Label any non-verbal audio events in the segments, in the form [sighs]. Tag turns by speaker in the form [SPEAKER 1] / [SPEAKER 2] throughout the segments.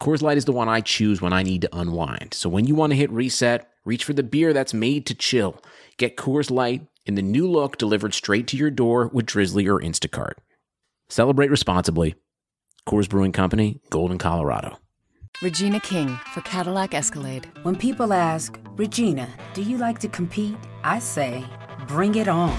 [SPEAKER 1] Coors Light is the one I choose when I need to unwind. So when you want to hit reset, reach for the beer that's made to chill. Get Coors Light in the new look delivered straight to your door with Drizzly or Instacart. Celebrate responsibly. Coors Brewing Company, Golden, Colorado.
[SPEAKER 2] Regina King for Cadillac Escalade.
[SPEAKER 3] When people ask, Regina, do you like to compete? I say, bring it on.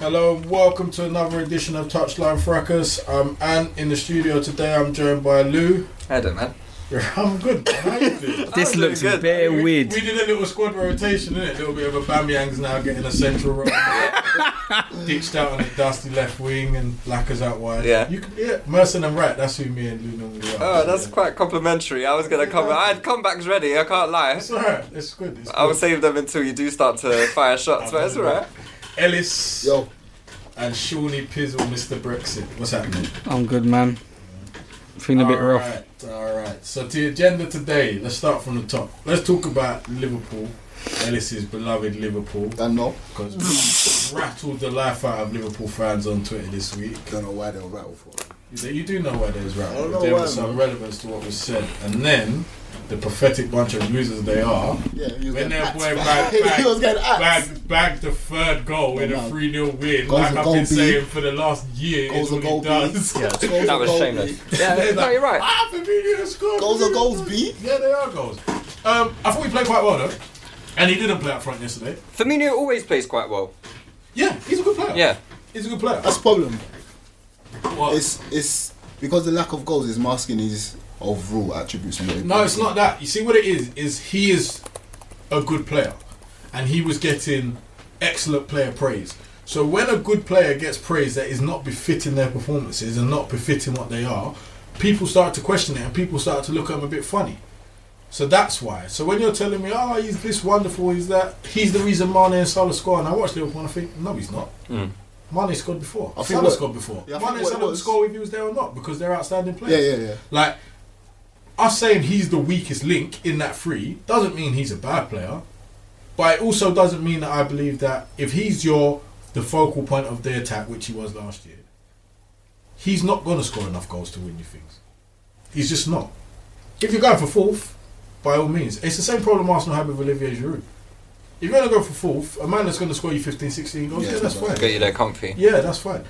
[SPEAKER 4] Hello, welcome to another edition of Touchline Fracas. I'm Ant in the studio today. I'm joined by Lou.
[SPEAKER 5] I don't know.
[SPEAKER 4] [laughs] I'm good. man. How you
[SPEAKER 5] [laughs]
[SPEAKER 4] doing?
[SPEAKER 6] This looks bare weird.
[SPEAKER 4] We did a little squad rotation, innit? A little bit of a Bamyang's now getting a central
[SPEAKER 5] [laughs]
[SPEAKER 4] role. Ditched out on the dusty left wing and Blackers out wide.
[SPEAKER 5] Yeah.
[SPEAKER 4] You can, yeah, Merson and Wright, that's who me and Lou normally are.
[SPEAKER 5] Oh, that's
[SPEAKER 4] Yeah.
[SPEAKER 5] quite complimentary. I was gonna come. I had comebacks ready. I can't lie.
[SPEAKER 4] It's alright, it's good. It's
[SPEAKER 5] I will
[SPEAKER 4] good.
[SPEAKER 5] save them until you do start to fire shots, but it's alright.
[SPEAKER 4] Ellis. Yo. And Shawnee Pizzle, Mr. Brexit. What's happening?
[SPEAKER 6] I'm good, man. Feeling a bit rough.
[SPEAKER 4] Alright, alright. So the agenda today, let's start from the top. Let's talk about Liverpool. Ellis's beloved Liverpool.
[SPEAKER 7] I know.
[SPEAKER 4] Because we rattled the life out of Liverpool fans on Twitter this week.
[SPEAKER 7] Don't know why they were rattled for.
[SPEAKER 4] You do know why there's
[SPEAKER 7] I don't
[SPEAKER 4] rattled.
[SPEAKER 7] know
[SPEAKER 4] There
[SPEAKER 7] why,
[SPEAKER 4] was some relevance to what was said. And then the pathetic bunch of losers they are.
[SPEAKER 7] Yeah, he
[SPEAKER 4] When
[SPEAKER 7] was getting
[SPEAKER 4] their
[SPEAKER 7] axed.
[SPEAKER 4] boy
[SPEAKER 7] [laughs]
[SPEAKER 4] bagged, bagged,
[SPEAKER 7] he was getting axed.
[SPEAKER 4] bagged, bagged the third goal in a
[SPEAKER 7] Oh, man.
[SPEAKER 4] 3 0 win,
[SPEAKER 7] Goals
[SPEAKER 4] like
[SPEAKER 7] a
[SPEAKER 4] I've
[SPEAKER 7] goal,
[SPEAKER 4] been
[SPEAKER 7] B.
[SPEAKER 4] saying for the last year,
[SPEAKER 7] Goals
[SPEAKER 4] is
[SPEAKER 7] are
[SPEAKER 4] what he
[SPEAKER 7] goals, B.
[SPEAKER 4] does.
[SPEAKER 7] Goals are
[SPEAKER 5] That was
[SPEAKER 7] goals,
[SPEAKER 5] shameless.
[SPEAKER 7] B.
[SPEAKER 5] Yeah,
[SPEAKER 6] [laughs]
[SPEAKER 5] no, you're right.
[SPEAKER 4] Ah, Fabinho scored.
[SPEAKER 7] Goals are goals, B.
[SPEAKER 4] Yeah, they are goals. Um, I thought he played quite well though, and he didn't play up front yesterday.
[SPEAKER 5] Firmino always plays quite well.
[SPEAKER 4] Yeah, he's a good player.
[SPEAKER 5] Yeah.
[SPEAKER 4] he's a good player.
[SPEAKER 7] That's the problem.
[SPEAKER 4] Well,
[SPEAKER 7] It's it's because the lack of goals is masking his overall attributes. and what he
[SPEAKER 4] no,
[SPEAKER 7] brings.
[SPEAKER 4] it's not that. You see what it is? Is he is a good player, and he was getting excellent player praise. So when a good player gets praise that is not befitting their performances and not befitting what they are, people start to question it and people start to look at him a bit funny. So that's why. So when you're telling me, oh, he's this wonderful, he's that, he's the reason Mane and Salah scored, and I watched Liverpool and I think, no, he's not. Mane scored before.
[SPEAKER 7] Hmm. I think
[SPEAKER 4] Salah
[SPEAKER 7] what-
[SPEAKER 4] scored before.
[SPEAKER 7] Yeah, I think
[SPEAKER 4] Mane and
[SPEAKER 7] what it
[SPEAKER 4] Salah would
[SPEAKER 7] was-
[SPEAKER 4] score if he was there or not because they're outstanding
[SPEAKER 7] Yeah,
[SPEAKER 4] players.
[SPEAKER 7] yeah, yeah.
[SPEAKER 4] Like, us saying he's the weakest link in that three doesn't mean he's a bad player, but it also doesn't mean that I believe that if he's your the focal point of the attack, which he was last year, he's not going to score enough goals to win you things. He's just not. If you're going for fourth, by all means, it's the same problem Arsenal had with Olivier Giroud. If you're going to go for fourth, a man that's going to score you 15, 16 goals,
[SPEAKER 7] Yeah,
[SPEAKER 4] yeah, that's fine.
[SPEAKER 5] Get you there comfy.
[SPEAKER 4] Yeah, that's fine.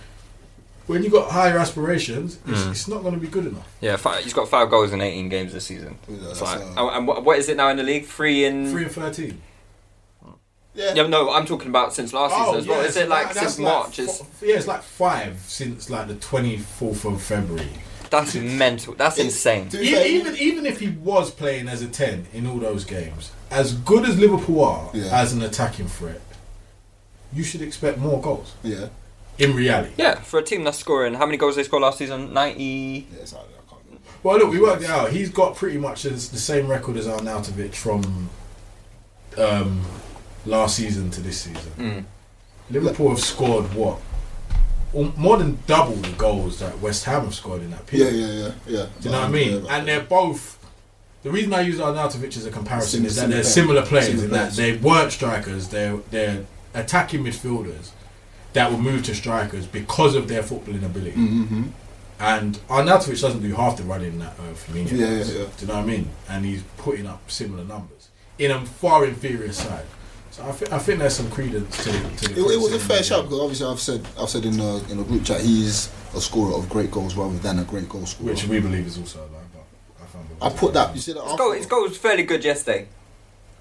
[SPEAKER 4] When you've got higher aspirations, it's, it's not going to be good enough.
[SPEAKER 5] Yeah, five, he's got five goals in 18 games this season.
[SPEAKER 7] Yeah,
[SPEAKER 5] It's
[SPEAKER 7] that's,
[SPEAKER 5] like,
[SPEAKER 7] uh,
[SPEAKER 5] oh, and what, what is it now in the league? Three in.
[SPEAKER 4] Three and thirteen.
[SPEAKER 7] Yeah.
[SPEAKER 5] Yeah, Oh, no, I'm talking about since last season as well. is
[SPEAKER 4] Oh, so
[SPEAKER 5] it like
[SPEAKER 4] that-
[SPEAKER 5] since
[SPEAKER 4] that's
[SPEAKER 5] March?
[SPEAKER 4] fi-
[SPEAKER 5] Is
[SPEAKER 4] yeah, it's like five since like the twenty fourth of February.
[SPEAKER 5] that's mental. That's insane.
[SPEAKER 7] To be
[SPEAKER 4] Even,
[SPEAKER 7] fair,
[SPEAKER 4] even even if he was playing as a ten in all those games, as good as Liverpool are
[SPEAKER 7] Yeah.
[SPEAKER 4] as an attacking threat, you should expect more goals
[SPEAKER 7] yeah.
[SPEAKER 4] in reality.
[SPEAKER 5] Yeah, for a team that's scoring, how many goals they scored last season? 90.
[SPEAKER 7] Yeah, sorry, I can't remember.
[SPEAKER 4] Well, look, we worked it out. He's got pretty much as- the same record as Arnautovic from um, last season to this season. Liverpool have scored what? Al- More than double the goals that West Ham have scored in that
[SPEAKER 7] Yeah,
[SPEAKER 4] period.
[SPEAKER 7] yeah, yeah, yeah.
[SPEAKER 4] Do you know what I mean? And they're both. The reason I use Arnautovic as a comparison
[SPEAKER 7] Sim-
[SPEAKER 4] is that
[SPEAKER 7] similar
[SPEAKER 4] they're
[SPEAKER 7] player.
[SPEAKER 4] similar players
[SPEAKER 7] Similar
[SPEAKER 4] in that
[SPEAKER 7] players.
[SPEAKER 4] they weren't strikers. They're they're attacking midfielders that will move to strikers because of their footballing ability.
[SPEAKER 7] Mm-hmm.
[SPEAKER 4] And Arnautovic doesn't do half the running that uh, Firmino
[SPEAKER 7] Yeah,
[SPEAKER 4] does.
[SPEAKER 7] yeah, yeah.
[SPEAKER 4] Do you know what I mean? And he's putting up similar numbers. in a far inferior side. So I, thi- I think there's some credence to, to
[SPEAKER 7] It, it was a fair shout because obviously I've said I've said in a, in a group chat he is a scorer of great goals rather than a great goal scorer.
[SPEAKER 4] which we believe is also a lie. But I, found it
[SPEAKER 7] I
[SPEAKER 4] was-
[SPEAKER 7] put that. You see that
[SPEAKER 5] His goal, his goal was fairly good yesterday.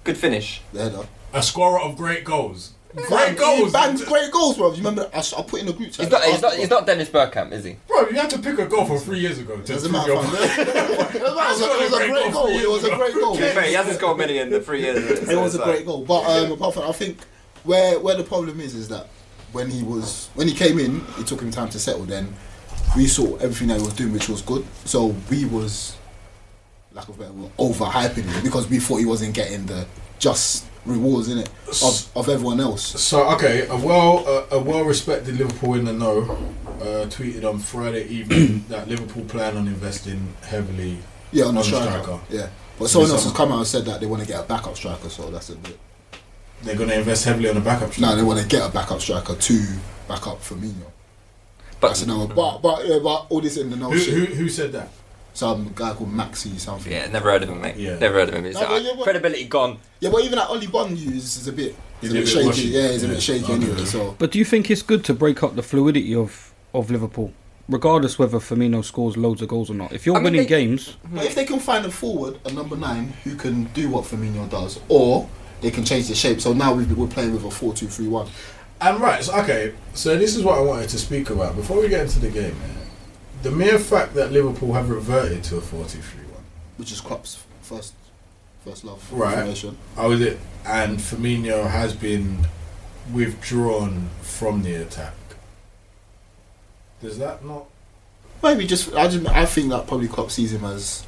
[SPEAKER 5] Good finish.
[SPEAKER 7] the header.
[SPEAKER 4] a scorer of great goals. Great
[SPEAKER 7] He
[SPEAKER 4] goals,
[SPEAKER 7] banged great goals, bro. You remember? I, s- I put in a group chat.
[SPEAKER 5] He's not, he's not, he's not Dennis Bergkamp, is he?
[SPEAKER 4] bro. You had to pick a goal from three years ago to
[SPEAKER 7] Doesn't
[SPEAKER 4] prove
[SPEAKER 7] matter.
[SPEAKER 4] your
[SPEAKER 7] fam. [laughs] It was a- it was a great goal. It was a great goal.
[SPEAKER 5] To be fair, he hasn't scored many in the three years.
[SPEAKER 7] It was a great goal, but um, apart from that, I think where where the problem is is that when he was when he came in, it took him time to settle. Then we saw everything that he was doing, which was good. So we was lack of better word, overhyping him because we thought he wasn't getting the just rewards in it of, of everyone else.
[SPEAKER 4] So okay, a well a, a well respected Liverpool in the know uh, tweeted on Friday
[SPEAKER 7] [clears throat]
[SPEAKER 4] evening that Liverpool plan on investing heavily.
[SPEAKER 7] Yeah, on the
[SPEAKER 4] On the
[SPEAKER 7] striker.
[SPEAKER 4] striker.
[SPEAKER 7] Yeah, but someone
[SPEAKER 4] Yes,
[SPEAKER 7] else
[SPEAKER 4] sir.
[SPEAKER 7] has come out and said that they want to get a backup striker. So that's a bit.
[SPEAKER 4] They're going to invest heavily on the backup.
[SPEAKER 7] No,
[SPEAKER 4] striker.
[SPEAKER 7] they want to get a backup striker to back up Firmino. That's
[SPEAKER 5] But
[SPEAKER 7] another. But but yeah, but all this in the know
[SPEAKER 4] Mm. who, who,
[SPEAKER 7] shit.
[SPEAKER 4] who said that?
[SPEAKER 7] Some guy called Maxi something.
[SPEAKER 5] yeah, never heard of him, mate.
[SPEAKER 4] Yeah.
[SPEAKER 5] Never heard of him. He's
[SPEAKER 7] No, but
[SPEAKER 5] like,
[SPEAKER 7] yeah, but-
[SPEAKER 5] credibility gone.
[SPEAKER 7] Yeah, but even that Oli Bon news is a bit,
[SPEAKER 4] He's a
[SPEAKER 7] is a bit
[SPEAKER 4] bit
[SPEAKER 7] shaky.
[SPEAKER 4] rushy.
[SPEAKER 7] Yeah, it's a
[SPEAKER 4] Yeah.
[SPEAKER 7] bit shaky anyway. So
[SPEAKER 6] But do you think it's good to break up the fluidity of, of Liverpool, regardless whether Firmino scores loads of goals or not? If you're
[SPEAKER 5] I mean,
[SPEAKER 6] winning
[SPEAKER 5] they-
[SPEAKER 6] games,
[SPEAKER 7] but if they can find a forward, a number nine who can do what Firmino does, or they can change the shape. So now we've, we're playing with a four-two-three-one.
[SPEAKER 4] And right, so, okay, so this is what I wanted to speak about before we get into the game. eh, The mere fact that Liverpool have reverted to a 4-2-3-1.
[SPEAKER 7] which is Klopp's first first love.
[SPEAKER 4] Right.
[SPEAKER 7] formation.
[SPEAKER 4] Oh, is it? And Firmino has been withdrawn from the attack. Does that not?
[SPEAKER 7] Maybe just I just I think that probably Klopp sees him as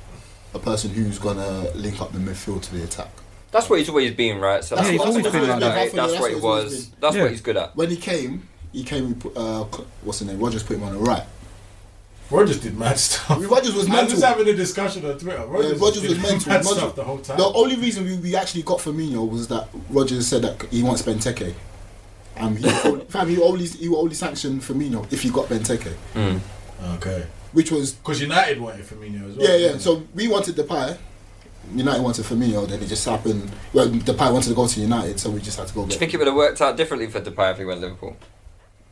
[SPEAKER 7] a person who's gonna link up the midfield to the attack.
[SPEAKER 5] That's what he's always been, right? So
[SPEAKER 7] Yeah,
[SPEAKER 5] that's
[SPEAKER 6] he's
[SPEAKER 5] what-
[SPEAKER 6] always
[SPEAKER 5] that's
[SPEAKER 6] been
[SPEAKER 5] what
[SPEAKER 6] like
[SPEAKER 5] he's
[SPEAKER 6] that.
[SPEAKER 5] good at. That's what he
[SPEAKER 7] That's what he's always
[SPEAKER 5] was. That's
[SPEAKER 6] Yeah.
[SPEAKER 5] what he's good at.
[SPEAKER 7] When he came, he came. He put, uh, Cl- what's his name? Rogers put him on the right.
[SPEAKER 4] Rogers did mad stuff.
[SPEAKER 7] Rodgers was
[SPEAKER 4] I was just
[SPEAKER 7] mental.
[SPEAKER 4] having a discussion on Twitter. Rogers,
[SPEAKER 7] Yeah,
[SPEAKER 4] [laughs]
[SPEAKER 7] Rogers
[SPEAKER 4] did
[SPEAKER 7] was mental.
[SPEAKER 4] mad
[SPEAKER 7] Rodgers-
[SPEAKER 4] stuff the whole time.
[SPEAKER 7] The only reason we, we actually got Firmino was that Rogers said that he wants Benteke. Um, he, fam, he only he would only sanction Firmino if he got Benteke,
[SPEAKER 4] okay.
[SPEAKER 7] which was
[SPEAKER 4] Because United wanted Firmino as well.
[SPEAKER 7] yeah yeah.
[SPEAKER 4] didn't
[SPEAKER 7] So we wanted Depay, United wanted Firmino. Then it just happened. Well, Depay wanted to go to United, so we just had to go.
[SPEAKER 5] Do
[SPEAKER 7] Get
[SPEAKER 5] you think it would have worked out differently for Depay if he went Liverpool?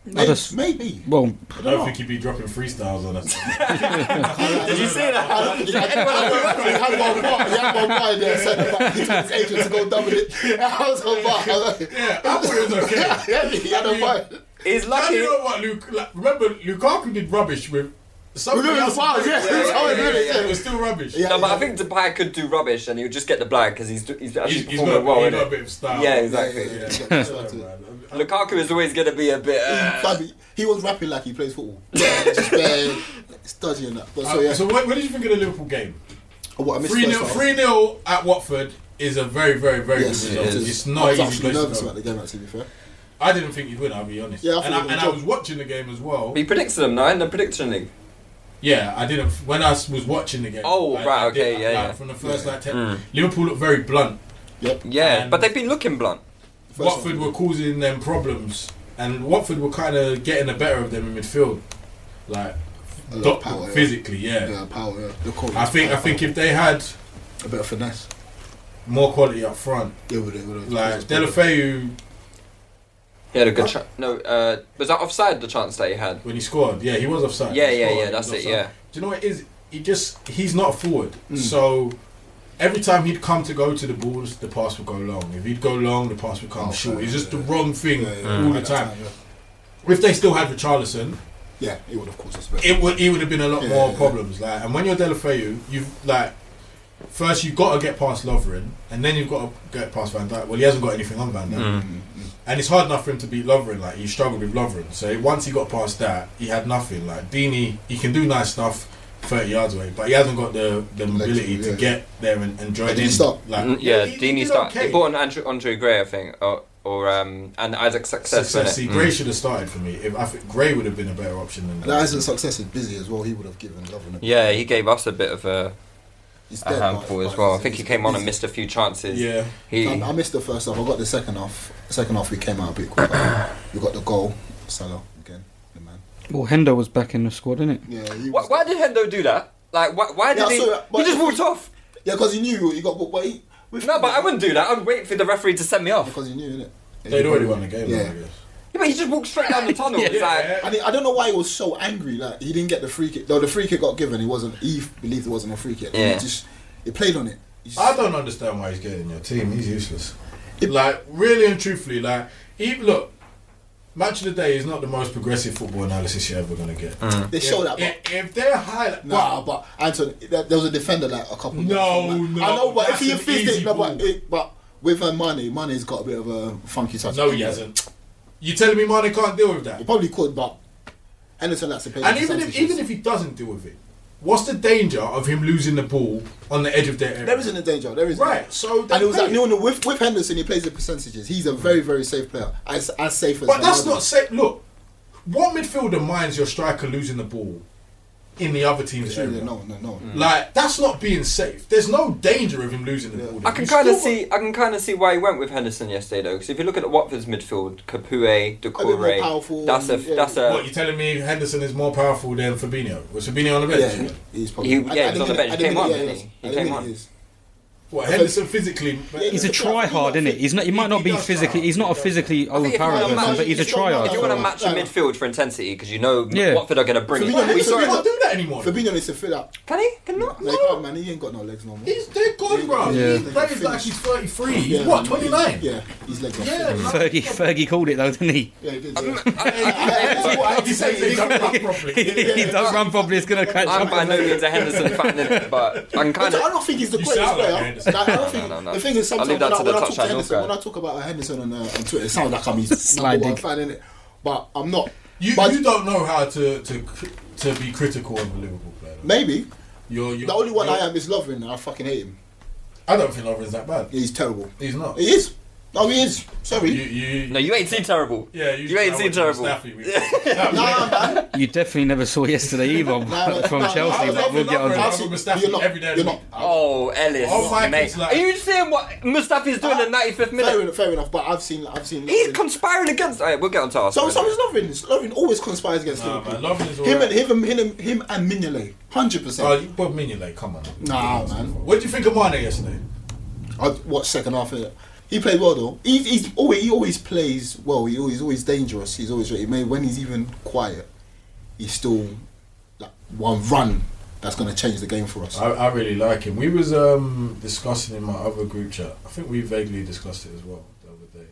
[SPEAKER 6] I
[SPEAKER 7] Maybe,
[SPEAKER 6] just-
[SPEAKER 7] maybe.
[SPEAKER 6] well,
[SPEAKER 4] they? I don't think he'd be dropping freestyles on
[SPEAKER 7] [laughs]
[SPEAKER 4] us. [laughs]
[SPEAKER 5] Did you see that?
[SPEAKER 7] I don't think- I don't think- he had one bar. He had one bar there. Said about he told his agent to go double it. I was on bar. I was like-
[SPEAKER 4] yeah, I thought it was okay.
[SPEAKER 7] Yeah, he had a bar.
[SPEAKER 5] He's
[SPEAKER 4] And
[SPEAKER 5] lucky.
[SPEAKER 4] you know what, Luke? Like, remember, Lukaku did rubbish with. something
[SPEAKER 7] Remember
[SPEAKER 4] else.
[SPEAKER 7] the files,
[SPEAKER 4] [laughs]
[SPEAKER 7] yeah.
[SPEAKER 4] yeah, yeah, yeah,
[SPEAKER 7] Yeah,
[SPEAKER 4] It was still rubbish.
[SPEAKER 7] Yeah.
[SPEAKER 5] No, but I think Depay could do rubbish and he would just get the black because he's, he's actually
[SPEAKER 4] He's, he's
[SPEAKER 5] performing
[SPEAKER 4] got,
[SPEAKER 5] well.
[SPEAKER 4] he
[SPEAKER 5] innit?
[SPEAKER 4] got a bit of style.
[SPEAKER 5] Yeah, exactly.
[SPEAKER 7] Yeah, [laughs] yeah, yeah.
[SPEAKER 4] man.
[SPEAKER 5] Lukaku is always going to be a bit. Uh,
[SPEAKER 7] Fabi, he was rapping like he plays [laughs] football. Just bare stodgy and that. But so
[SPEAKER 4] Uh,
[SPEAKER 7] yeah,
[SPEAKER 4] So what, what did you think of the Liverpool game?
[SPEAKER 7] Oh, what, I missed
[SPEAKER 4] Three
[SPEAKER 7] first
[SPEAKER 4] 0
[SPEAKER 7] half.
[SPEAKER 4] three 0 at Watford is a very, very, very
[SPEAKER 7] Yes,
[SPEAKER 4] good
[SPEAKER 7] it
[SPEAKER 4] result.
[SPEAKER 7] is.
[SPEAKER 4] It's
[SPEAKER 7] I
[SPEAKER 4] not
[SPEAKER 7] was
[SPEAKER 4] easy.
[SPEAKER 7] actually
[SPEAKER 4] place to
[SPEAKER 7] nervous
[SPEAKER 4] go.
[SPEAKER 7] about the game. Actually, to be fair,
[SPEAKER 4] I didn't think you'd win. I'll be honest.
[SPEAKER 7] Yeah, I thought
[SPEAKER 4] and
[SPEAKER 7] you
[SPEAKER 4] I, and
[SPEAKER 7] were gonna
[SPEAKER 4] I
[SPEAKER 7] drop.
[SPEAKER 4] was watching the game as well.
[SPEAKER 5] he predicted them, no, in the prediction league.
[SPEAKER 4] Yeah, I didn't. When I was watching the game.
[SPEAKER 5] Oh,
[SPEAKER 4] I-
[SPEAKER 5] right,
[SPEAKER 4] I did-
[SPEAKER 5] okay, yeah,
[SPEAKER 4] like,
[SPEAKER 5] yeah. Mm.
[SPEAKER 4] From the first like ten, Liverpool looked very blunt.
[SPEAKER 7] yep.
[SPEAKER 5] Yeah,
[SPEAKER 4] And-
[SPEAKER 5] but they've been looking blunt.
[SPEAKER 7] First
[SPEAKER 4] Watford
[SPEAKER 7] half.
[SPEAKER 4] were causing them problems, and Watford were kind of getting the better of them in midfield, like
[SPEAKER 7] A lot
[SPEAKER 4] dot-
[SPEAKER 7] of power, yeah.
[SPEAKER 4] physically. Yeah.
[SPEAKER 7] Yeah, power. Yeah. The quality.
[SPEAKER 4] I think I think if they had
[SPEAKER 7] a bit of finesse.
[SPEAKER 4] more quality up front,
[SPEAKER 7] Yeah, with it, with it.
[SPEAKER 4] like Delafeu
[SPEAKER 5] He had a good chance. No, uh, was that offside the chance that he had?
[SPEAKER 4] when he scored, yeah, he was offside.
[SPEAKER 5] Yeah,
[SPEAKER 4] He
[SPEAKER 5] yeah,
[SPEAKER 4] scored,
[SPEAKER 5] yeah,
[SPEAKER 4] he
[SPEAKER 5] that's
[SPEAKER 4] was
[SPEAKER 5] it,
[SPEAKER 4] offside.
[SPEAKER 5] yeah. Mm.
[SPEAKER 4] Do you know what it is? He just he's not a forward, so. Every time he'd come to go to the balls, the pass would go long. If he'd go long, the pass would come
[SPEAKER 7] Oh,
[SPEAKER 4] short.
[SPEAKER 7] yeah,
[SPEAKER 4] It's just
[SPEAKER 7] yeah.
[SPEAKER 4] the wrong thing uh,
[SPEAKER 7] Yeah, yeah,
[SPEAKER 5] Mm.
[SPEAKER 4] all
[SPEAKER 7] yeah,
[SPEAKER 4] the time.
[SPEAKER 7] yeah.
[SPEAKER 4] If they still had Richarlison,
[SPEAKER 7] Yeah, it would of course. us better.
[SPEAKER 4] it would it would have been a lot
[SPEAKER 7] Yeah,
[SPEAKER 4] more
[SPEAKER 7] yeah.
[SPEAKER 4] problems. Like, and when you're Delafeu, you've like first you've got to get past Lovren, and then you've got to get past Van Dijk. Well, he hasn't got anything on Van Dijk,
[SPEAKER 5] Mm.
[SPEAKER 7] Mm-hmm.
[SPEAKER 4] and it's hard enough for him to beat Lovren. Like he struggled with Lovren, so once he got past that, he had nothing. Like Deeney, he can do nice stuff. 30 yards away, but he hasn't got the, the mobility to
[SPEAKER 7] yeah.
[SPEAKER 4] get there and, and join
[SPEAKER 7] But did
[SPEAKER 4] in.
[SPEAKER 7] he stop?
[SPEAKER 4] Like,
[SPEAKER 5] Mm, yeah,
[SPEAKER 4] he- he
[SPEAKER 5] Deeney
[SPEAKER 4] did
[SPEAKER 5] started.
[SPEAKER 4] okay.
[SPEAKER 5] He bought an Andrew, Andre Gray, I think, or, or um, and Isaac Success. Mm.
[SPEAKER 4] Success. See,
[SPEAKER 5] innit?
[SPEAKER 4] Gray should have started for me. If I think Gray would have been a better option than
[SPEAKER 7] That isn't success. Is busy as well. He would have given love. and-
[SPEAKER 5] Yeah, he gave us a bit of a,
[SPEAKER 7] He's
[SPEAKER 5] a
[SPEAKER 7] dead, but-
[SPEAKER 5] handful Uh-huh, as
[SPEAKER 7] but
[SPEAKER 5] well. I
[SPEAKER 7] he's-
[SPEAKER 5] think he
[SPEAKER 7] he's
[SPEAKER 5] came on
[SPEAKER 7] busy.
[SPEAKER 5] and missed a few chances.
[SPEAKER 4] Yeah.
[SPEAKER 5] he.
[SPEAKER 7] I, I missed the first half. I got the second half. Second half, we came out a bit quicker. we got the goal. Salah again, the man.
[SPEAKER 6] well, Hendo was back in the squad, innit?
[SPEAKER 7] Yeah, he
[SPEAKER 5] why,
[SPEAKER 7] was,
[SPEAKER 5] why did Hendo do that? Like, why, why
[SPEAKER 7] Yeah,
[SPEAKER 5] did
[SPEAKER 7] I saw that,
[SPEAKER 5] he? He
[SPEAKER 7] but-
[SPEAKER 5] just walked off.
[SPEAKER 7] yeah, because he knew he got booked. But he, With-
[SPEAKER 5] No, but I wouldn't do that. I'd wait for the referee to send me off.
[SPEAKER 7] [laughs] because he knew, innit?
[SPEAKER 4] They'd already won the game, I
[SPEAKER 7] Yeah.
[SPEAKER 4] guess.
[SPEAKER 5] Yeah, but he just walked straight down the tunnel. It's like,
[SPEAKER 7] I mean, I don't know why he was so angry. Like he didn't get the free kick. No, the free kick got given. He wasn't. He believed it wasn't a free kick.
[SPEAKER 5] Yeah.
[SPEAKER 7] He just he played on it. He just-
[SPEAKER 4] I don't understand why he's getting your team. He's useless. Like really and truthfully, like even, look, match of the day is not the most progressive football analysis you're ever gonna get.
[SPEAKER 7] they showed that. But,
[SPEAKER 4] If, if they're highlight,
[SPEAKER 7] Nah, but Anton, there, there was a defender like a couple.
[SPEAKER 4] No,
[SPEAKER 7] yards from that.
[SPEAKER 4] no,
[SPEAKER 7] I know, but if
[SPEAKER 4] that's
[SPEAKER 7] he
[SPEAKER 4] an
[SPEAKER 7] fist
[SPEAKER 4] easy
[SPEAKER 7] it, no, but,
[SPEAKER 4] ball.
[SPEAKER 7] it, but with uh, money, money's got a bit of a funky touch.
[SPEAKER 4] no, he hasn't. You telling me Mane can't deal with
[SPEAKER 7] He
[SPEAKER 4] that?
[SPEAKER 7] probably could, but Anderson likes to play.
[SPEAKER 4] And
[SPEAKER 7] the
[SPEAKER 4] even if
[SPEAKER 7] percentages.
[SPEAKER 4] even if he doesn't deal with it, what's the danger of him losing the ball on the edge of their area?
[SPEAKER 7] There isn't a danger. There isn't.
[SPEAKER 4] Right, so
[SPEAKER 7] and it was
[SPEAKER 4] they
[SPEAKER 7] like
[SPEAKER 4] play.
[SPEAKER 7] Milner with with Henderson. He plays the percentages. He's a very very safe player. As as safe as.
[SPEAKER 4] But that's
[SPEAKER 7] Ronaldo.
[SPEAKER 4] not safe. Look, what midfielder minds your striker losing the ball in the other team's area?
[SPEAKER 7] No, no, no.
[SPEAKER 4] Like that's not being safe. There's no danger of him losing the ball.
[SPEAKER 5] I can
[SPEAKER 4] You
[SPEAKER 5] kind of
[SPEAKER 4] still-
[SPEAKER 5] see, I can kind of see why he went with Henderson yesterday, though. Because if you look at Watford's midfield, Kapue,
[SPEAKER 7] more
[SPEAKER 5] Decore,
[SPEAKER 7] powerful
[SPEAKER 5] that's a,
[SPEAKER 7] and- yeah.
[SPEAKER 5] that's
[SPEAKER 4] What
[SPEAKER 5] a.
[SPEAKER 4] you telling me? Henderson is more powerful than Fabinho? Was Fabinho on the bench?
[SPEAKER 7] Yeah, he's probably.
[SPEAKER 5] He-
[SPEAKER 7] at-
[SPEAKER 5] yeah,
[SPEAKER 7] at
[SPEAKER 5] he's on the
[SPEAKER 7] minute-
[SPEAKER 5] bench.
[SPEAKER 7] at
[SPEAKER 5] He came
[SPEAKER 7] minute,
[SPEAKER 5] on,
[SPEAKER 7] yeah,
[SPEAKER 5] didn't
[SPEAKER 7] is.
[SPEAKER 5] he? He
[SPEAKER 7] At the
[SPEAKER 5] came
[SPEAKER 7] minute,
[SPEAKER 5] on.
[SPEAKER 7] is.
[SPEAKER 4] What Henderson physically?
[SPEAKER 6] He's a tryhard, isn't it? He's not. He might not be physically. He's not a physically
[SPEAKER 5] I think if you
[SPEAKER 6] overpowering
[SPEAKER 5] wanna
[SPEAKER 6] person,
[SPEAKER 5] match-
[SPEAKER 6] but he's a
[SPEAKER 5] if you wanna- If you want
[SPEAKER 6] tryhard.
[SPEAKER 5] to match a midfield for intensity, because you know
[SPEAKER 6] Yeah.
[SPEAKER 5] Watford are going to bring
[SPEAKER 7] Fabinho
[SPEAKER 5] it.
[SPEAKER 7] needs
[SPEAKER 5] We
[SPEAKER 7] to
[SPEAKER 5] saw
[SPEAKER 7] be
[SPEAKER 4] They
[SPEAKER 5] it.
[SPEAKER 4] don't do that anymore.
[SPEAKER 7] Fabinho needs to fill up.
[SPEAKER 5] Can he? Can not?
[SPEAKER 7] Like, oh, man, he ain't got no legs no more.
[SPEAKER 4] He's dead gone, bro.
[SPEAKER 6] Yeah.
[SPEAKER 4] He plays like he's 33. He's what, 29?
[SPEAKER 7] Yeah, his legs are
[SPEAKER 4] Yeah,
[SPEAKER 7] finished.
[SPEAKER 4] man.
[SPEAKER 6] Fergie, Fergie called it though, didn't he?
[SPEAKER 7] Yeah, he did. yeah.
[SPEAKER 4] He says he don't run
[SPEAKER 7] [laughs]
[SPEAKER 4] properly.
[SPEAKER 6] [laughs] he does run probably. It's gonna catch
[SPEAKER 5] I'm by
[SPEAKER 6] up.
[SPEAKER 5] no means a Henderson fan, innit, but I can
[SPEAKER 7] I
[SPEAKER 5] kind of.
[SPEAKER 7] don't think he's the
[SPEAKER 4] You
[SPEAKER 7] greatest
[SPEAKER 4] sound like
[SPEAKER 7] player.
[SPEAKER 4] Henderson.
[SPEAKER 7] Like, I
[SPEAKER 5] No,
[SPEAKER 7] don't think,
[SPEAKER 5] no, no.
[SPEAKER 7] The thing is,
[SPEAKER 5] I'll
[SPEAKER 7] sometimes
[SPEAKER 5] leave
[SPEAKER 7] when
[SPEAKER 5] that
[SPEAKER 7] I,
[SPEAKER 5] to the
[SPEAKER 7] when I talk to
[SPEAKER 5] touchline,
[SPEAKER 7] Henderson,
[SPEAKER 5] Northgate.
[SPEAKER 7] when I talk about Henderson on, uh, on Twitter, it sounds like
[SPEAKER 5] [laughs]
[SPEAKER 7] I'm his number
[SPEAKER 6] Sliding.
[SPEAKER 7] one fan, innit? But I'm not.
[SPEAKER 4] You,
[SPEAKER 7] but
[SPEAKER 4] you don't know how to, to to be critical of a Liverpool player.
[SPEAKER 7] Maybe.
[SPEAKER 4] You're, you're,
[SPEAKER 7] The only one
[SPEAKER 4] you're,
[SPEAKER 7] I am is Lovren. I fucking hate him.
[SPEAKER 4] I don't think Lovren's that bad.
[SPEAKER 7] He's terrible.
[SPEAKER 4] He's not.
[SPEAKER 7] He is. No, he is. Sorry.
[SPEAKER 4] You, you,
[SPEAKER 5] No, you ain't seen terrible.
[SPEAKER 4] yeah, you,
[SPEAKER 5] you, ain't
[SPEAKER 4] I
[SPEAKER 5] seen
[SPEAKER 4] went to
[SPEAKER 5] terrible. [laughs]
[SPEAKER 4] Mustafi with-
[SPEAKER 7] nah, man.
[SPEAKER 6] You definitely never saw yesterday either
[SPEAKER 7] [laughs] no,
[SPEAKER 6] from
[SPEAKER 7] no,
[SPEAKER 4] I
[SPEAKER 6] Chelsea.
[SPEAKER 4] was
[SPEAKER 6] But
[SPEAKER 4] up
[SPEAKER 6] we'll
[SPEAKER 4] with
[SPEAKER 6] get on
[SPEAKER 4] Lovren.
[SPEAKER 6] to
[SPEAKER 4] I
[SPEAKER 6] that.
[SPEAKER 4] was with Mustafi
[SPEAKER 7] You're not-
[SPEAKER 4] every day of the
[SPEAKER 7] you're
[SPEAKER 4] week.
[SPEAKER 5] Oh, Ellis.
[SPEAKER 4] Oh, my
[SPEAKER 5] mate.
[SPEAKER 4] goodness, like-
[SPEAKER 5] Are you seeing what Mustafi's doing
[SPEAKER 7] Ah,
[SPEAKER 5] in the 95th
[SPEAKER 7] Fair,
[SPEAKER 5] minute?
[SPEAKER 7] enough, fair enough, but I've seen, I've seen.
[SPEAKER 5] He's
[SPEAKER 7] Lovren.
[SPEAKER 5] conspiring against. Alright, we'll get on to us.
[SPEAKER 7] So, so is Lovren. Lovren always conspires against
[SPEAKER 4] Nah, man,
[SPEAKER 7] Liverpool.
[SPEAKER 4] Lovren is
[SPEAKER 7] him,
[SPEAKER 4] alright.
[SPEAKER 7] and, him, and, him, and, him and Mignolet, hundred
[SPEAKER 4] Oh,
[SPEAKER 7] percent.
[SPEAKER 4] you Bob Mignolet, come on.
[SPEAKER 7] Nah, man.
[SPEAKER 4] What did you think of Mane yesterday?
[SPEAKER 7] I watched second half. Of it. He played well though. He, he's always he always plays well. He always, he's always dangerous. He's always he may when he's even quiet, he's still like one run that's going to change the game for us.
[SPEAKER 4] I, I really like him. We was um, discussing in my other group chat. I think we vaguely discussed it as well the other day.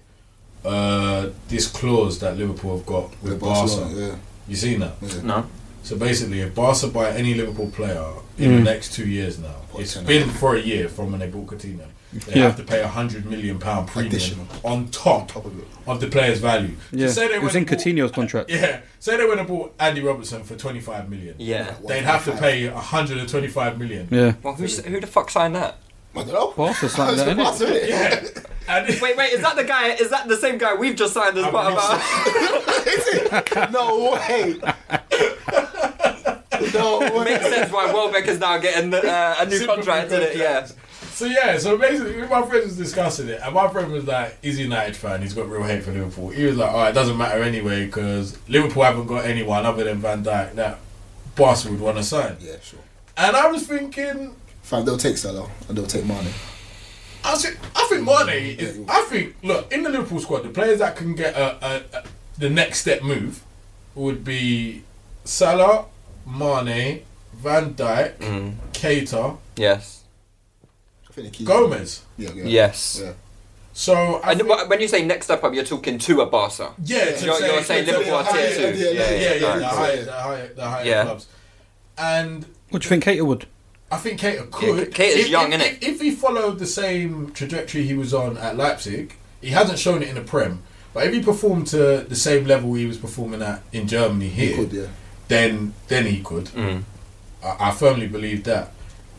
[SPEAKER 4] Uh, this clause that Liverpool have got with Barca.
[SPEAKER 7] Barcelona,
[SPEAKER 4] You seen that?
[SPEAKER 7] yeah.
[SPEAKER 5] No.
[SPEAKER 4] So basically, if Barca buy any Liverpool player in
[SPEAKER 6] Mm.
[SPEAKER 4] the next two years now, it's
[SPEAKER 7] Pochettino.
[SPEAKER 4] been for a year from when they bought Coutinho. They
[SPEAKER 6] Yeah.
[SPEAKER 4] have to pay a hundred million pound premium
[SPEAKER 7] Additional.
[SPEAKER 4] on top,
[SPEAKER 7] Top of it.
[SPEAKER 4] of the player's value.
[SPEAKER 6] Yeah,
[SPEAKER 4] So say they
[SPEAKER 6] it
[SPEAKER 4] went
[SPEAKER 6] was in
[SPEAKER 4] and bought-
[SPEAKER 6] Coutinho's contract.
[SPEAKER 4] Yeah, say they went and bought Andy Robertson for twenty five million.
[SPEAKER 5] Yeah.
[SPEAKER 4] they'd have to pay hundred and twenty five million.
[SPEAKER 6] Yeah,
[SPEAKER 5] Well, who's, who the fuck signed that?
[SPEAKER 7] I don't know.
[SPEAKER 6] Barca's like
[SPEAKER 7] [laughs] It's
[SPEAKER 6] that, innit?
[SPEAKER 7] Barca, innit?
[SPEAKER 4] Yeah. And
[SPEAKER 5] Wait, wait, is that the guy? Is that the same guy we've just signed as
[SPEAKER 4] I
[SPEAKER 5] part of
[SPEAKER 4] believe
[SPEAKER 5] our. [laughs]
[SPEAKER 7] [laughs] No
[SPEAKER 4] [laughs]
[SPEAKER 7] way. no way.
[SPEAKER 5] Makes sense why Welbeck is now getting uh, a new
[SPEAKER 4] Super
[SPEAKER 5] contract,
[SPEAKER 4] new
[SPEAKER 5] isn't it? Yeah.
[SPEAKER 4] So yeah, so basically my friend was discussing it, and my friend was like, "He's a United fan. He's got real hate for Liverpool." He was like, "Oh, it doesn't matter anyway because Liverpool haven't got anyone other than Van Dijk that Barca would want to sign."
[SPEAKER 7] Yeah, sure.
[SPEAKER 4] And I was thinking,
[SPEAKER 7] Fam, they'll take Salah and they'll take Mane.
[SPEAKER 4] I think I think Mane is. I think look in the Liverpool squad, the players that can get a, a, a the next step move would be Salah, Mane, Van Dijk, Keita,
[SPEAKER 5] Yes.
[SPEAKER 7] I think they keep
[SPEAKER 4] Gomez.
[SPEAKER 7] Yeah, yeah.
[SPEAKER 5] Yes.
[SPEAKER 7] Yeah.
[SPEAKER 4] So I
[SPEAKER 5] And
[SPEAKER 4] think-
[SPEAKER 5] wh- when you say next step up, you're talking to a Barca.
[SPEAKER 4] Yeah, to
[SPEAKER 5] You're-
[SPEAKER 4] say-
[SPEAKER 5] you're saying
[SPEAKER 4] to say
[SPEAKER 5] Liverpool are tier
[SPEAKER 4] higher-
[SPEAKER 5] two.
[SPEAKER 4] Yeah, yeah, yeah,
[SPEAKER 5] Yeah,
[SPEAKER 4] yeah,
[SPEAKER 5] yeah,
[SPEAKER 4] the
[SPEAKER 5] yeah.
[SPEAKER 4] higher, the higher, the higher
[SPEAKER 5] Yeah.
[SPEAKER 4] clubs. And
[SPEAKER 6] What do you think, Cater would?
[SPEAKER 4] I think Cater could.
[SPEAKER 5] Keita's
[SPEAKER 4] if,
[SPEAKER 5] young,
[SPEAKER 4] if,
[SPEAKER 5] innit?
[SPEAKER 4] If he followed the same trajectory he was on at Leipzig, he hasn't shown it in the Prem. But if he performed to the same level he was performing at in Germany here,
[SPEAKER 7] could, yeah.
[SPEAKER 4] then then he could.
[SPEAKER 5] Mm.
[SPEAKER 4] I, I firmly believe that.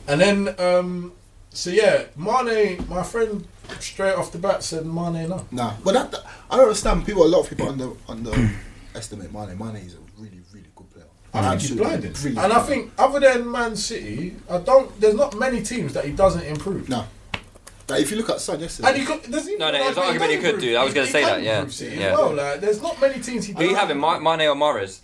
[SPEAKER 4] And then, um, so yeah, Mane, my friend, straight off the bat said Mane no.
[SPEAKER 7] Nah, but that, that- I don't understand. People, a lot of people under
[SPEAKER 6] [clears throat]
[SPEAKER 7] underestimate Mane. Mane is a really, really good player.
[SPEAKER 4] I think he's
[SPEAKER 7] Absolutely
[SPEAKER 4] blinding.
[SPEAKER 7] brilliant
[SPEAKER 4] And I
[SPEAKER 7] player.
[SPEAKER 4] think other than Man City, I don't. There's not many teams that he doesn't improve.
[SPEAKER 7] no. Like, if you look at Son yesterday,
[SPEAKER 4] And he could, there's even
[SPEAKER 5] No, no,
[SPEAKER 4] like,
[SPEAKER 5] his
[SPEAKER 4] he
[SPEAKER 5] argument
[SPEAKER 4] does
[SPEAKER 5] he could
[SPEAKER 4] improve.
[SPEAKER 5] do. I was
[SPEAKER 4] He-
[SPEAKER 5] gonna
[SPEAKER 4] he
[SPEAKER 5] say
[SPEAKER 4] can
[SPEAKER 5] that, yeah.
[SPEAKER 4] improve City as
[SPEAKER 5] Yeah.
[SPEAKER 4] well. Like, there's not many teams he.
[SPEAKER 5] Who you
[SPEAKER 4] doesn't
[SPEAKER 5] having, Ma-
[SPEAKER 4] improve.
[SPEAKER 5] Mane or Mares?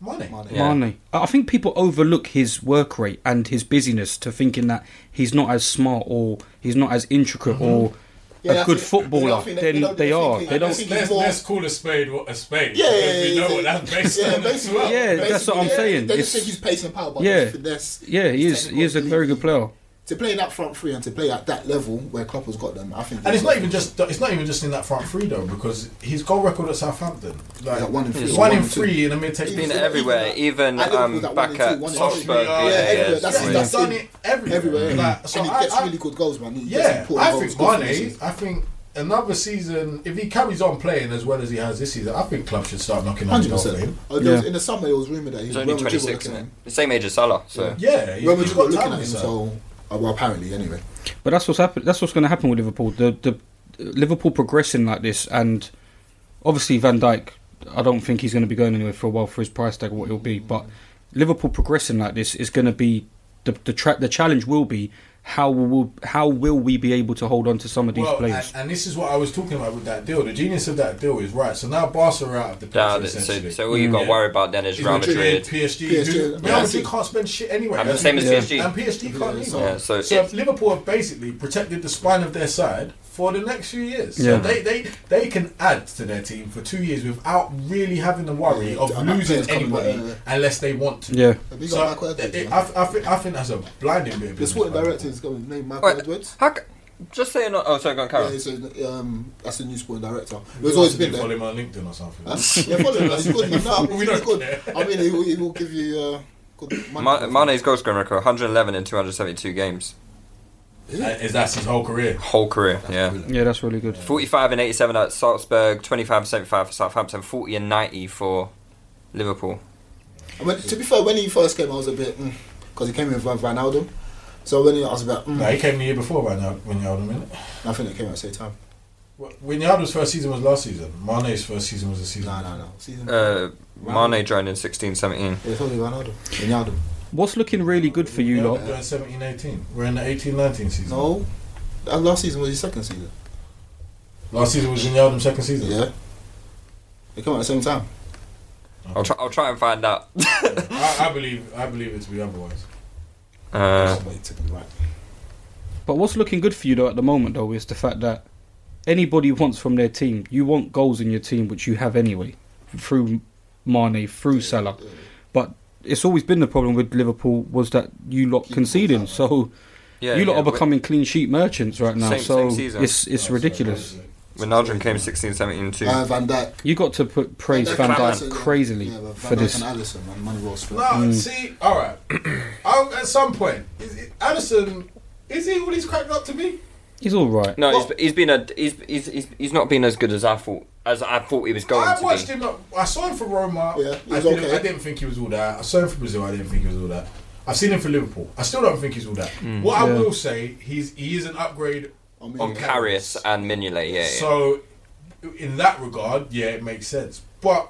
[SPEAKER 4] Money.
[SPEAKER 7] Money.
[SPEAKER 5] Yeah.
[SPEAKER 6] Mane. I I think people overlook his work rate and his busyness to thinking that he's not as smart or he's not as intricate or
[SPEAKER 7] Mm-hmm. Yeah,
[SPEAKER 6] a
[SPEAKER 7] that's
[SPEAKER 6] good
[SPEAKER 7] it.
[SPEAKER 6] footballer
[SPEAKER 7] You know, I think they-
[SPEAKER 6] than
[SPEAKER 7] you
[SPEAKER 6] they
[SPEAKER 7] know, they
[SPEAKER 6] are.
[SPEAKER 7] think
[SPEAKER 6] They
[SPEAKER 7] he-
[SPEAKER 6] don't.
[SPEAKER 7] think
[SPEAKER 4] Let's,
[SPEAKER 7] more-
[SPEAKER 4] let's call a spade what a spade.
[SPEAKER 7] Yeah,
[SPEAKER 4] because
[SPEAKER 7] yeah,
[SPEAKER 4] we know
[SPEAKER 7] yeah,
[SPEAKER 4] what
[SPEAKER 7] [laughs]
[SPEAKER 4] that's based
[SPEAKER 7] yeah,
[SPEAKER 4] on as well.
[SPEAKER 6] Yeah, that's what I'm
[SPEAKER 7] Basically,
[SPEAKER 6] saying.
[SPEAKER 7] They just
[SPEAKER 6] It's-
[SPEAKER 7] think he's pace and power, but
[SPEAKER 6] Yeah.
[SPEAKER 7] his finesse,
[SPEAKER 6] Yeah, he
[SPEAKER 7] his
[SPEAKER 6] is. He is a
[SPEAKER 7] technical
[SPEAKER 6] very good
[SPEAKER 7] ability.
[SPEAKER 6] player.
[SPEAKER 7] To play in that front three and to play at that level where Klopp has got them, I think.
[SPEAKER 4] And it's not even just it's not even just in that front three though because his goal record at Southampton like
[SPEAKER 7] Yeah, one in three.
[SPEAKER 4] it's
[SPEAKER 7] Yeah.
[SPEAKER 4] one in
[SPEAKER 7] One in two.
[SPEAKER 4] three in a mid table.
[SPEAKER 7] He's
[SPEAKER 5] Been
[SPEAKER 7] Even-
[SPEAKER 5] everywhere, even
[SPEAKER 7] I don't
[SPEAKER 5] um,
[SPEAKER 7] think that
[SPEAKER 5] back
[SPEAKER 7] one and
[SPEAKER 5] at
[SPEAKER 7] two, one and
[SPEAKER 4] three. Yeah,
[SPEAKER 5] Salzburg. Yeah, yeah,
[SPEAKER 7] everywhere,
[SPEAKER 5] it's
[SPEAKER 7] that's-
[SPEAKER 4] yeah,
[SPEAKER 5] weird.
[SPEAKER 4] he's done it everywhere.
[SPEAKER 7] everywhere,
[SPEAKER 4] Like, so
[SPEAKER 7] and he
[SPEAKER 4] I-
[SPEAKER 7] gets
[SPEAKER 4] I-
[SPEAKER 7] really good goals, man. He gets
[SPEAKER 4] Yeah,
[SPEAKER 7] important
[SPEAKER 4] I
[SPEAKER 7] goals,
[SPEAKER 4] think
[SPEAKER 7] good
[SPEAKER 4] Mane.
[SPEAKER 7] finishes.
[SPEAKER 4] I think another season, if he carries on playing as well as he has this season, I think club should start knocking on the
[SPEAKER 7] Hundred
[SPEAKER 4] door for him.
[SPEAKER 7] percent. Oh, there was-
[SPEAKER 6] Yeah.
[SPEAKER 7] In the summer, it was rumored that he
[SPEAKER 5] He's
[SPEAKER 7] was
[SPEAKER 5] only
[SPEAKER 7] Real Madrid were
[SPEAKER 5] 26,
[SPEAKER 7] looking
[SPEAKER 5] isn't
[SPEAKER 7] at
[SPEAKER 5] it?
[SPEAKER 7] him.
[SPEAKER 5] The same age as Salah, so.
[SPEAKER 4] Yeah, he,
[SPEAKER 7] Real
[SPEAKER 4] he's
[SPEAKER 7] Madrid were
[SPEAKER 4] got
[SPEAKER 7] looking
[SPEAKER 4] talent.
[SPEAKER 7] at him,
[SPEAKER 4] in him.
[SPEAKER 7] so uh, well, apparently, anyway.
[SPEAKER 6] But that's what's happen- That's what's going to happen with Liverpool. The the Liverpool progressing like this, and obviously Van Dijk. I don't think he's going to be going anywhere for a while for his price tag or what he'll be. But Liverpool progressing like this is going to be the the, tra- the challenge. Will be how will how will we be able to hold on to some of these
[SPEAKER 4] Well, and,
[SPEAKER 6] players?
[SPEAKER 4] and this is what I was talking about with that deal. The genius of that deal is right. So now Barca are out of the picture.
[SPEAKER 5] Now that- so,
[SPEAKER 4] essentially. Mm.
[SPEAKER 5] so all you've got to
[SPEAKER 4] Yeah.
[SPEAKER 5] worry about then is
[SPEAKER 4] It's
[SPEAKER 5] Real
[SPEAKER 4] Madrid,
[SPEAKER 5] Madrid.
[SPEAKER 4] PSG.
[SPEAKER 7] PSG,
[SPEAKER 4] who-
[SPEAKER 7] yeah.
[SPEAKER 4] Real Madrid can't spend shit anyway.
[SPEAKER 5] And the same as
[SPEAKER 4] Yeah.
[SPEAKER 5] PSG.
[SPEAKER 4] And PSG can't either.
[SPEAKER 5] Yeah,
[SPEAKER 4] so
[SPEAKER 5] so
[SPEAKER 4] if Liverpool have basically protected the spine of their side for the next few years. So
[SPEAKER 6] Yeah.
[SPEAKER 4] they, they, they can add to their team for two years without really having the worry
[SPEAKER 7] Yeah,
[SPEAKER 4] of
[SPEAKER 7] and that
[SPEAKER 4] losing
[SPEAKER 7] player's coming back,
[SPEAKER 4] anybody
[SPEAKER 7] yeah,
[SPEAKER 4] unless they want to.
[SPEAKER 6] yeah,
[SPEAKER 7] Have you
[SPEAKER 4] So
[SPEAKER 7] got Michael
[SPEAKER 4] I,
[SPEAKER 7] Edwards? man?
[SPEAKER 4] I, I, think, I think that's a blinding bit of
[SPEAKER 7] The
[SPEAKER 4] business.
[SPEAKER 7] sporting
[SPEAKER 4] man.
[SPEAKER 7] director is going to name Michael
[SPEAKER 5] Wait,
[SPEAKER 7] Edwards.
[SPEAKER 5] how c- just saying. Oh, sorry, go on,
[SPEAKER 7] Yeah,
[SPEAKER 5] Karen.
[SPEAKER 7] he's a, um, that's the new sporting director.
[SPEAKER 4] You
[SPEAKER 7] There's always
[SPEAKER 4] have to
[SPEAKER 7] been
[SPEAKER 4] do
[SPEAKER 7] there.
[SPEAKER 4] Follow him on LinkedIn or something.
[SPEAKER 7] Huh? yeah, follow him. He's [laughs] good. No,
[SPEAKER 4] We
[SPEAKER 7] he's
[SPEAKER 4] don't
[SPEAKER 7] good.
[SPEAKER 4] care.
[SPEAKER 7] I mean, he will, he will give you uh, good money.
[SPEAKER 5] Ma- Mane's goal scoring record: 111 in 272 games,
[SPEAKER 4] Uh, Is that's his whole career?
[SPEAKER 5] whole career. Yeah.
[SPEAKER 6] yeah, that's really good.
[SPEAKER 5] 45 and 87 at Salzburg, 25 and 75 for Southampton, 40 and 90 for Liverpool.
[SPEAKER 7] I mean, to be fair, when he first came, I was a bit because he came in with Van Alden. So when he, I was about, mm,
[SPEAKER 4] No, he came the year before right now. When you had him in it.
[SPEAKER 7] I think it came at the same time.
[SPEAKER 4] Wijnaldum's first season was last season. Mane's first season was the season.
[SPEAKER 7] No, no, no. Season.
[SPEAKER 5] Uh, Mane joined in 16 17.
[SPEAKER 7] yeah, it's only Van Alden. Van Alden.
[SPEAKER 6] What's looking really good for you
[SPEAKER 4] yeah,
[SPEAKER 6] lot?
[SPEAKER 4] We're in 17 18. We're in the 18 19 season.
[SPEAKER 7] No, that last season was his second season.
[SPEAKER 4] Last season was Wijnaldum's second season.
[SPEAKER 7] Yeah, they came at the same time.
[SPEAKER 5] I'll try. I'll try and find out.
[SPEAKER 4] I, I believe I believe it to be otherwise.
[SPEAKER 5] Uh,
[SPEAKER 7] Somebody took him right.
[SPEAKER 6] But what's looking good for you though at the moment though is the fact that anybody wants from their team, you want goals in your team which you have anyway through Mane, through Salah. But it's always been the problem with Liverpool was that you lot conceding. So
[SPEAKER 5] yeah,
[SPEAKER 6] you lot
[SPEAKER 5] yeah,
[SPEAKER 6] are becoming clean sheet merchants right now.
[SPEAKER 5] Same-
[SPEAKER 6] so
[SPEAKER 5] same season.
[SPEAKER 6] it's it's ridiculous.
[SPEAKER 5] Wijnaldum came 16 17 too.
[SPEAKER 7] Uh, Van Dijk.
[SPEAKER 6] You got to put praise
[SPEAKER 7] Van
[SPEAKER 6] Van
[SPEAKER 7] Dijk,
[SPEAKER 6] Dijk
[SPEAKER 7] Allison, yeah.
[SPEAKER 6] crazily
[SPEAKER 7] Yeah, but Van
[SPEAKER 6] for
[SPEAKER 7] Dijk
[SPEAKER 6] this.
[SPEAKER 7] And Allison, man, money rolls for
[SPEAKER 4] No, see, all right. [clears throat] I'll, at some point, is it, Addison, is he all he's cracked up to be?
[SPEAKER 6] He's all right.
[SPEAKER 5] no, he's, he's been a he's, he's he's he's not been as good as I thought as I thought he was going
[SPEAKER 4] I
[SPEAKER 5] to
[SPEAKER 4] watched
[SPEAKER 5] be.
[SPEAKER 4] him. not- I saw him for Roma.
[SPEAKER 7] Yeah, he
[SPEAKER 4] I,
[SPEAKER 7] was
[SPEAKER 4] didn't,
[SPEAKER 7] okay.
[SPEAKER 4] I didn't think he was all that. I saw him for Brazil. I didn't think he was all that. I've seen him for Liverpool. I still don't think he's all that. what I
[SPEAKER 6] Yeah.
[SPEAKER 4] will say, he's he is an upgrade
[SPEAKER 7] I mean,
[SPEAKER 5] On Karius and Mignolet, yeah, yeah.
[SPEAKER 4] So, in that regard, yeah, it makes sense. But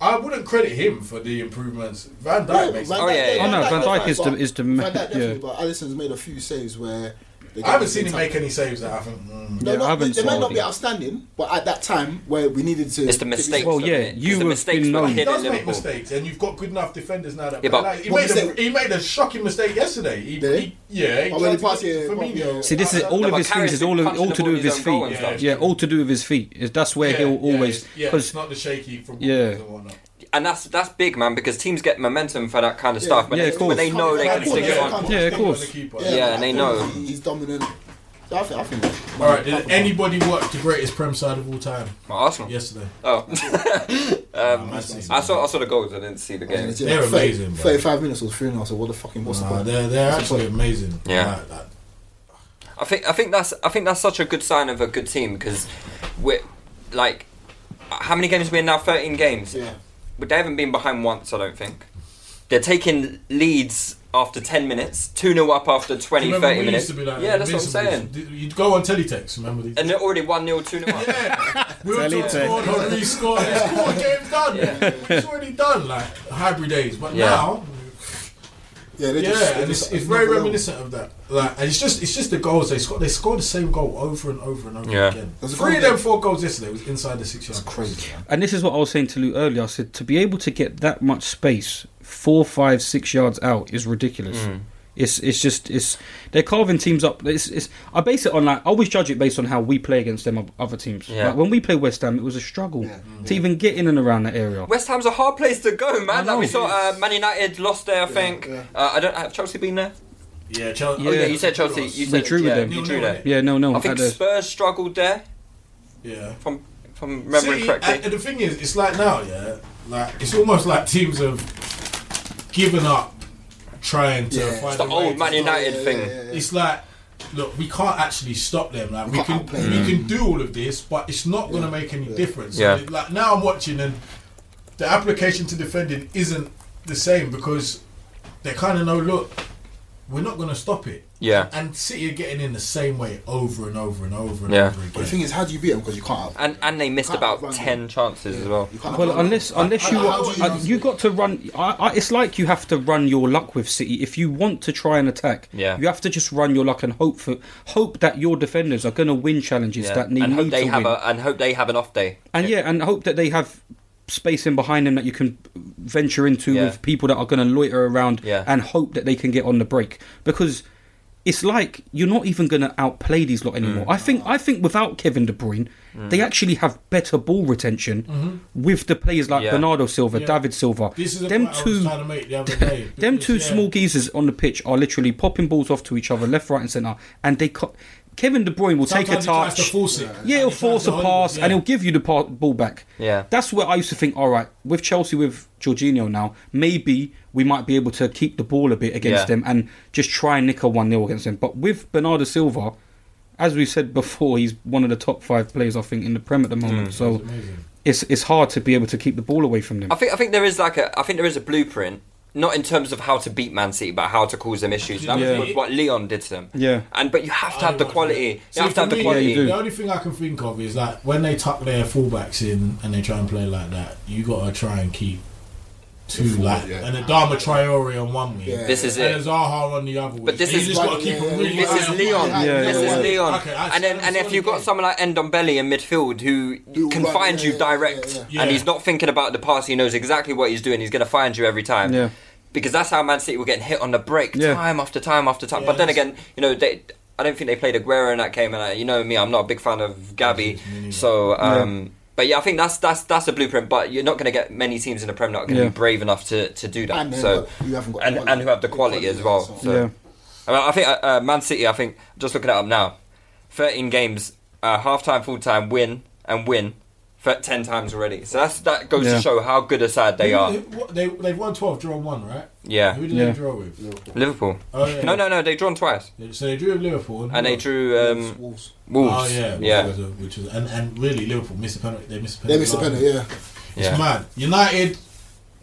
[SPEAKER 4] I wouldn't credit him for the improvements. Van Dijk makes.
[SPEAKER 7] Van
[SPEAKER 5] Oh,
[SPEAKER 7] Dijk-
[SPEAKER 5] yeah, yeah.
[SPEAKER 6] Oh, no, Van Dijk
[SPEAKER 7] definitely,
[SPEAKER 6] is the-
[SPEAKER 7] but-
[SPEAKER 6] is the
[SPEAKER 7] Van
[SPEAKER 6] ma-
[SPEAKER 7] Dijk definitely,
[SPEAKER 6] yeah.
[SPEAKER 7] but Allison's made a few saves where. they
[SPEAKER 4] I haven't seen him
[SPEAKER 7] got-
[SPEAKER 4] make any saves that I think. mm.
[SPEAKER 7] No,
[SPEAKER 6] Yeah,
[SPEAKER 7] no,
[SPEAKER 6] I haven't
[SPEAKER 7] they
[SPEAKER 6] seen
[SPEAKER 7] might not
[SPEAKER 6] him.
[SPEAKER 7] be outstanding, but at that time where we needed to,
[SPEAKER 5] It's the mistakes.
[SPEAKER 6] Well,
[SPEAKER 5] though,
[SPEAKER 6] yeah,
[SPEAKER 5] isn't it? It's
[SPEAKER 6] you
[SPEAKER 5] the
[SPEAKER 6] have
[SPEAKER 5] mistakes
[SPEAKER 6] been
[SPEAKER 5] that were
[SPEAKER 6] known.
[SPEAKER 4] He
[SPEAKER 5] hidden
[SPEAKER 4] does
[SPEAKER 5] in
[SPEAKER 4] make
[SPEAKER 5] Liverpool.
[SPEAKER 4] mistakes, and you've got good enough defenders now. That
[SPEAKER 5] Yeah, but-
[SPEAKER 4] like, he,
[SPEAKER 7] What
[SPEAKER 4] made a,
[SPEAKER 7] mistake?
[SPEAKER 4] he made a shocking mistake yesterday. He,
[SPEAKER 7] Did he?
[SPEAKER 4] he- yeah, he
[SPEAKER 7] Oh, when
[SPEAKER 4] tried
[SPEAKER 7] he
[SPEAKER 4] to
[SPEAKER 7] passed
[SPEAKER 4] get
[SPEAKER 7] it,
[SPEAKER 4] to
[SPEAKER 7] yeah,
[SPEAKER 4] Firmino.
[SPEAKER 7] yeah.
[SPEAKER 6] See, this is
[SPEAKER 4] Uh,
[SPEAKER 6] all
[SPEAKER 5] No,
[SPEAKER 6] of
[SPEAKER 5] but
[SPEAKER 6] his things
[SPEAKER 5] Karius
[SPEAKER 6] is all
[SPEAKER 5] been
[SPEAKER 6] all to
[SPEAKER 5] punching
[SPEAKER 6] do
[SPEAKER 5] the
[SPEAKER 6] with his
[SPEAKER 5] ball in
[SPEAKER 6] feet.
[SPEAKER 5] his own goal
[SPEAKER 4] and stuff.
[SPEAKER 6] Yeah, all to do with his feet. Is that's where
[SPEAKER 4] yeah,
[SPEAKER 6] he'll
[SPEAKER 4] yeah,
[SPEAKER 6] always
[SPEAKER 4] it's- yeah,
[SPEAKER 6] because
[SPEAKER 4] it's not the shaky from
[SPEAKER 6] Yeah.
[SPEAKER 4] and whatnot.
[SPEAKER 5] and that's that's big, man, because teams get momentum for that kind of stuff. When,
[SPEAKER 6] Yeah,
[SPEAKER 5] they,
[SPEAKER 6] of course.
[SPEAKER 5] when they know they
[SPEAKER 7] Yeah,
[SPEAKER 5] can
[SPEAKER 7] of
[SPEAKER 5] stick it
[SPEAKER 7] course.
[SPEAKER 5] on.
[SPEAKER 6] Yeah, of course.
[SPEAKER 4] Yeah.
[SPEAKER 5] Yeah, and they
[SPEAKER 7] I think
[SPEAKER 5] know.
[SPEAKER 7] he- he's dominant. So I think, I think.
[SPEAKER 4] All right. Did anybody watch the greatest prem side of all time
[SPEAKER 5] Well, Arsenal.
[SPEAKER 4] yesterday?
[SPEAKER 5] Oh,
[SPEAKER 4] Nah, Man City.
[SPEAKER 5] I saw I saw the goals. I didn't see the game.
[SPEAKER 4] They're
[SPEAKER 7] Thirty-
[SPEAKER 4] amazing, bro.
[SPEAKER 7] Thirty-five minutes was three and a half. So what the fucking what's the
[SPEAKER 4] Nah,
[SPEAKER 7] point?
[SPEAKER 4] they're they're
[SPEAKER 7] What's the
[SPEAKER 4] actually
[SPEAKER 7] point?
[SPEAKER 4] amazing.
[SPEAKER 5] Yeah.
[SPEAKER 4] Like, like,
[SPEAKER 5] I think I think that's I think that's such a good sign of a good team because we're like how many games are we in now? Thirteen games.
[SPEAKER 7] Yeah.
[SPEAKER 5] But they haven't been behind once, I don't think. They're taking leads after ten minutes, two 0 up after 20,
[SPEAKER 4] Remember,
[SPEAKER 5] 30
[SPEAKER 4] we
[SPEAKER 5] minutes.
[SPEAKER 4] used to be like
[SPEAKER 5] yeah, that's what I'm
[SPEAKER 4] invincibles.
[SPEAKER 5] saying.
[SPEAKER 4] Did- You'd go on teletext, remember these?
[SPEAKER 5] And they're already one 0 two 0 up.
[SPEAKER 4] yeah, we were talking about Henry scored. It's quarter game done. It's already done. Like hybrid days, but
[SPEAKER 5] Yeah.
[SPEAKER 4] now
[SPEAKER 7] Yeah, they
[SPEAKER 4] Yeah,
[SPEAKER 7] just, they
[SPEAKER 4] and it's,
[SPEAKER 7] just-
[SPEAKER 4] it's very
[SPEAKER 7] nothing else.
[SPEAKER 4] reminiscent of that. Like, and it's just it's just the goals they scored. They scored the same goal over and over and over
[SPEAKER 5] Yeah.
[SPEAKER 4] again.
[SPEAKER 7] There's a
[SPEAKER 4] Three
[SPEAKER 7] goal
[SPEAKER 4] of them
[SPEAKER 7] there.
[SPEAKER 4] four goals yesterday was inside the six yard.
[SPEAKER 7] It's crazy. man.
[SPEAKER 6] And this is what I was saying to Lou earlier. I said to be able to get that much space, four, five, six yards out, is ridiculous.
[SPEAKER 5] Mm.
[SPEAKER 6] It's it's just it's they're carving teams up. It's, it's I base it on like I always judge it based on how we play against them o- other teams.
[SPEAKER 5] Yeah.
[SPEAKER 6] Like, when we play West Ham, it was a struggle
[SPEAKER 7] Yeah.
[SPEAKER 6] to even get in and around that area.
[SPEAKER 5] West Ham's a hard place to go,
[SPEAKER 6] I
[SPEAKER 5] man.
[SPEAKER 6] know.
[SPEAKER 5] Like we saw uh, Man United lost there, I think.
[SPEAKER 7] yeah.
[SPEAKER 5] Uh, I don't have Chelsea been there.
[SPEAKER 4] Yeah, Chelsea.
[SPEAKER 5] Oh yeah, you said Chelsea. You
[SPEAKER 6] We
[SPEAKER 5] said
[SPEAKER 6] drew with
[SPEAKER 5] yeah,
[SPEAKER 6] them.
[SPEAKER 5] You
[SPEAKER 4] Nil-nil,
[SPEAKER 5] drew there.
[SPEAKER 6] yeah, no, no.
[SPEAKER 5] I think
[SPEAKER 6] at the-
[SPEAKER 5] Spurs struggled there,
[SPEAKER 4] yeah.
[SPEAKER 5] from from remembering
[SPEAKER 4] See,
[SPEAKER 5] correctly.
[SPEAKER 4] And, and the thing is, it's like now, yeah, like it's almost like teams have given up trying to
[SPEAKER 7] Yeah.
[SPEAKER 4] find
[SPEAKER 7] It's
[SPEAKER 5] the
[SPEAKER 4] a way
[SPEAKER 5] old
[SPEAKER 4] to
[SPEAKER 5] Man
[SPEAKER 4] stop-
[SPEAKER 5] United thing.
[SPEAKER 4] It's like, look, we can't actually stop them. Like we
[SPEAKER 7] can't
[SPEAKER 4] can,
[SPEAKER 7] outplay
[SPEAKER 4] we can do all of this, but it's not going to make any difference. So,
[SPEAKER 5] Yeah.
[SPEAKER 4] Like now, I'm watching, and the application to defending isn't the same because they kind of know, look, we're not going to stop it.
[SPEAKER 5] Yeah.
[SPEAKER 4] And City are getting in the same way over and over and over and
[SPEAKER 5] Yeah.
[SPEAKER 4] over again.
[SPEAKER 7] But the thing is, how do you beat them? Because you can't. Out-
[SPEAKER 5] and and they missed
[SPEAKER 7] Can't
[SPEAKER 5] about
[SPEAKER 7] run
[SPEAKER 5] ten
[SPEAKER 7] them.
[SPEAKER 5] chances as well.
[SPEAKER 7] you can't
[SPEAKER 6] Well,
[SPEAKER 7] outrun
[SPEAKER 6] unless
[SPEAKER 7] them.
[SPEAKER 6] unless you
[SPEAKER 7] I- I-
[SPEAKER 6] want,
[SPEAKER 7] I-
[SPEAKER 6] uh, you got to run. I, I, it's like you have to run your luck with City. If you want to try and attack,
[SPEAKER 5] Yeah.
[SPEAKER 6] you have to just run your luck and hope for hope that your defenders are going to win challenges
[SPEAKER 5] Yeah.
[SPEAKER 6] that need
[SPEAKER 5] and
[SPEAKER 6] you
[SPEAKER 5] hope they
[SPEAKER 6] to
[SPEAKER 5] have
[SPEAKER 6] win.
[SPEAKER 5] a and hope they have an off day.
[SPEAKER 6] and yeah, and hope that they have space in behind them that you can venture into
[SPEAKER 5] Yeah.
[SPEAKER 6] with people that are going to loiter around
[SPEAKER 5] Yeah.
[SPEAKER 6] and hope that they can get on the break because it's like you're not even going to outplay these lot anymore.
[SPEAKER 5] Mm.
[SPEAKER 6] I think I think without Kevin De Bruyne, they actually have better ball retention with the players like
[SPEAKER 5] Yeah.
[SPEAKER 6] Bernardo Silva, David Silva.
[SPEAKER 4] Mm-hmm. This is a
[SPEAKER 6] them
[SPEAKER 4] point I was
[SPEAKER 6] two
[SPEAKER 4] trying to make the other day.
[SPEAKER 6] [laughs] them
[SPEAKER 4] because,
[SPEAKER 6] two
[SPEAKER 4] yeah,
[SPEAKER 6] small geezers on the pitch are literally popping balls off to each other left, right and centre and they co- Kevin De Bruyne will take a
[SPEAKER 4] sometimes he tries
[SPEAKER 6] touch.
[SPEAKER 4] to force it.
[SPEAKER 6] Yeah, he'll
[SPEAKER 4] And he tries
[SPEAKER 6] force a
[SPEAKER 4] to hold it,
[SPEAKER 6] pass
[SPEAKER 4] yeah.
[SPEAKER 6] and he'll give you the pa- ball back.
[SPEAKER 5] Yeah.
[SPEAKER 6] That's where I used to think, all right, with Chelsea, with Jorginho now, maybe we might be able to keep the ball a bit against
[SPEAKER 5] Yeah.
[SPEAKER 6] them and just try and nick a 1 0 against them. But with Bernardo Silva, as we said before, he's one of the top five players, I think, in the Prem at the
[SPEAKER 4] Mm,
[SPEAKER 6] moment. so it's it's hard to be able to keep the ball away from them.
[SPEAKER 5] I think I think there is like a I think there is a blueprint, not in terms of how to beat Man City, but how to cause them issues. That
[SPEAKER 6] Yeah.
[SPEAKER 5] was what- what Leon did to them.
[SPEAKER 6] Yeah.
[SPEAKER 5] And but you have to have the quality.
[SPEAKER 4] See,
[SPEAKER 5] You have to
[SPEAKER 4] for
[SPEAKER 5] have the
[SPEAKER 4] me,
[SPEAKER 5] quality.
[SPEAKER 6] Yeah, you do.
[SPEAKER 4] The only thing I can think of is like when they tuck their fullbacks in and they try and play like that, you gotta try and keep two
[SPEAKER 7] full,
[SPEAKER 4] like
[SPEAKER 7] yeah.
[SPEAKER 4] and Adama Traore on one wing.
[SPEAKER 7] Yeah.
[SPEAKER 5] This is
[SPEAKER 4] And
[SPEAKER 5] it.
[SPEAKER 4] Zaha on the other wing.
[SPEAKER 5] But this
[SPEAKER 4] And you
[SPEAKER 5] is-
[SPEAKER 4] just gotta keep them really
[SPEAKER 5] This
[SPEAKER 4] high
[SPEAKER 5] is
[SPEAKER 4] up.
[SPEAKER 5] Leon.
[SPEAKER 7] Yeah,
[SPEAKER 5] this
[SPEAKER 7] yeah,
[SPEAKER 5] is
[SPEAKER 7] yeah.
[SPEAKER 5] Leon.
[SPEAKER 4] Okay, I
[SPEAKER 5] and then
[SPEAKER 4] see.
[SPEAKER 5] and if you've got someone like Endombele in midfield who
[SPEAKER 7] Who
[SPEAKER 5] can
[SPEAKER 7] will-
[SPEAKER 5] find
[SPEAKER 7] yeah,
[SPEAKER 5] you
[SPEAKER 7] yeah,
[SPEAKER 5] direct,
[SPEAKER 7] yeah,
[SPEAKER 4] yeah.
[SPEAKER 5] and
[SPEAKER 4] Yeah.
[SPEAKER 5] he's not thinking about the pass, he knows exactly what he's doing. He's going to find you every time.
[SPEAKER 6] Yeah.
[SPEAKER 5] Because that's how Man City were getting hit on the break,
[SPEAKER 6] Yeah.
[SPEAKER 5] time after time after time.
[SPEAKER 4] Yeah,
[SPEAKER 5] but then
[SPEAKER 4] that's-
[SPEAKER 5] again, you know, they, I don't think they played Aguero in that game, and uh, you know me, I'm not a big fan of Gabby. So, um, but yeah, I think that's that's that's a blueprint. But you're not going to get many teams in the Prem that are going to
[SPEAKER 6] Yeah.
[SPEAKER 5] be brave enough to, to do that.
[SPEAKER 7] And then
[SPEAKER 5] so
[SPEAKER 7] got- you haven't got
[SPEAKER 5] and,
[SPEAKER 7] quality.
[SPEAKER 5] and who have the
[SPEAKER 7] The
[SPEAKER 5] quality,
[SPEAKER 7] quality
[SPEAKER 5] as well.
[SPEAKER 7] as well.
[SPEAKER 5] So.
[SPEAKER 6] yeah.
[SPEAKER 5] I, mean, I think uh, uh, Man City. I think just looking at them now, thirteen games, uh, half time, full time, win and win for ten times already. So that's that goes
[SPEAKER 6] Yeah.
[SPEAKER 5] to show how good a side they
[SPEAKER 4] Who-
[SPEAKER 5] are.
[SPEAKER 4] who- what- They they've won twelve, drawn one, right?
[SPEAKER 5] Yeah.
[SPEAKER 4] Who did
[SPEAKER 6] Yeah.
[SPEAKER 4] they draw with?
[SPEAKER 5] Liverpool.
[SPEAKER 4] Oh, yeah.
[SPEAKER 5] No, no, no. They drawn twice,
[SPEAKER 4] So they drew with Liverpool,
[SPEAKER 5] and they drew
[SPEAKER 7] Wolves,
[SPEAKER 5] um,
[SPEAKER 7] Wolves.
[SPEAKER 5] Wolves.
[SPEAKER 4] Oh yeah, which
[SPEAKER 5] yeah,
[SPEAKER 4] was a- which was and, and really Liverpool missed a penalty. They missed a penalty.
[SPEAKER 7] They missed a
[SPEAKER 4] last
[SPEAKER 7] penalty.
[SPEAKER 4] week.
[SPEAKER 7] Yeah,
[SPEAKER 4] It's
[SPEAKER 5] yeah.
[SPEAKER 4] mad. United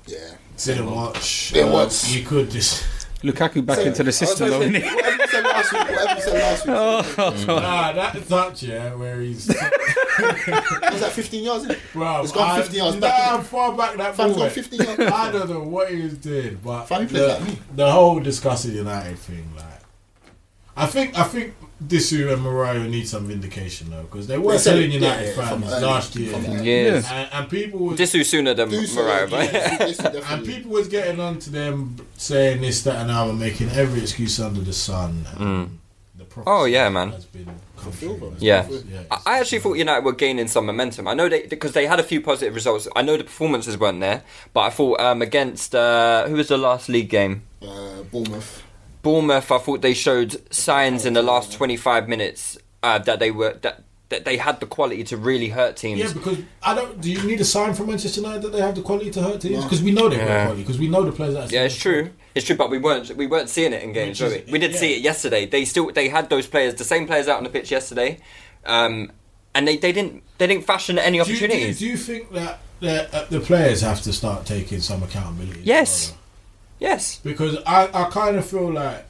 [SPEAKER 7] yeah.
[SPEAKER 4] didn't watch.
[SPEAKER 7] Didn't
[SPEAKER 4] Uh,
[SPEAKER 7] watch.
[SPEAKER 4] You could
[SPEAKER 5] [laughs]
[SPEAKER 4] just.
[SPEAKER 6] Lukaku back into the system, though, innit?
[SPEAKER 7] Whatever you said last week, whatever you said last week.
[SPEAKER 4] [laughs] Oh. Nah, that touch, yeah, where
[SPEAKER 7] [laughs]
[SPEAKER 4] he's.
[SPEAKER 7] Was that 15 yards? Isn't it?
[SPEAKER 4] Bro,
[SPEAKER 7] it's gone
[SPEAKER 4] I-
[SPEAKER 7] 15 yards
[SPEAKER 4] Nah,
[SPEAKER 7] back.
[SPEAKER 4] I'm far back that
[SPEAKER 7] Fam,
[SPEAKER 4] ball.
[SPEAKER 7] it's gone 15 yards back.
[SPEAKER 4] I don't know what he was doing, but
[SPEAKER 7] Fam, he played
[SPEAKER 4] the,
[SPEAKER 7] like me.
[SPEAKER 4] the whole discussing United thing, like, I think I think Disu and Mariah need some vindication though, because they were
[SPEAKER 7] They said
[SPEAKER 4] telling
[SPEAKER 7] it,
[SPEAKER 4] United
[SPEAKER 7] yeah, yeah,
[SPEAKER 4] fans
[SPEAKER 7] from early,
[SPEAKER 4] last year,
[SPEAKER 7] from
[SPEAKER 4] and,
[SPEAKER 7] early.
[SPEAKER 5] Yes.
[SPEAKER 4] and people was,
[SPEAKER 5] Disu sooner than
[SPEAKER 7] Do so,
[SPEAKER 5] Mariah, but
[SPEAKER 7] yeah, this is
[SPEAKER 4] [laughs] and
[SPEAKER 7] definitely-
[SPEAKER 4] people was getting onto them saying this, that, and other, making every excuse under the sun. and The
[SPEAKER 5] Oh, yeah,
[SPEAKER 4] prophecy
[SPEAKER 5] man.
[SPEAKER 4] Has been come true, has
[SPEAKER 5] Yeah.
[SPEAKER 4] been-
[SPEAKER 5] I I actually thought United were gaining some momentum. I know they because they had a few positive results. I know the performances weren't there, but I thought um, against uh, who was the last league game?
[SPEAKER 7] Uh, Bournemouth.
[SPEAKER 5] Bournemouth, I thought they showed signs in the last 25 minutes uh, that they were that, that they had the quality to really hurt teams.
[SPEAKER 4] Yeah, because I don't. Do you need a sign from Manchester United that they have the quality to hurt teams? Because we know they've got quality. Because we know the players. That
[SPEAKER 5] Yeah, it's true. It's true, but we weren't we weren't seeing it in games,
[SPEAKER 4] Which
[SPEAKER 5] were
[SPEAKER 4] is-
[SPEAKER 5] we? We did
[SPEAKER 4] yeah.
[SPEAKER 5] see it yesterday. They still they had those players, the same players out on the pitch yesterday, um, and they, they didn't they didn't fashion
[SPEAKER 4] Do
[SPEAKER 5] any
[SPEAKER 4] you, do, you,
[SPEAKER 5] opportunities.
[SPEAKER 4] do you think that the, uh, the players have to start taking some accountability? as
[SPEAKER 5] Yes.
[SPEAKER 4] well,
[SPEAKER 5] yes,
[SPEAKER 4] though? because I, I kind of feel like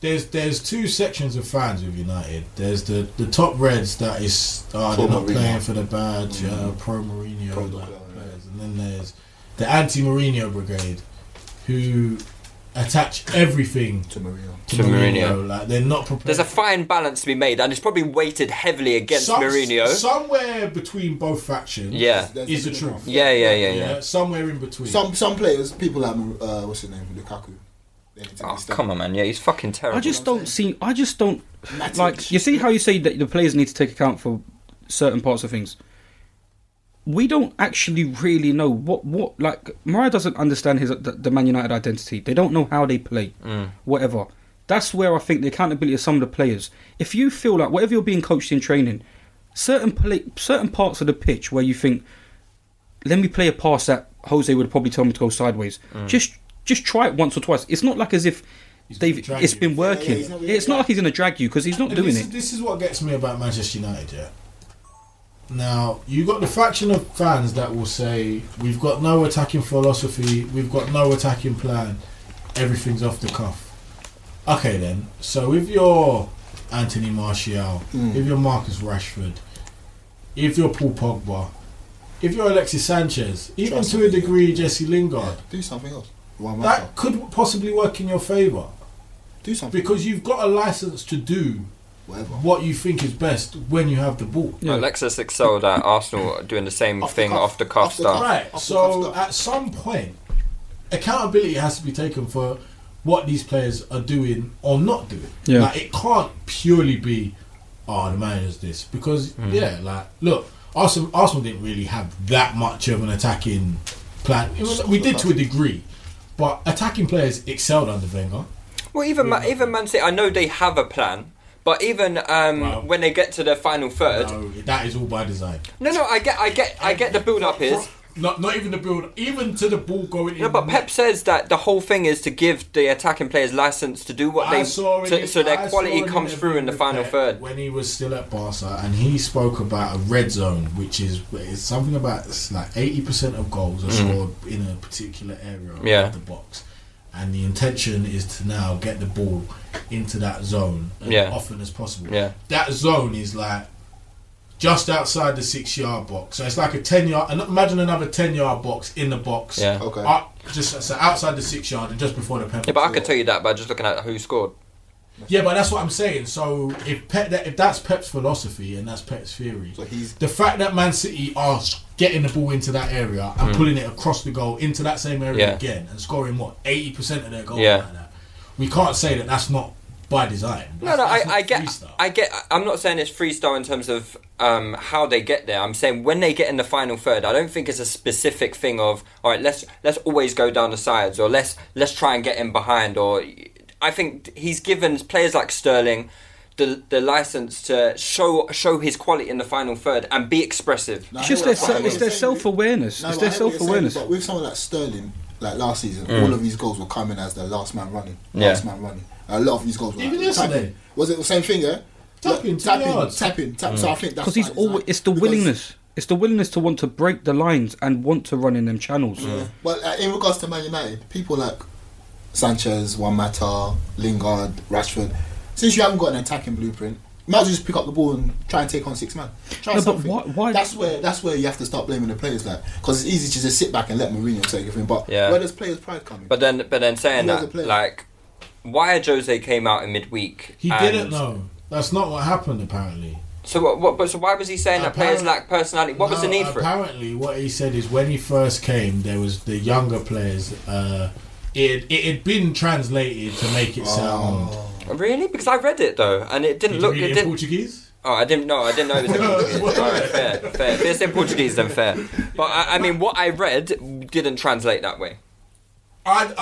[SPEAKER 4] there's there's two sections of fans with United. There's the, the top reds that is uh, they're
[SPEAKER 7] Pro
[SPEAKER 4] not
[SPEAKER 7] Mourinho. Mm.
[SPEAKER 4] playing for the badge, uh, pro Mourinho
[SPEAKER 7] Pro
[SPEAKER 4] like,
[SPEAKER 7] Mourinho, yeah.
[SPEAKER 4] players, and then there's the anti Mourinho brigade who attach everything
[SPEAKER 7] to Mourinho.
[SPEAKER 4] to,
[SPEAKER 5] To
[SPEAKER 4] Mourinho.
[SPEAKER 5] Mourinho.
[SPEAKER 4] Like they're not prepared.
[SPEAKER 5] There's a fine balance to be made, and it's probably weighted heavily against
[SPEAKER 4] Some-
[SPEAKER 5] Mourinho.
[SPEAKER 4] Somewhere between both factions.
[SPEAKER 5] yeah.
[SPEAKER 7] There's
[SPEAKER 4] Is the
[SPEAKER 7] a-
[SPEAKER 4] truth.
[SPEAKER 5] yeah, yeah, yeah, yeah,
[SPEAKER 4] Yeah, somewhere in between.
[SPEAKER 7] Some some players, people like uh, what's his name, Lukaku. They need to
[SPEAKER 5] Oh,
[SPEAKER 7] understand.
[SPEAKER 5] come on, man. Yeah, he's fucking terrible.
[SPEAKER 6] I just don't see. I just don't
[SPEAKER 7] Matic.
[SPEAKER 6] like. You see how you say that the players need to take account for certain parts of things. We don't actually really know what what like. Mariah doesn't understand his the, the Man United identity. They don't know how they play. Whatever. That's where I think the accountability of some of the players. If you feel like whatever you're being coached in training, certain play, certain parts of the pitch where you think let me play a pass that Jose would probably tell me to go sideways. Just just try it once or twice. It's not like as if they've
[SPEAKER 4] gonna drag
[SPEAKER 6] it's
[SPEAKER 4] you.
[SPEAKER 6] been
[SPEAKER 7] Yeah,
[SPEAKER 6] working.
[SPEAKER 7] yeah, he's not really-
[SPEAKER 6] it's not like he's going to drag you because he's not
[SPEAKER 4] And
[SPEAKER 6] doing
[SPEAKER 4] this, is-
[SPEAKER 6] it.
[SPEAKER 4] this is what gets me about Manchester United, yeah. Now, you've got the faction of fans that will say, we've got no attacking philosophy, we've got no attacking plan, everything's off the cuff. Okay, then. So if you're Anthony Martial, if you're Marcus Rashford, if you're Paul Pogba, if you're Alexis Sanchez, even
[SPEAKER 7] Trust
[SPEAKER 4] to a
[SPEAKER 7] me.
[SPEAKER 4] degree Jesse Lingard,
[SPEAKER 7] Do something else. One match.
[SPEAKER 4] that could possibly work in your favour
[SPEAKER 7] Do something.
[SPEAKER 4] because you've got a license to do
[SPEAKER 7] whatever.
[SPEAKER 4] what you think is best when you have the ball.
[SPEAKER 6] Yeah.
[SPEAKER 5] Alexis excelled at Arsenal doing the same
[SPEAKER 7] Off the
[SPEAKER 5] thing
[SPEAKER 7] cuff.
[SPEAKER 5] off the cuff
[SPEAKER 7] Off the
[SPEAKER 5] stuff.
[SPEAKER 7] cuff.
[SPEAKER 4] Right.
[SPEAKER 7] Off the cuff
[SPEAKER 4] So
[SPEAKER 7] stuff.
[SPEAKER 4] at some point, accountability has to be taken for what these players are doing or not doing.
[SPEAKER 6] Yeah.
[SPEAKER 4] Like it can't purely be, oh, the manager's this because yeah, like look, Arsenal Arsenal didn't really have that much of an attacking plan. It was, we did to a degree, but attacking players excelled under Wenger.
[SPEAKER 5] Well, even Ma- even Man City, I know they have a plan, but even um,
[SPEAKER 4] Wow.
[SPEAKER 5] when they get to the final third,
[SPEAKER 4] So that is all by design.
[SPEAKER 5] no, no, I get, I get, I get the build-up is.
[SPEAKER 4] Not, not even the build, even to the ball going in.
[SPEAKER 5] No, but
[SPEAKER 4] the
[SPEAKER 5] Pep says that the whole thing is to give the attacking players license to do what
[SPEAKER 4] I
[SPEAKER 5] they
[SPEAKER 4] saw
[SPEAKER 5] so,
[SPEAKER 4] it in-
[SPEAKER 5] so
[SPEAKER 4] I
[SPEAKER 5] their
[SPEAKER 4] saw
[SPEAKER 5] quality
[SPEAKER 4] it
[SPEAKER 5] comes through in the
[SPEAKER 4] interview
[SPEAKER 5] final
[SPEAKER 4] with Pep
[SPEAKER 5] third.
[SPEAKER 4] When he was still at Barca, and he spoke about a red zone, which is it's something about it's like eighty percent of goals are scored in a particular area
[SPEAKER 5] Mm. Yeah.
[SPEAKER 4] of the box, and the intention is to now get the ball into that zone as
[SPEAKER 5] Yeah.
[SPEAKER 4] often as possible.
[SPEAKER 5] Yeah.
[SPEAKER 4] That zone is like just outside the six-yard box, so it's like a ten-yard. Imagine another ten-yard box in the box.
[SPEAKER 5] Yeah.
[SPEAKER 7] Okay.
[SPEAKER 4] Up, just so outside the six-yard and just before the penalty.
[SPEAKER 5] Yeah, but I could tell you that by just looking at who scored.
[SPEAKER 4] Yeah, but that's what I'm saying. So if Pep, that, if that's Pep's philosophy and that's Pep's theory,
[SPEAKER 7] So he's-
[SPEAKER 4] the fact that Man City are s- getting the ball into that area and pulling it across the goal into that same area
[SPEAKER 5] Hmm. Yeah.
[SPEAKER 4] again and scoring what eighty percent of their goals.
[SPEAKER 5] Yeah.
[SPEAKER 4] Like that, we can't say that that's not by design.
[SPEAKER 5] No,
[SPEAKER 4] That's-
[SPEAKER 5] no, I,
[SPEAKER 4] that's not
[SPEAKER 5] I get,
[SPEAKER 4] freestyle.
[SPEAKER 5] I get. I'm not saying it's freestyle in terms of um, how they get there. I'm saying when they get in the final third, I don't think it's a specific thing of all right. Let's let's always go down the sides, or let's let's try and get in behind. Or I think he's given players like Sterling the the license to show show his quality in the final third and be expressive.
[SPEAKER 7] No, I
[SPEAKER 6] It's
[SPEAKER 7] hear
[SPEAKER 6] just
[SPEAKER 7] what-
[SPEAKER 6] their
[SPEAKER 7] I hear
[SPEAKER 6] se-
[SPEAKER 7] what
[SPEAKER 6] it's their
[SPEAKER 7] you're saying.
[SPEAKER 6] self awareness.
[SPEAKER 7] No,
[SPEAKER 6] it's
[SPEAKER 7] but
[SPEAKER 6] their
[SPEAKER 7] I hear what
[SPEAKER 6] self
[SPEAKER 7] you're
[SPEAKER 6] awareness.
[SPEAKER 7] saying, But with someone like Sterling, like last season,
[SPEAKER 6] Mm.
[SPEAKER 7] all of these goals were coming as the last man running.
[SPEAKER 5] Yeah.
[SPEAKER 7] Last man running. A lot of these goals were
[SPEAKER 4] Even
[SPEAKER 7] like,
[SPEAKER 4] yesterday.
[SPEAKER 7] tapping. Was it the same thing, yeah?
[SPEAKER 4] Tapping,
[SPEAKER 7] Look,
[SPEAKER 4] two
[SPEAKER 7] tapping,
[SPEAKER 4] yards.
[SPEAKER 7] tapping, tapping. So I think that's
[SPEAKER 6] Because he's
[SPEAKER 7] by design.
[SPEAKER 6] always it's the
[SPEAKER 7] Because-
[SPEAKER 6] willingness. It's the willingness to want to break the lines and want to run in them channels.
[SPEAKER 7] Well, uh, in regards to Man United, people like Sanchez, Juan Mata, Lingard, Rashford, since you haven't got an attacking blueprint, you might as well just pick up the ball and try and take on six man. Try
[SPEAKER 6] No, but
[SPEAKER 7] something.
[SPEAKER 6] why- why-
[SPEAKER 7] That's where that's where you have to start blaming the players, like because it's easy to just sit back and let Mourinho take everything. But
[SPEAKER 5] Yeah.
[SPEAKER 7] where does players' pride come in?
[SPEAKER 5] But then, but then saying
[SPEAKER 7] He was a
[SPEAKER 5] that,
[SPEAKER 7] player.
[SPEAKER 5] like, why had Jose came out in midweek?
[SPEAKER 4] he
[SPEAKER 5] and-
[SPEAKER 4] didn't know. That's not what happened. Apparently,
[SPEAKER 5] So what? what but so why was he saying that players
[SPEAKER 4] Apparent-
[SPEAKER 5] lack personality? What was the
[SPEAKER 4] No,
[SPEAKER 5] need for it?
[SPEAKER 4] Apparently, what he said is when he first came, there was the younger players. Uh, it it had been translated to make
[SPEAKER 7] Oh.
[SPEAKER 4] it sound.
[SPEAKER 5] Really? Because I read it though, and it didn't
[SPEAKER 4] Did
[SPEAKER 5] look.
[SPEAKER 4] you
[SPEAKER 5] It
[SPEAKER 4] read it in
[SPEAKER 5] didn't.
[SPEAKER 4] Portuguese?
[SPEAKER 5] Oh, I didn't know. I didn't know it
[SPEAKER 4] [laughs]
[SPEAKER 5] was in Portuguese. All right, fair, fair. If it's in Portuguese, then fair. But I, I mean, what I read didn't translate that way.
[SPEAKER 4] I,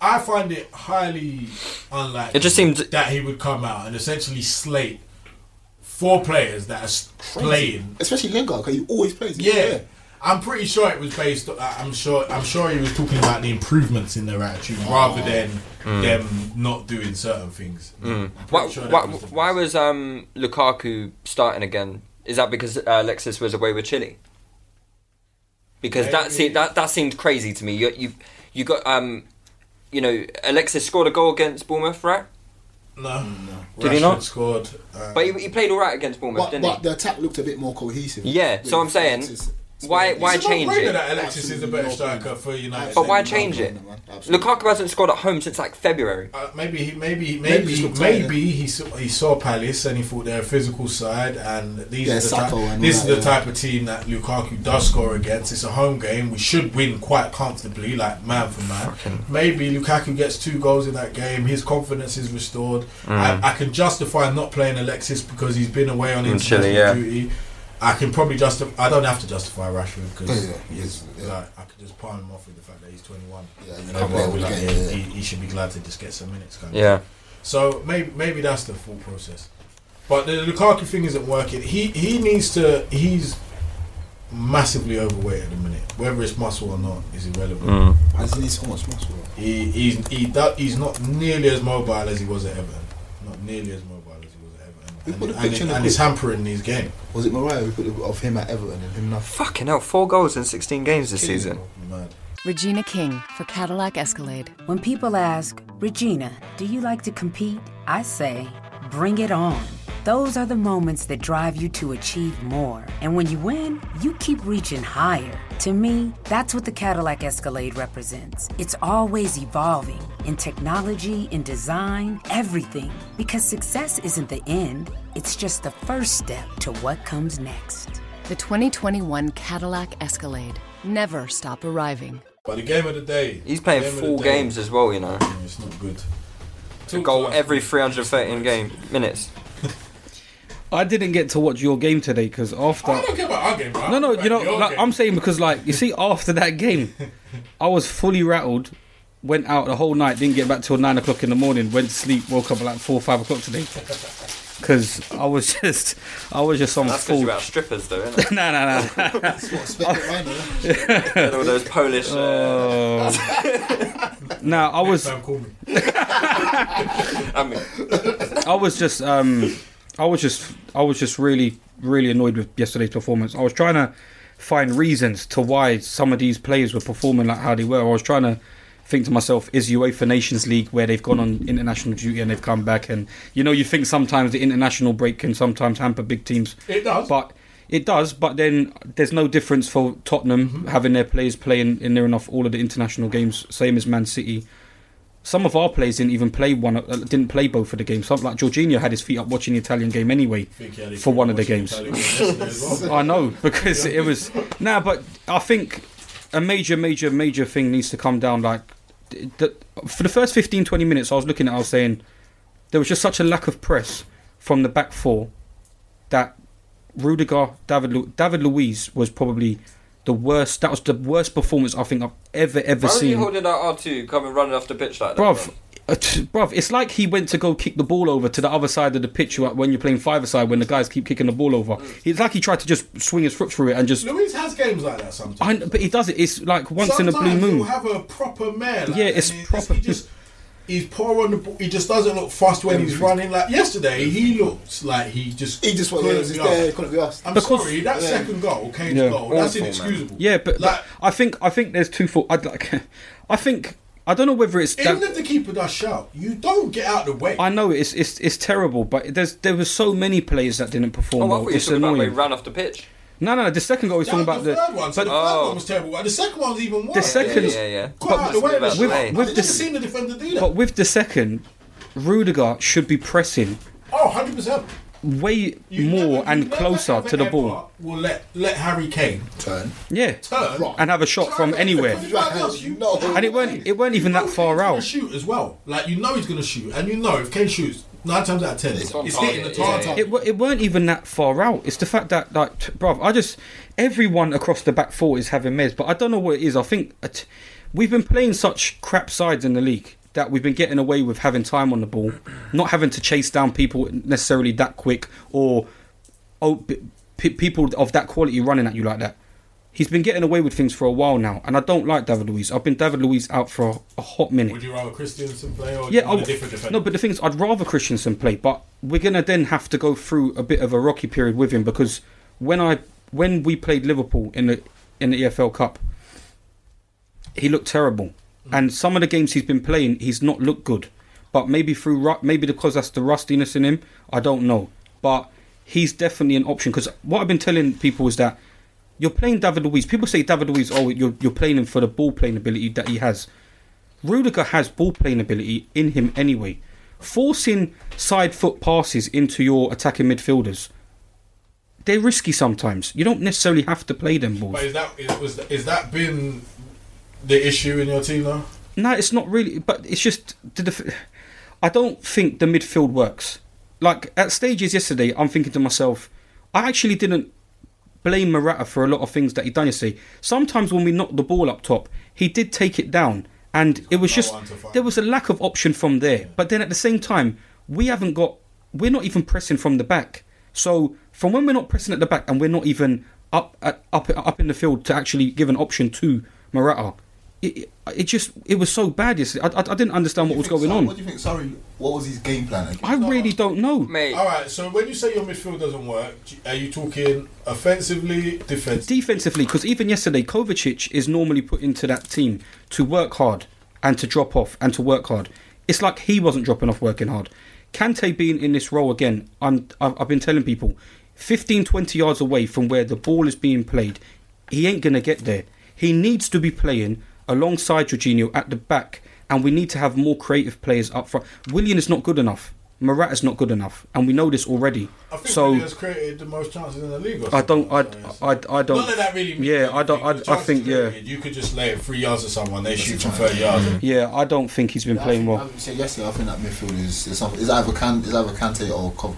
[SPEAKER 4] I, I find it highly unlikely
[SPEAKER 5] It just seemed-
[SPEAKER 4] that he would come out and essentially slate four players that are s- playing.
[SPEAKER 7] Especially Lingard, because he always plays. He's a
[SPEAKER 4] Yeah.
[SPEAKER 7] player.
[SPEAKER 4] I'm pretty sure it was based. I- I'm sure. I'm sure he was talking about the improvements in their attitude
[SPEAKER 5] Oh.
[SPEAKER 4] rather than them not doing certain things. I'm pretty
[SPEAKER 5] Mm. Why,
[SPEAKER 4] sure that
[SPEAKER 5] why,
[SPEAKER 4] was the-
[SPEAKER 5] why was um, Lukaku starting again? Is that because uh, Alexis was away with Chile? Because that
[SPEAKER 4] Maybe.
[SPEAKER 5] seemed that that seemed crazy to me. You you you got um, you know, Alexis scored a goal against Bournemouth, right?
[SPEAKER 4] No.
[SPEAKER 5] Did he
[SPEAKER 4] Rashford
[SPEAKER 5] not?
[SPEAKER 4] scored? Uh,
[SPEAKER 5] But he, he played all right against Bournemouth,
[SPEAKER 7] But,
[SPEAKER 5] didn't
[SPEAKER 7] but
[SPEAKER 5] he?
[SPEAKER 7] the attack looked a bit more cohesive.
[SPEAKER 5] Yeah, so
[SPEAKER 7] With
[SPEAKER 5] I'm saying-
[SPEAKER 7] Alexis
[SPEAKER 5] Why? Why
[SPEAKER 4] it's a
[SPEAKER 5] change
[SPEAKER 4] no-brainer
[SPEAKER 5] it?
[SPEAKER 4] that Alexis is the better striker for United.
[SPEAKER 5] But why
[SPEAKER 7] Absolutely
[SPEAKER 5] change it?
[SPEAKER 7] no-brainer, man. Absolutely.
[SPEAKER 5] Lukaku hasn't scored at home since like February.
[SPEAKER 4] Uh, maybe he, maybe,
[SPEAKER 7] Maybe
[SPEAKER 4] maybe,
[SPEAKER 7] he's
[SPEAKER 4] maybe,
[SPEAKER 7] looked tired.
[SPEAKER 4] he saw, he saw Palace and he thought they're a physical side, and these
[SPEAKER 7] Yeah,
[SPEAKER 4] are the
[SPEAKER 7] Sacco
[SPEAKER 4] type,
[SPEAKER 7] and
[SPEAKER 4] this is
[SPEAKER 7] all
[SPEAKER 4] the
[SPEAKER 7] that, yeah.
[SPEAKER 4] type of team that Lukaku does score against. It's a home game. We should win quite comfortably, like man for man. Maybe Lukaku gets two goals in that game. His confidence is restored.
[SPEAKER 5] Mm.
[SPEAKER 4] I, I can justify not playing Alexis because he's been away on
[SPEAKER 5] In Chile,
[SPEAKER 4] international
[SPEAKER 5] yeah.
[SPEAKER 4] duty. I can probably justify. I don't have to justify Rashford because
[SPEAKER 7] Yeah, yeah,
[SPEAKER 4] he's,
[SPEAKER 7] yeah.
[SPEAKER 4] like, I could just palm him off with the fact that he's 21.
[SPEAKER 7] Yeah, and
[SPEAKER 4] And
[SPEAKER 7] then
[SPEAKER 4] everyone
[SPEAKER 7] play
[SPEAKER 4] will be
[SPEAKER 7] all
[SPEAKER 4] like,
[SPEAKER 7] the
[SPEAKER 4] yeah,
[SPEAKER 7] game, yeah.
[SPEAKER 4] he, he should be glad to just get some minutes. Kind of
[SPEAKER 5] Yeah.
[SPEAKER 4] so maybe maybe that's the full process. But the Lukaku thing isn't working. He he needs to. He's massively overweight at the minute. Whether it's muscle or not is irrelevant.
[SPEAKER 5] Mm.
[SPEAKER 7] I just need so much muscle.
[SPEAKER 4] He he's he do, he's not nearly as mobile as he was at Everton. Not nearly as mobile as he was at
[SPEAKER 7] We
[SPEAKER 4] Everton. And, it-
[SPEAKER 7] put a
[SPEAKER 4] and,
[SPEAKER 7] picture
[SPEAKER 4] it-
[SPEAKER 7] in the
[SPEAKER 4] and
[SPEAKER 7] group.
[SPEAKER 4] it's hampering his game.
[SPEAKER 7] Was it Mariah we put the- of him at Everton and him nothing?
[SPEAKER 5] Fucking hell! Four goals in 16 games this season.
[SPEAKER 4] Mad.
[SPEAKER 2] Regina King for Cadillac Escalade.
[SPEAKER 3] When people ask, Regina, do you like to compete? I say, bring it on. Those are the moments that drive you to achieve more. And when you win, you keep reaching higher. To me, that's what the Cadillac Escalade represents. It's always evolving in technology, in design, everything. Because success isn't the end, it's just the first step to what comes next.
[SPEAKER 2] The 2021 Cadillac Escalade. Never stop arriving.
[SPEAKER 4] But the game of the day.
[SPEAKER 5] He's playing
[SPEAKER 4] game of the
[SPEAKER 5] full
[SPEAKER 4] day,
[SPEAKER 5] games as well. You know,
[SPEAKER 4] It's not good.
[SPEAKER 5] a goal every 313 game minutes.
[SPEAKER 6] I didn't get to watch your game today because after.
[SPEAKER 4] I don't care about our game, bro.
[SPEAKER 6] No, no, you know,
[SPEAKER 4] Your
[SPEAKER 6] like,
[SPEAKER 4] game.
[SPEAKER 6] I'm saying because, like, you see, after that game, I was fully rattled. Went out the whole night, didn't get back till nine o'clock in the morning. Went to sleep, woke up at like four, five o'clock today, because I was [laughs] just, I was just on
[SPEAKER 5] That's because
[SPEAKER 6] full.
[SPEAKER 5] you're out strippers, though, isn't it? [laughs]
[SPEAKER 6] Nah, nah, nah.
[SPEAKER 7] Expect it right now.
[SPEAKER 5] And all those Polish. Uh,
[SPEAKER 6] Nah, I was,
[SPEAKER 4] Don't call me.
[SPEAKER 5] I mean,
[SPEAKER 6] I was just, um, I was just, I was just really, really annoyed with yesterday's performance. I was trying to find reasons to why some of these players were performing like how they were. I was trying to think to myself, is UEFA Nations League where they've gone on international duty and they've come back, and you know, you think sometimes the international break can sometimes hamper big teams.
[SPEAKER 4] It does.
[SPEAKER 6] but. It does, but then there's no difference for Tottenham
[SPEAKER 4] Mm-hmm.
[SPEAKER 6] having their players playing in near enough all of the international games, same as Man City. Some of our players didn't even play one, uh, didn't play both of the games. Some, like Jorginho had his feet up watching the Italian game anyway
[SPEAKER 4] Think he had it
[SPEAKER 6] for one of the
[SPEAKER 4] watching
[SPEAKER 6] games.
[SPEAKER 4] Italian game yesterday [laughs] as well.
[SPEAKER 6] I know [laughs] because it was nah, but I think a major, major, major thing needs to come down. Like th- th- for the first 15, 20 minutes, I was looking at, it, I was saying there was just such a lack of press from the back four that Rudiger, David, Lu- David Luiz was probably the worst. That was the worst performance I think I've ever, ever
[SPEAKER 5] why are
[SPEAKER 6] seen.
[SPEAKER 5] you holding out R2 coming running off the pitch like that? Oh,
[SPEAKER 6] Bruv, uh, t- bruv, it's like he went to go kick the ball over to the other side of the pitch wh- when you're playing five aside when the guys keep kicking the ball over.
[SPEAKER 4] Mm.
[SPEAKER 6] It's like he tried to just swing his foot through it and just.
[SPEAKER 4] Luis has games like that sometimes.
[SPEAKER 6] I, but he does it. It's like once in a blue
[SPEAKER 4] Sometimes He'll
[SPEAKER 6] moon.
[SPEAKER 4] have a proper mare. like,
[SPEAKER 6] Yeah, it's
[SPEAKER 4] and he-
[SPEAKER 6] proper.
[SPEAKER 4] He just, he's poor on the ball. He just doesn't look fast when he's running. Like yesterday, he looked like he just
[SPEAKER 7] He just
[SPEAKER 4] couldn't
[SPEAKER 7] was
[SPEAKER 4] be
[SPEAKER 7] just
[SPEAKER 4] asked.
[SPEAKER 7] there, couldn't be asked.
[SPEAKER 4] I'm
[SPEAKER 6] Because-
[SPEAKER 4] sorry, that second goal, Kane's
[SPEAKER 6] Yeah.
[SPEAKER 4] goal, that's
[SPEAKER 5] Awful, man.
[SPEAKER 4] inexcusable.
[SPEAKER 6] Yeah, but,
[SPEAKER 4] like,
[SPEAKER 6] but I think I think there's two. For, I'd like. [laughs] I think I don't know whether it's.
[SPEAKER 4] even
[SPEAKER 6] that-
[SPEAKER 4] if the keeper does shout, you don't get out the way.
[SPEAKER 6] I know it's it's it's terrible, but there's there were so many players that didn't perform
[SPEAKER 5] Oh, I
[SPEAKER 6] well.
[SPEAKER 5] thought you were
[SPEAKER 6] It's
[SPEAKER 5] talking about when
[SPEAKER 6] annoying.
[SPEAKER 5] he ran off the pitch.
[SPEAKER 6] no, no, no. The second goal he's
[SPEAKER 4] That
[SPEAKER 6] talking
[SPEAKER 4] was
[SPEAKER 6] about
[SPEAKER 4] the,
[SPEAKER 6] the.
[SPEAKER 4] third one. So the
[SPEAKER 6] but-
[SPEAKER 5] Oh.
[SPEAKER 4] first one was terrible. and The second one was even worse.
[SPEAKER 6] second-
[SPEAKER 5] Yeah,
[SPEAKER 6] Seconds.
[SPEAKER 5] yeah, yeah.
[SPEAKER 4] Got out of the way of the
[SPEAKER 5] With-
[SPEAKER 4] shot.
[SPEAKER 6] way.
[SPEAKER 4] I've
[SPEAKER 6] with
[SPEAKER 4] never
[SPEAKER 6] the-
[SPEAKER 4] seen a defender do that.
[SPEAKER 6] but with the second, Rudiger should be pressing
[SPEAKER 4] oh, 100%.
[SPEAKER 6] way
[SPEAKER 4] You
[SPEAKER 6] more
[SPEAKER 4] never- you
[SPEAKER 6] and
[SPEAKER 4] never,
[SPEAKER 6] closer
[SPEAKER 4] ever,
[SPEAKER 6] to the
[SPEAKER 4] ever
[SPEAKER 6] ball.
[SPEAKER 4] Will let, let Harry Kane
[SPEAKER 7] Turn.
[SPEAKER 6] Yeah.
[SPEAKER 4] turn
[SPEAKER 6] And have a shot from anywhere.
[SPEAKER 7] No.
[SPEAKER 6] And it weren't it weren't even that far
[SPEAKER 4] he's gonna
[SPEAKER 6] out.
[SPEAKER 4] shoot as well. Like you know he's gonna shoot, and you know if Kane shoots nine times out of ten, it's,
[SPEAKER 5] on
[SPEAKER 4] hitting the
[SPEAKER 5] target, yeah,
[SPEAKER 4] target.
[SPEAKER 7] yeah.
[SPEAKER 6] It, wa- it weren't even that far out. It's the fact that, like, t- bruv, I just. Everyone across the back four is having meds, but I don't know what it is. I think uh, t- we've been playing such crap sides in the league that we've been getting away with having time on the ball, not having to chase down people necessarily that quick or oh, p- p- people of that quality running at you like that. He's been getting away with things for a while now, and I don't like David Luiz. I've been David Luiz out for a, a hot minute.
[SPEAKER 4] Would you rather Christiansen play or yeah,
[SPEAKER 6] Yeah, I
[SPEAKER 4] a
[SPEAKER 6] w-
[SPEAKER 4] different defender?
[SPEAKER 6] no, but the thing is, I'd rather Christensen play, but we're gonna then have to go through a bit of a rocky period with him because when I when we played Liverpool in the in the EFL Cup, he looked terrible, and some of the games he's been playing, he's not looked good. But maybe through ru- maybe because that's the rustiness in him, I don't know. But he's definitely an option because what I've been telling people is that You're playing David Luiz. People say David Luiz, oh, you're, you're playing him for the ball playing ability that he has. Rudiger has ball playing ability in him anyway. Forcing side foot passes into your attacking midfielders, they're risky sometimes. You don't necessarily have to play them balls.
[SPEAKER 4] But is that is, was, is that been the issue in your team though?
[SPEAKER 6] No, it's not really. But it's just the. Def- I don't think the midfield works. Like at stages yesterday, I'm thinking to myself, I actually didn't blame Morata for a lot of things that he done yesterday. Sometimes when we knocked the ball up top, he did take it down, and it was
[SPEAKER 4] no
[SPEAKER 6] just
[SPEAKER 4] one to fight.
[SPEAKER 6] there was a lack of option from there. But then at the same time, we haven't got. We're not even pressing from the back. So from when we're not pressing at the back and we're not even up at, up up in the field to actually give an option to Morata, it, it, it just it was so bad yesterday. I, I, I didn't understand what was
[SPEAKER 7] Think
[SPEAKER 6] going
[SPEAKER 7] Sarri-
[SPEAKER 6] on.
[SPEAKER 7] What do you think? Sorry, what was his game plan? again?
[SPEAKER 6] I really don't know.
[SPEAKER 5] Mate,
[SPEAKER 4] All right. So when you say your midfield doesn't work, are you talking offensively, defensively?
[SPEAKER 6] Defensively, because even yesterday, Kovacic is normally put into that team to work hard and to drop off and to work hard. It's like he wasn't dropping off working hard. Kante being in this role again, I'm, I've, I've been telling people 15, 20 yards away from where the ball is being played, he ain't going to get there. He needs to be playing alongside Jorginho at the back, and we need to have more creative players up front. William is not good enough. Morata's not good enough, and we know this already.
[SPEAKER 4] I think
[SPEAKER 6] so
[SPEAKER 4] Willian has created the most chances in the league. Or
[SPEAKER 6] I don't. I,
[SPEAKER 4] something, so
[SPEAKER 6] I, I don't.
[SPEAKER 4] Not that that really. means
[SPEAKER 6] yeah, I don't.
[SPEAKER 4] anything. The
[SPEAKER 6] I, I think.
[SPEAKER 4] chances
[SPEAKER 6] Yeah,
[SPEAKER 4] created, You could just lay it three yards to someone. They shoot from thirty yards.
[SPEAKER 6] yeah. I don't think he's been
[SPEAKER 7] I
[SPEAKER 6] playing
[SPEAKER 7] think-
[SPEAKER 6] well.
[SPEAKER 7] Like you said yesterday, I think that midfield is is, something, is either can is either Kante or Kov-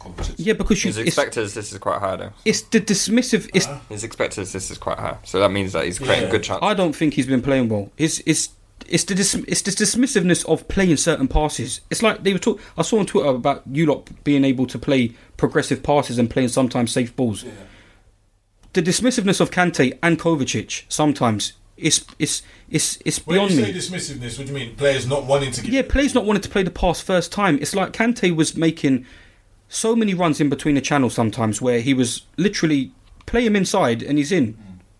[SPEAKER 7] Kovacic.
[SPEAKER 6] Yeah, because you,
[SPEAKER 5] his
[SPEAKER 6] it's,
[SPEAKER 5] expected assist is quite high though.
[SPEAKER 6] it's the dismissive. It's.
[SPEAKER 4] Uh,
[SPEAKER 5] His expected assist is quite high, so that means that he's creating
[SPEAKER 4] Yeah.
[SPEAKER 5] good chances.
[SPEAKER 6] I don't think he's been playing well. It's. It's. It's the dis- it's the dismissiveness of playing certain passes. It's like they were talk. I saw on Twitter about you lot being able to play progressive passes and playing sometimes safe balls. The dismissiveness of Kante and Kovacic sometimes it's it's it's it's
[SPEAKER 4] When
[SPEAKER 6] beyond
[SPEAKER 4] you
[SPEAKER 6] me.
[SPEAKER 4] say dismissiveness, what do you mean? Players not wanting to give.
[SPEAKER 6] Yeah, players not wanted to play the pass first time. It's like Kante was making so many runs in between the channels sometimes where he was literally play him inside and he's in.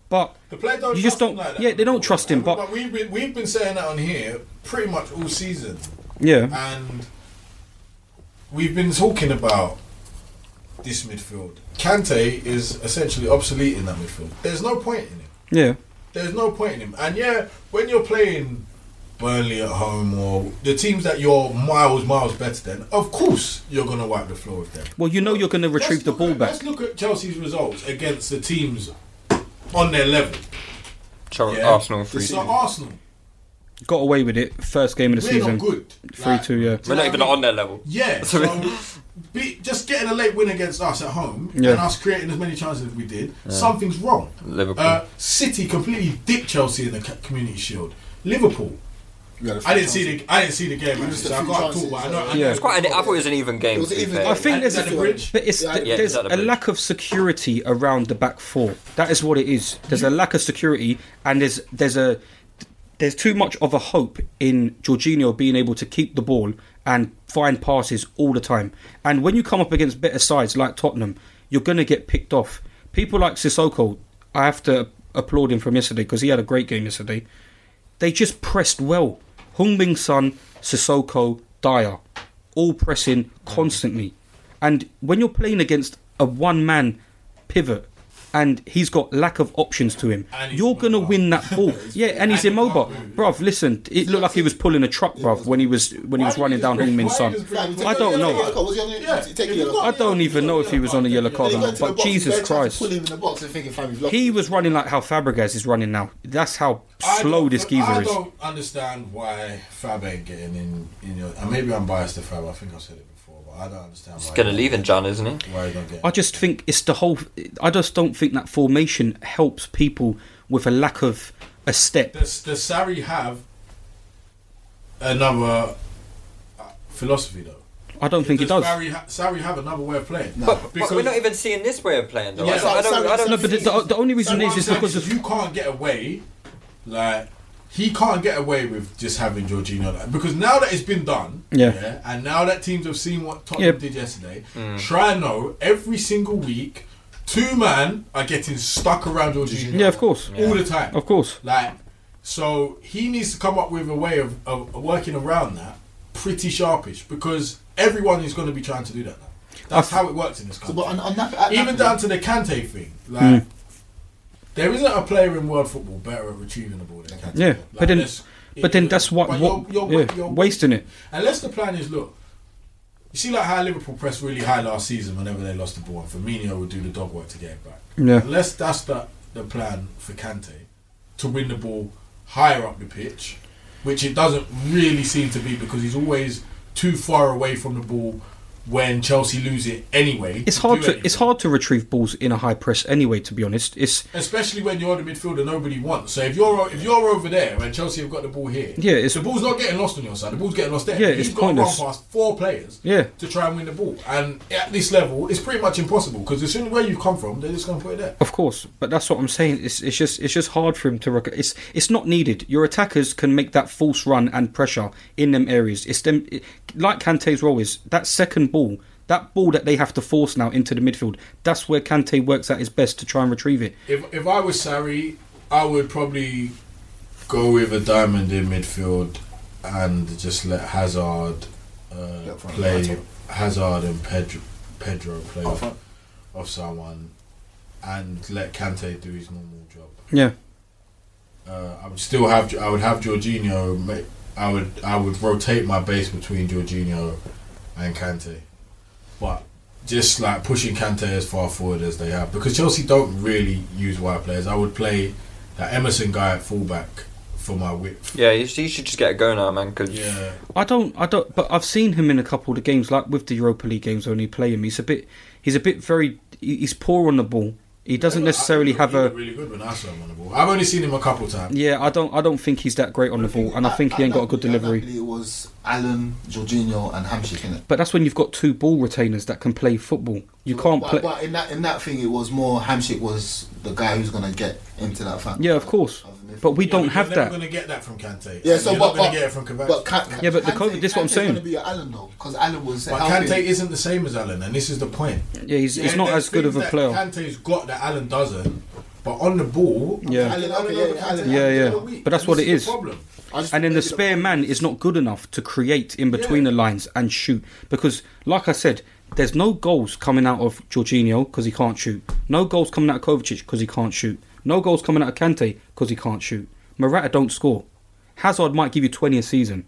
[SPEAKER 6] But
[SPEAKER 4] The player don't
[SPEAKER 6] you just
[SPEAKER 4] trust
[SPEAKER 6] don't.
[SPEAKER 4] him like that.
[SPEAKER 6] yeah, they don't trust him. But
[SPEAKER 4] we've been, we've been saying that on here pretty much all season,
[SPEAKER 6] yeah,
[SPEAKER 4] and we've been talking about this midfield. Kante is essentially obsolete in that midfield. There's no point in him.
[SPEAKER 6] yeah,
[SPEAKER 4] There's no point in him. And yeah, when you're playing Burnley at home or the teams that you're miles miles better than, of course you're gonna wipe the floor with them.
[SPEAKER 6] Well, you know you're gonna retrieve
[SPEAKER 4] Let's
[SPEAKER 6] the
[SPEAKER 4] look
[SPEAKER 6] ball
[SPEAKER 4] at-
[SPEAKER 6] back.
[SPEAKER 4] Let's look at Chelsea's results against the teams on their level.
[SPEAKER 5] Chel-
[SPEAKER 4] Yeah.
[SPEAKER 5] Arsenal three.
[SPEAKER 4] So Arsenal,
[SPEAKER 6] got away with it first game of the
[SPEAKER 4] we're not
[SPEAKER 6] season,
[SPEAKER 4] good.
[SPEAKER 6] three two. Yeah,
[SPEAKER 5] We're not even on their level.
[SPEAKER 4] Yeah,
[SPEAKER 5] [laughs]
[SPEAKER 4] so be, just getting a late win against us at home
[SPEAKER 6] Yeah.
[SPEAKER 4] and us creating as many chances as we did, something's wrong.
[SPEAKER 5] Liverpool.
[SPEAKER 4] Uh, City completely dipped Chelsea in the C- Community Shield. Liverpool,
[SPEAKER 7] You had a few
[SPEAKER 4] I didn't see
[SPEAKER 7] chances.
[SPEAKER 4] the I didn't see the game, actually,
[SPEAKER 7] missed a
[SPEAKER 4] so I
[SPEAKER 7] few
[SPEAKER 4] can't talk.
[SPEAKER 7] chances,
[SPEAKER 4] But I know, I know
[SPEAKER 6] yeah.
[SPEAKER 5] It's quite. An, I thought it was an even game.
[SPEAKER 7] It was
[SPEAKER 5] to be
[SPEAKER 7] even-
[SPEAKER 5] fair.
[SPEAKER 6] I think there's
[SPEAKER 4] Is that the bridge?
[SPEAKER 6] But it's
[SPEAKER 7] Yeah,
[SPEAKER 5] yeah,
[SPEAKER 6] there's
[SPEAKER 5] is that
[SPEAKER 6] a
[SPEAKER 5] a bridge?
[SPEAKER 6] lack of security around the back four. That is what it is. There's a lack of security, and there's there's a there's too much of a hope in Jorginho being able to keep the ball and find passes all the time. And when you come up against better sides like Tottenham, you're going to get picked off. People like Sissoko, I have to applaud him from yesterday because he had a great game yesterday. They just pressed well. Hung Ming Sun, Sissoko, Dyer, all pressing constantly. And when you're playing against a one man pivot and he's got lack of options to him,
[SPEAKER 4] And he's
[SPEAKER 6] you're going to
[SPEAKER 4] mobile.
[SPEAKER 6] win that
[SPEAKER 4] [laughs]
[SPEAKER 6] ball. yeah, and he's
[SPEAKER 4] And he
[SPEAKER 6] immobile.
[SPEAKER 4] can't move.
[SPEAKER 6] Bruv, listen, it looked like he was pulling a truck, bruv, when he was when he was running down Hung Min Sun. I don't know. I don't even know if he was on a yellow
[SPEAKER 7] They
[SPEAKER 6] card or
[SPEAKER 7] go
[SPEAKER 6] not,
[SPEAKER 7] into the
[SPEAKER 6] but
[SPEAKER 7] box,
[SPEAKER 6] Jesus
[SPEAKER 7] they try to
[SPEAKER 6] Christ.
[SPEAKER 7] Pull him in the box and thinking, fam, you've lost.
[SPEAKER 6] He was running like how Fabregas is running now. That's how slow this geezer
[SPEAKER 4] I
[SPEAKER 6] is.
[SPEAKER 4] don't understand why Fab ain't getting in. in your, and maybe I'm biased to Fab. I think I've said it before, but I don't understand.
[SPEAKER 5] He's
[SPEAKER 4] why
[SPEAKER 5] gonna
[SPEAKER 4] he-
[SPEAKER 5] leave in John, isn't he?
[SPEAKER 4] Why he don't get?
[SPEAKER 6] I just think it's the whole. I just don't think that formation helps people with a lack of a step.
[SPEAKER 4] does does Sarri have another uh, philosophy though?
[SPEAKER 6] I don't think he
[SPEAKER 4] does
[SPEAKER 6] does.
[SPEAKER 4] Sarri, ha- Sarri have another way of playing?
[SPEAKER 7] No.
[SPEAKER 5] But, but we're not even seeing this way of playing though.
[SPEAKER 4] Yeah,
[SPEAKER 5] I don't. I don't, I don't
[SPEAKER 6] No, but the, the, the only reason
[SPEAKER 4] What
[SPEAKER 6] is
[SPEAKER 4] I'm
[SPEAKER 6] is
[SPEAKER 4] saying
[SPEAKER 6] because
[SPEAKER 4] is
[SPEAKER 6] of
[SPEAKER 4] you can't get away, like he can't get away with just having Jorginho like, because now that it's been done,
[SPEAKER 6] Yeah.
[SPEAKER 4] and now that teams have seen what Tottenham
[SPEAKER 6] Yep.
[SPEAKER 4] did yesterday, try and know every single week, two man are getting stuck around Jorginho.
[SPEAKER 6] Yeah, of course.
[SPEAKER 4] all the time,
[SPEAKER 6] Of course.
[SPEAKER 4] Like, so he needs to come up with a way of, of working around that pretty sharpish because everyone is going to be trying to do that. Now. That's how it works in this country
[SPEAKER 7] But on, on that, at
[SPEAKER 4] even
[SPEAKER 7] that,
[SPEAKER 4] down
[SPEAKER 7] point,
[SPEAKER 6] Hmm.
[SPEAKER 4] to the Kante thing, like There isn't a player in world football better at retrieving the ball than Kante.
[SPEAKER 6] Yeah, but then-
[SPEAKER 4] let's-
[SPEAKER 6] but then that's what-
[SPEAKER 4] but
[SPEAKER 6] what- yeah, wasting it.
[SPEAKER 4] Unless the plan is look, you see like how Liverpool pressed really high last season whenever they lost the ball, and Firmino would do the dog work to get it back.
[SPEAKER 6] Yeah.
[SPEAKER 4] Unless that's the the plan for Kante to win the ball higher up the pitch, which it doesn't really seem to be because he's always too far away from the ball when Chelsea lose it anyway.
[SPEAKER 6] It's hard
[SPEAKER 4] do
[SPEAKER 6] to it's
[SPEAKER 4] anything.
[SPEAKER 6] hard to retrieve balls in a high press anyway. To be honest, it's
[SPEAKER 4] especially when you're the midfielder nobody wants. So if you're if you're over there and Chelsea have got the ball here,
[SPEAKER 6] Yeah, it's-
[SPEAKER 4] the ball's not getting lost on your side. The ball's getting lost there.
[SPEAKER 6] Yeah,
[SPEAKER 4] You've
[SPEAKER 6] it's
[SPEAKER 4] got
[SPEAKER 6] pointless.
[SPEAKER 4] to run past four players
[SPEAKER 6] Yeah.
[SPEAKER 4] to try and win the ball, and at this level, it's pretty much impossible because as soon as where you come from, they're just going to put it there.
[SPEAKER 6] of course, but that's what I'm saying. It's it's just it's just hard for him to. Rec- it's it's not needed. Your attackers can make that false run and pressure in them areas. It's them it, like Kante's role is that second ball. That ball that they have to force now into the midfield, that's where Kante works at his best to try and retrieve it.
[SPEAKER 4] If if I was Sarri, I would probably go with a diamond in midfield and just let Hazard uh,
[SPEAKER 7] Up front,
[SPEAKER 4] play
[SPEAKER 7] right
[SPEAKER 4] Hazard and Pedro Pedro play
[SPEAKER 7] Up front.
[SPEAKER 4] off someone and let Kante do his normal job.
[SPEAKER 6] Yeah.
[SPEAKER 4] Uh, I would still have I would have Jorginho ma- I would I would rotate my base between Jorginho and Kante. But just like pushing Kante as far forward as they have because Chelsea don't really use wide players. I would play that Emerson guy at fullback for my width.
[SPEAKER 5] Yeah, you, you should just get a go now, man. Cause
[SPEAKER 4] Yeah.
[SPEAKER 6] I don't, I don't, but I've seen him in a couple of the games, like with the Europa League games when he play him. He's a bit, he's a bit very, he- he's poor on the ball. He doesn't
[SPEAKER 4] He looked-
[SPEAKER 6] necessarily
[SPEAKER 4] he
[SPEAKER 6] have
[SPEAKER 4] looked
[SPEAKER 6] a,
[SPEAKER 4] really good when I saw him on the ball. I've only seen him a couple times.
[SPEAKER 6] yeah. I don't, I don't think he's that great on the ball, and I think he ain't got a good
[SPEAKER 7] At Napoli,
[SPEAKER 6] delivery.
[SPEAKER 7] It was Allen, Jorginho, and Hamsik innit?
[SPEAKER 6] But that's when you've got two ball retainers that can play football. You can't
[SPEAKER 7] but,
[SPEAKER 6] play.
[SPEAKER 7] But in that in that thing, it was more Hamsik was the guy who's gonna get into that fan.
[SPEAKER 6] Yeah, of course. But we don't have
[SPEAKER 4] You're
[SPEAKER 6] that.
[SPEAKER 4] never going to get that from Kante.
[SPEAKER 7] Yeah, so
[SPEAKER 4] you're
[SPEAKER 7] but,
[SPEAKER 4] not going
[SPEAKER 7] but,
[SPEAKER 4] to get it from Kovacic.
[SPEAKER 7] but Ka- Ka-
[SPEAKER 6] Yeah, but the
[SPEAKER 7] Kante-
[SPEAKER 6] COVID this is what I'm
[SPEAKER 7] Kante's
[SPEAKER 6] saying.
[SPEAKER 7] Gonna be your Allen though, because Allen was.
[SPEAKER 4] But
[SPEAKER 7] helping.
[SPEAKER 4] Kante isn't the same as Allen, and this is the point.
[SPEAKER 6] Yeah, he's, he's
[SPEAKER 4] Yeah,
[SPEAKER 6] not
[SPEAKER 4] there's
[SPEAKER 6] as good of
[SPEAKER 4] things
[SPEAKER 6] a
[SPEAKER 4] that
[SPEAKER 6] player.
[SPEAKER 4] Kante's got that Allen doesn't, but on the ball,
[SPEAKER 6] Yeah.
[SPEAKER 7] Allen, okay, yeah, yeah, Allen,
[SPEAKER 6] Yeah,
[SPEAKER 7] Allen's
[SPEAKER 6] yeah.
[SPEAKER 7] gonna win.
[SPEAKER 6] But that's what it is.
[SPEAKER 4] The problem.
[SPEAKER 7] I just
[SPEAKER 6] and then the
[SPEAKER 7] think
[SPEAKER 6] spare man is not good enough to create in between
[SPEAKER 4] Yeah.
[SPEAKER 6] the lines and shoot because like i said there's no goals coming out of Jorginho because he can't shoot no goals coming out of Kovacic because he can't shoot no goals coming out of Kante because he can't shoot Morata don't score Hazard might give you 20 a season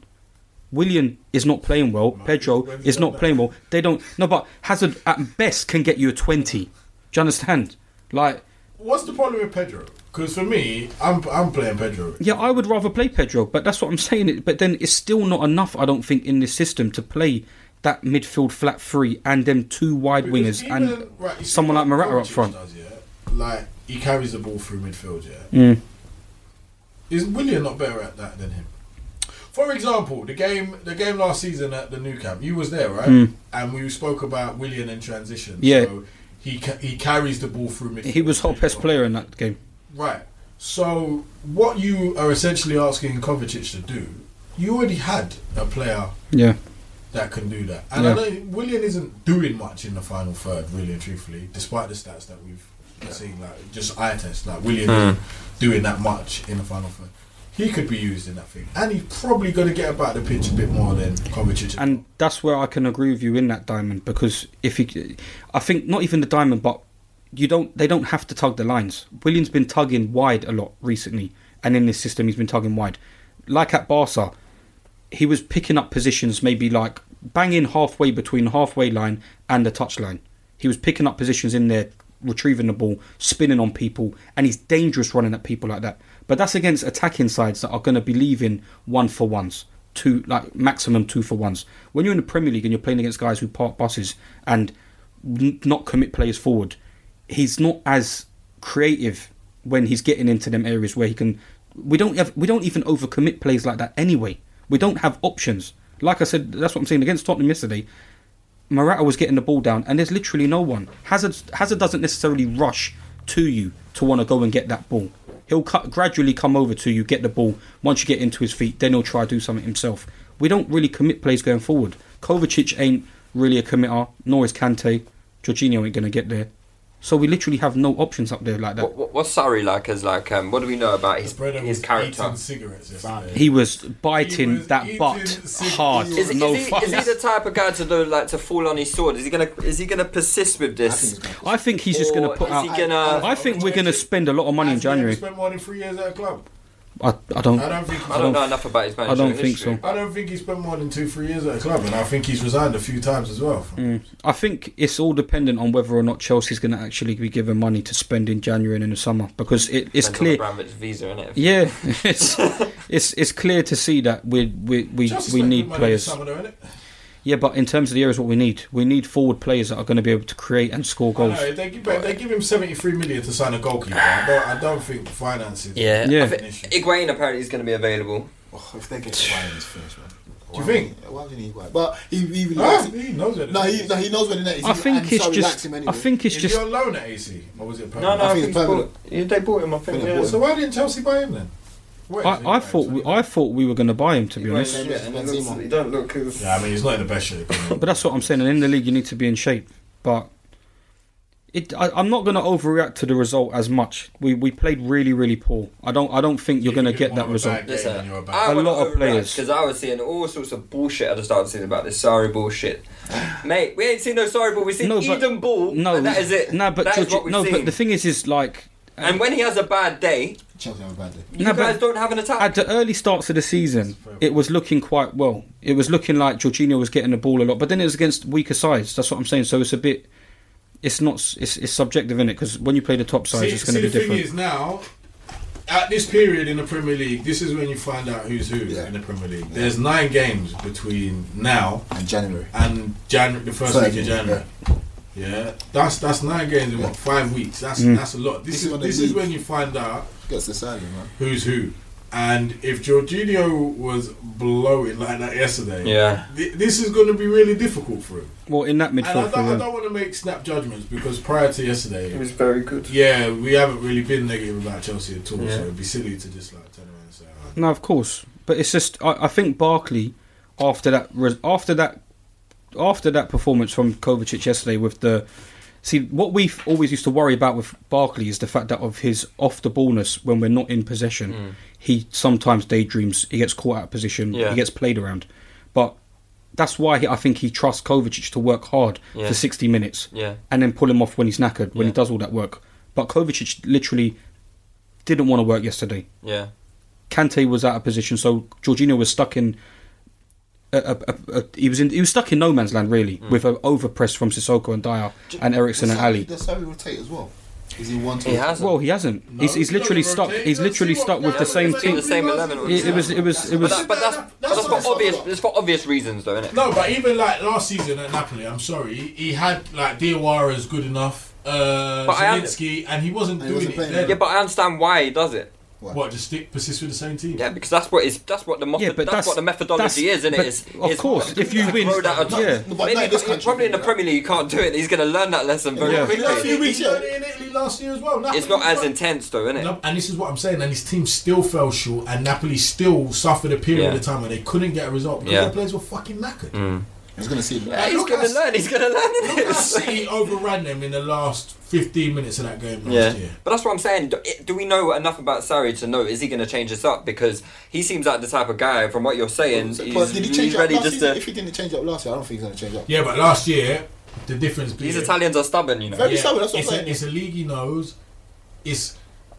[SPEAKER 6] William is not playing well Pedro
[SPEAKER 4] when's he
[SPEAKER 6] is
[SPEAKER 4] done
[SPEAKER 6] not
[SPEAKER 4] that?
[SPEAKER 6] playing well they don't no but Hazard at best can get you a 20 do you understand like
[SPEAKER 4] What's the problem with Pedro? Because for me, I'm I'm playing Pedro.
[SPEAKER 6] Yeah, I would rather play Pedro, but that's what I'm [laughs] saying. It- But then it's still not enough, I don't think, in this system to play that midfield flat three and them two wide
[SPEAKER 4] Because
[SPEAKER 6] wingers
[SPEAKER 4] even-
[SPEAKER 6] and
[SPEAKER 4] right, you see
[SPEAKER 6] someone like
[SPEAKER 4] what
[SPEAKER 6] Morata up
[SPEAKER 4] Kovacic
[SPEAKER 6] front.
[SPEAKER 4] Does, yeah? Like he carries the ball through midfield. Yeah.
[SPEAKER 6] Mm.
[SPEAKER 4] Is William not better at that than him? For example, the game the game last season at the new camp, you was there, right? And we spoke about William in transition.
[SPEAKER 6] Mm. Yeah.
[SPEAKER 4] So he ca- he carries the ball through midfield.
[SPEAKER 6] He was our best player in that game.
[SPEAKER 4] Right. So what you are essentially asking Kovacic to do, you already had a player
[SPEAKER 6] Yeah.
[SPEAKER 4] that can do that. And I know William isn't doing much in the final third, really and truthfully, despite the stats that we've seen, like just eye test, like
[SPEAKER 6] Hmm.
[SPEAKER 4] William isn't doing that much in the final third. He could be used in that thing. And he's probably gonna get about the pitch a bit more than Kovacic.
[SPEAKER 6] And that's where I can agree with you in that diamond because if you, I think not even the diamond, but you don't. They don't have to tug the lines. William's been tugging wide a lot recently, and in this system, he's been tugging wide. Like at Barca, he was picking up positions, maybe like banging halfway between halfway line and the touchline. He was picking up positions in there, retrieving the ball, spinning on people, and he's dangerous running at people like that. But that's against attacking sides that are going to be leaving one for ones, two like maximum two for ones. When you're in the Premier League and you're playing against guys who park buses and n- not commit players forward, he's not as creative when he's getting into them areas where he can. We don't have we don't even overcommit plays like that anyway. We don't have options. Like I said, that's what I'm saying against Tottenham yesterday. Morata was getting the ball down, and there's literally no one. Hazard Hazard doesn't necessarily rush to you to want to go and get that ball. He'll cut, gradually come over to you, get the ball. Once you get into his feet, then he'll try to do something himself. We don't really commit plays going forward. Kovacic ain't really a committer, nor is Kante. Jorginho ain't going to get there. So we literally have no options up there like that.
[SPEAKER 5] What, what, what's Sari like as like? Um, what do we know about his
[SPEAKER 4] His brother
[SPEAKER 5] his
[SPEAKER 4] was
[SPEAKER 5] character?
[SPEAKER 4] eating cigarettes yesterday.
[SPEAKER 6] He was biting
[SPEAKER 4] He was
[SPEAKER 6] that
[SPEAKER 4] eating
[SPEAKER 6] butt
[SPEAKER 4] cigarettes.
[SPEAKER 6] hard.
[SPEAKER 5] Is, is,
[SPEAKER 6] no
[SPEAKER 5] he,
[SPEAKER 6] fucks.
[SPEAKER 5] is he the type of guy to do, like to fall on his sword? Is he gonna is he gonna persist with this?
[SPEAKER 6] I think he's just going
[SPEAKER 5] Or
[SPEAKER 6] to put
[SPEAKER 5] is
[SPEAKER 6] out.
[SPEAKER 5] he gonna-
[SPEAKER 6] I think we're going to spend a lot of money in
[SPEAKER 4] Has he ever
[SPEAKER 6] January. Hmm.
[SPEAKER 4] Spent more than three years at a club.
[SPEAKER 6] I, I don't.
[SPEAKER 4] I don't think.
[SPEAKER 5] I don't know enough about his management.
[SPEAKER 6] don't think so.
[SPEAKER 5] history.
[SPEAKER 4] I don't think he spent more than two, three years at a club, and I think he's resigned a few times as well.
[SPEAKER 6] I think it's all dependent on whether or not Chelsea's going to actually be given money to spend in January and in the summer because it,
[SPEAKER 5] Depends
[SPEAKER 6] it's
[SPEAKER 5] on
[SPEAKER 6] clear.
[SPEAKER 5] Abramovich's visa, innit?
[SPEAKER 6] Yeah, [laughs] it's it's it's clear to see that we we we,
[SPEAKER 4] Just
[SPEAKER 6] we
[SPEAKER 4] spent
[SPEAKER 6] need
[SPEAKER 4] good money
[SPEAKER 6] players.
[SPEAKER 4] this summer, though, innit?
[SPEAKER 6] Yeah, but in terms of the areas, what we need, we need forward players that are going to be able to create and score
[SPEAKER 4] I
[SPEAKER 6] goals.
[SPEAKER 4] know, they, give, they give him 73 million to sign a goalkeeper. I don't, I don't think finances.
[SPEAKER 5] Yeah.
[SPEAKER 6] Yeah.
[SPEAKER 5] I think Higuain apparently is going to be available.
[SPEAKER 7] Oh, if they get Higuain, it's finished, man.
[SPEAKER 4] [sighs] Do you think?
[SPEAKER 7] Why would you need Higuain? But he, he really
[SPEAKER 4] Ah,
[SPEAKER 7] likes
[SPEAKER 4] he
[SPEAKER 7] it.
[SPEAKER 4] knows it.
[SPEAKER 7] No, he, no, he knows where the net is.
[SPEAKER 6] I
[SPEAKER 7] He-
[SPEAKER 6] think
[SPEAKER 7] and
[SPEAKER 6] it's
[SPEAKER 7] so he likes
[SPEAKER 6] just.
[SPEAKER 7] him
[SPEAKER 6] I
[SPEAKER 7] anyway.
[SPEAKER 6] think it's
[SPEAKER 4] Is
[SPEAKER 6] just.
[SPEAKER 4] he on loan at AC? Or was it
[SPEAKER 5] No,
[SPEAKER 4] permanent?
[SPEAKER 5] no, I, think
[SPEAKER 7] I think
[SPEAKER 5] he's
[SPEAKER 7] it's permanent.
[SPEAKER 5] bought- yeah, they bought him. I think.
[SPEAKER 7] Yeah,
[SPEAKER 5] yeah.
[SPEAKER 4] So why didn't Chelsea buy him then? Where is he
[SPEAKER 6] I, I
[SPEAKER 4] going?
[SPEAKER 6] thought we,
[SPEAKER 4] So-
[SPEAKER 6] I thought we were going to buy him to be
[SPEAKER 5] Higuain,
[SPEAKER 6] honest.
[SPEAKER 5] yeah, and it looks- it don't look as-
[SPEAKER 4] Yeah, I mean, he's not in the best shape.
[SPEAKER 6] [laughs] But that's what I'm saying. And in the league, you need to be in shape. But it, I, I'm not going to overreact to the result as much. We we played really really poor. I don't I don't think you're going to get that result.
[SPEAKER 5] Listen,
[SPEAKER 4] I,
[SPEAKER 5] I
[SPEAKER 6] A lot of players.
[SPEAKER 5] because I was seeing all sorts of bullshit at the start of the season about this sorry bullshit.
[SPEAKER 6] [sighs]
[SPEAKER 5] Mate, we ain't seen no sorry ball. We've seen Eden Ball.
[SPEAKER 6] No,
[SPEAKER 5] and that is it.
[SPEAKER 6] No, but
[SPEAKER 5] That is
[SPEAKER 6] Georgie-
[SPEAKER 5] what we've
[SPEAKER 6] no,
[SPEAKER 5] seen.
[SPEAKER 6] but the thing is, is like
[SPEAKER 5] and when he has a bad day,
[SPEAKER 7] Chelsea have a bad day.
[SPEAKER 5] you
[SPEAKER 6] No, but-
[SPEAKER 5] guys don't have an attack.
[SPEAKER 6] at the early starts of the season, it was looking quite well. It was looking like Jorginho was getting the ball a lot, but then it was against weaker sides. That's what I'm saying. So it's a bit. It's not. s- It's, it's subjective in it because when you play the top sides,
[SPEAKER 4] see,
[SPEAKER 6] it's
[SPEAKER 4] see,
[SPEAKER 6] going to be
[SPEAKER 4] the thing
[SPEAKER 6] different.
[SPEAKER 4] is now, at this period in the Premier League, this is when you find out who's who
[SPEAKER 7] Yeah.
[SPEAKER 4] in the Premier League. There's nine games between now
[SPEAKER 7] And January.
[SPEAKER 4] and January, the first
[SPEAKER 7] Third,
[SPEAKER 4] week of January. Yeah. that's that's nine games in what five weeks. That's
[SPEAKER 6] Mm.
[SPEAKER 4] that's a lot. This,
[SPEAKER 7] This is
[SPEAKER 4] is,
[SPEAKER 7] when they
[SPEAKER 4] this is
[SPEAKER 7] leave.
[SPEAKER 4] when you find out
[SPEAKER 7] Gets the salary, man.
[SPEAKER 4] who's who. And if Jorginho was blowing like that yesterday,
[SPEAKER 5] Yeah.
[SPEAKER 4] thi- this is going to be really difficult for him.
[SPEAKER 6] Well, in that
[SPEAKER 4] And I
[SPEAKER 6] midfield,
[SPEAKER 4] don't, I
[SPEAKER 6] yeah.
[SPEAKER 4] don't want to make snap judgments because prior to yesterday,
[SPEAKER 5] was very good.
[SPEAKER 4] yeah, we haven't really been negative about Chelsea at all, so it'd be silly to just like turn around and say, oh,
[SPEAKER 6] No, of course, but it's just I, I think Barkley after that res- after that after that performance from Kovacic yesterday with the see what we have always used to worry about with Barkley is the fact that of his off the ballness when we're not in possession, he sometimes daydreams, he gets caught out of position,
[SPEAKER 5] Mm. Yeah.
[SPEAKER 6] he gets played around, but. That's why he, I think he trusts Kovacic to work hard
[SPEAKER 5] Yeah.
[SPEAKER 6] for 60 minutes
[SPEAKER 5] Yeah.
[SPEAKER 6] and then pull him off when he's knackered, when he
[SPEAKER 5] Yeah.
[SPEAKER 6] does all that work. But Kovacic literally didn't want to work yesterday.
[SPEAKER 5] Yeah.
[SPEAKER 6] Kante was out of position, so Jorginho was stuck in. A, a, a, a- he was in. He was stuck in no man's land, really, with an overpress from Sissoko and Dyer and Ericsson and Ali.
[SPEAKER 7] Does Sarri rotate as well? Is he one to
[SPEAKER 5] He hasn't.
[SPEAKER 6] Well, he hasn't. he's he's
[SPEAKER 4] No,
[SPEAKER 6] literally
[SPEAKER 4] he doesn't
[SPEAKER 6] stuck.
[SPEAKER 4] rotate.
[SPEAKER 6] He's
[SPEAKER 4] Let's
[SPEAKER 6] literally
[SPEAKER 4] see what
[SPEAKER 6] stuck with the
[SPEAKER 4] happens.
[SPEAKER 6] same
[SPEAKER 4] Let's
[SPEAKER 6] team.
[SPEAKER 4] see
[SPEAKER 5] the same
[SPEAKER 4] what
[SPEAKER 5] 11
[SPEAKER 4] happens.
[SPEAKER 6] It, it was. It was. It
[SPEAKER 5] but,
[SPEAKER 6] was.
[SPEAKER 5] that, but that's, but that's,
[SPEAKER 4] That's
[SPEAKER 5] for
[SPEAKER 4] what-
[SPEAKER 5] obvious. That's for obvious reasons, though, isn't it?
[SPEAKER 4] No, but even like last season at Napoli, I'm sorry, he, he had like Diawara is good enough, uh,
[SPEAKER 5] But I am-
[SPEAKER 4] Zelinski, and he wasn't
[SPEAKER 7] And he
[SPEAKER 4] doing
[SPEAKER 7] wasn't
[SPEAKER 4] it
[SPEAKER 7] playing
[SPEAKER 4] then.
[SPEAKER 5] Yeah, but I understand why he does it.
[SPEAKER 4] what just stick persist with the same team?
[SPEAKER 5] Yeah, because that's what is that's what the method,
[SPEAKER 6] Yeah, but
[SPEAKER 5] that's,
[SPEAKER 6] that's-
[SPEAKER 5] what the methodology
[SPEAKER 6] that's-
[SPEAKER 5] is, isn't it?
[SPEAKER 6] but
[SPEAKER 5] It's,
[SPEAKER 6] of
[SPEAKER 5] it's
[SPEAKER 6] course, if you
[SPEAKER 5] it's
[SPEAKER 6] win-
[SPEAKER 5] rolled out of-
[SPEAKER 6] yeah.
[SPEAKER 7] But not in this
[SPEAKER 5] Maybe-
[SPEAKER 7] country,
[SPEAKER 5] probably in the
[SPEAKER 7] yeah.
[SPEAKER 5] Premier League you can't do it. He's going to learn that lesson very
[SPEAKER 6] Yeah.
[SPEAKER 4] You know, he-
[SPEAKER 5] quickly.
[SPEAKER 4] he done it in Italy last year as well. Napoli
[SPEAKER 5] It's not as
[SPEAKER 4] won.
[SPEAKER 5] intense, though, isn't it?
[SPEAKER 4] No, And this is what I'm saying. And his team still fell short, and Napoli still suffered a period
[SPEAKER 5] Yeah.
[SPEAKER 4] of time where they couldn't get a result because
[SPEAKER 5] Yeah. Mm.
[SPEAKER 4] their players were fucking knackered.
[SPEAKER 7] He's going to see
[SPEAKER 5] Yeah,
[SPEAKER 7] that.
[SPEAKER 5] he's
[SPEAKER 4] Look
[SPEAKER 5] going to
[SPEAKER 4] at-
[SPEAKER 5] learn. He's going to learn
[SPEAKER 4] Look how [laughs]
[SPEAKER 5] this.
[SPEAKER 4] City overran them in the last 15 minutes of that game last
[SPEAKER 5] Yeah,
[SPEAKER 4] year.
[SPEAKER 5] but that's what I'm saying. Do, do we know enough about Sarri to know is he going to change this up? Because he seems like the type of guy, from what you're saying, he's,
[SPEAKER 7] But did he change
[SPEAKER 5] he's
[SPEAKER 7] it up
[SPEAKER 5] ready
[SPEAKER 7] last
[SPEAKER 5] just
[SPEAKER 7] season?
[SPEAKER 5] to.
[SPEAKER 7] If he didn't change it up last year, I don't think he's going to change it up.
[SPEAKER 4] Yeah, but last year, the difference being.
[SPEAKER 5] These Italians are stubborn, you know.
[SPEAKER 7] Very- stubborn, that's what I'm
[SPEAKER 4] it's,
[SPEAKER 7] saying.
[SPEAKER 4] a, it's a league he knows. It's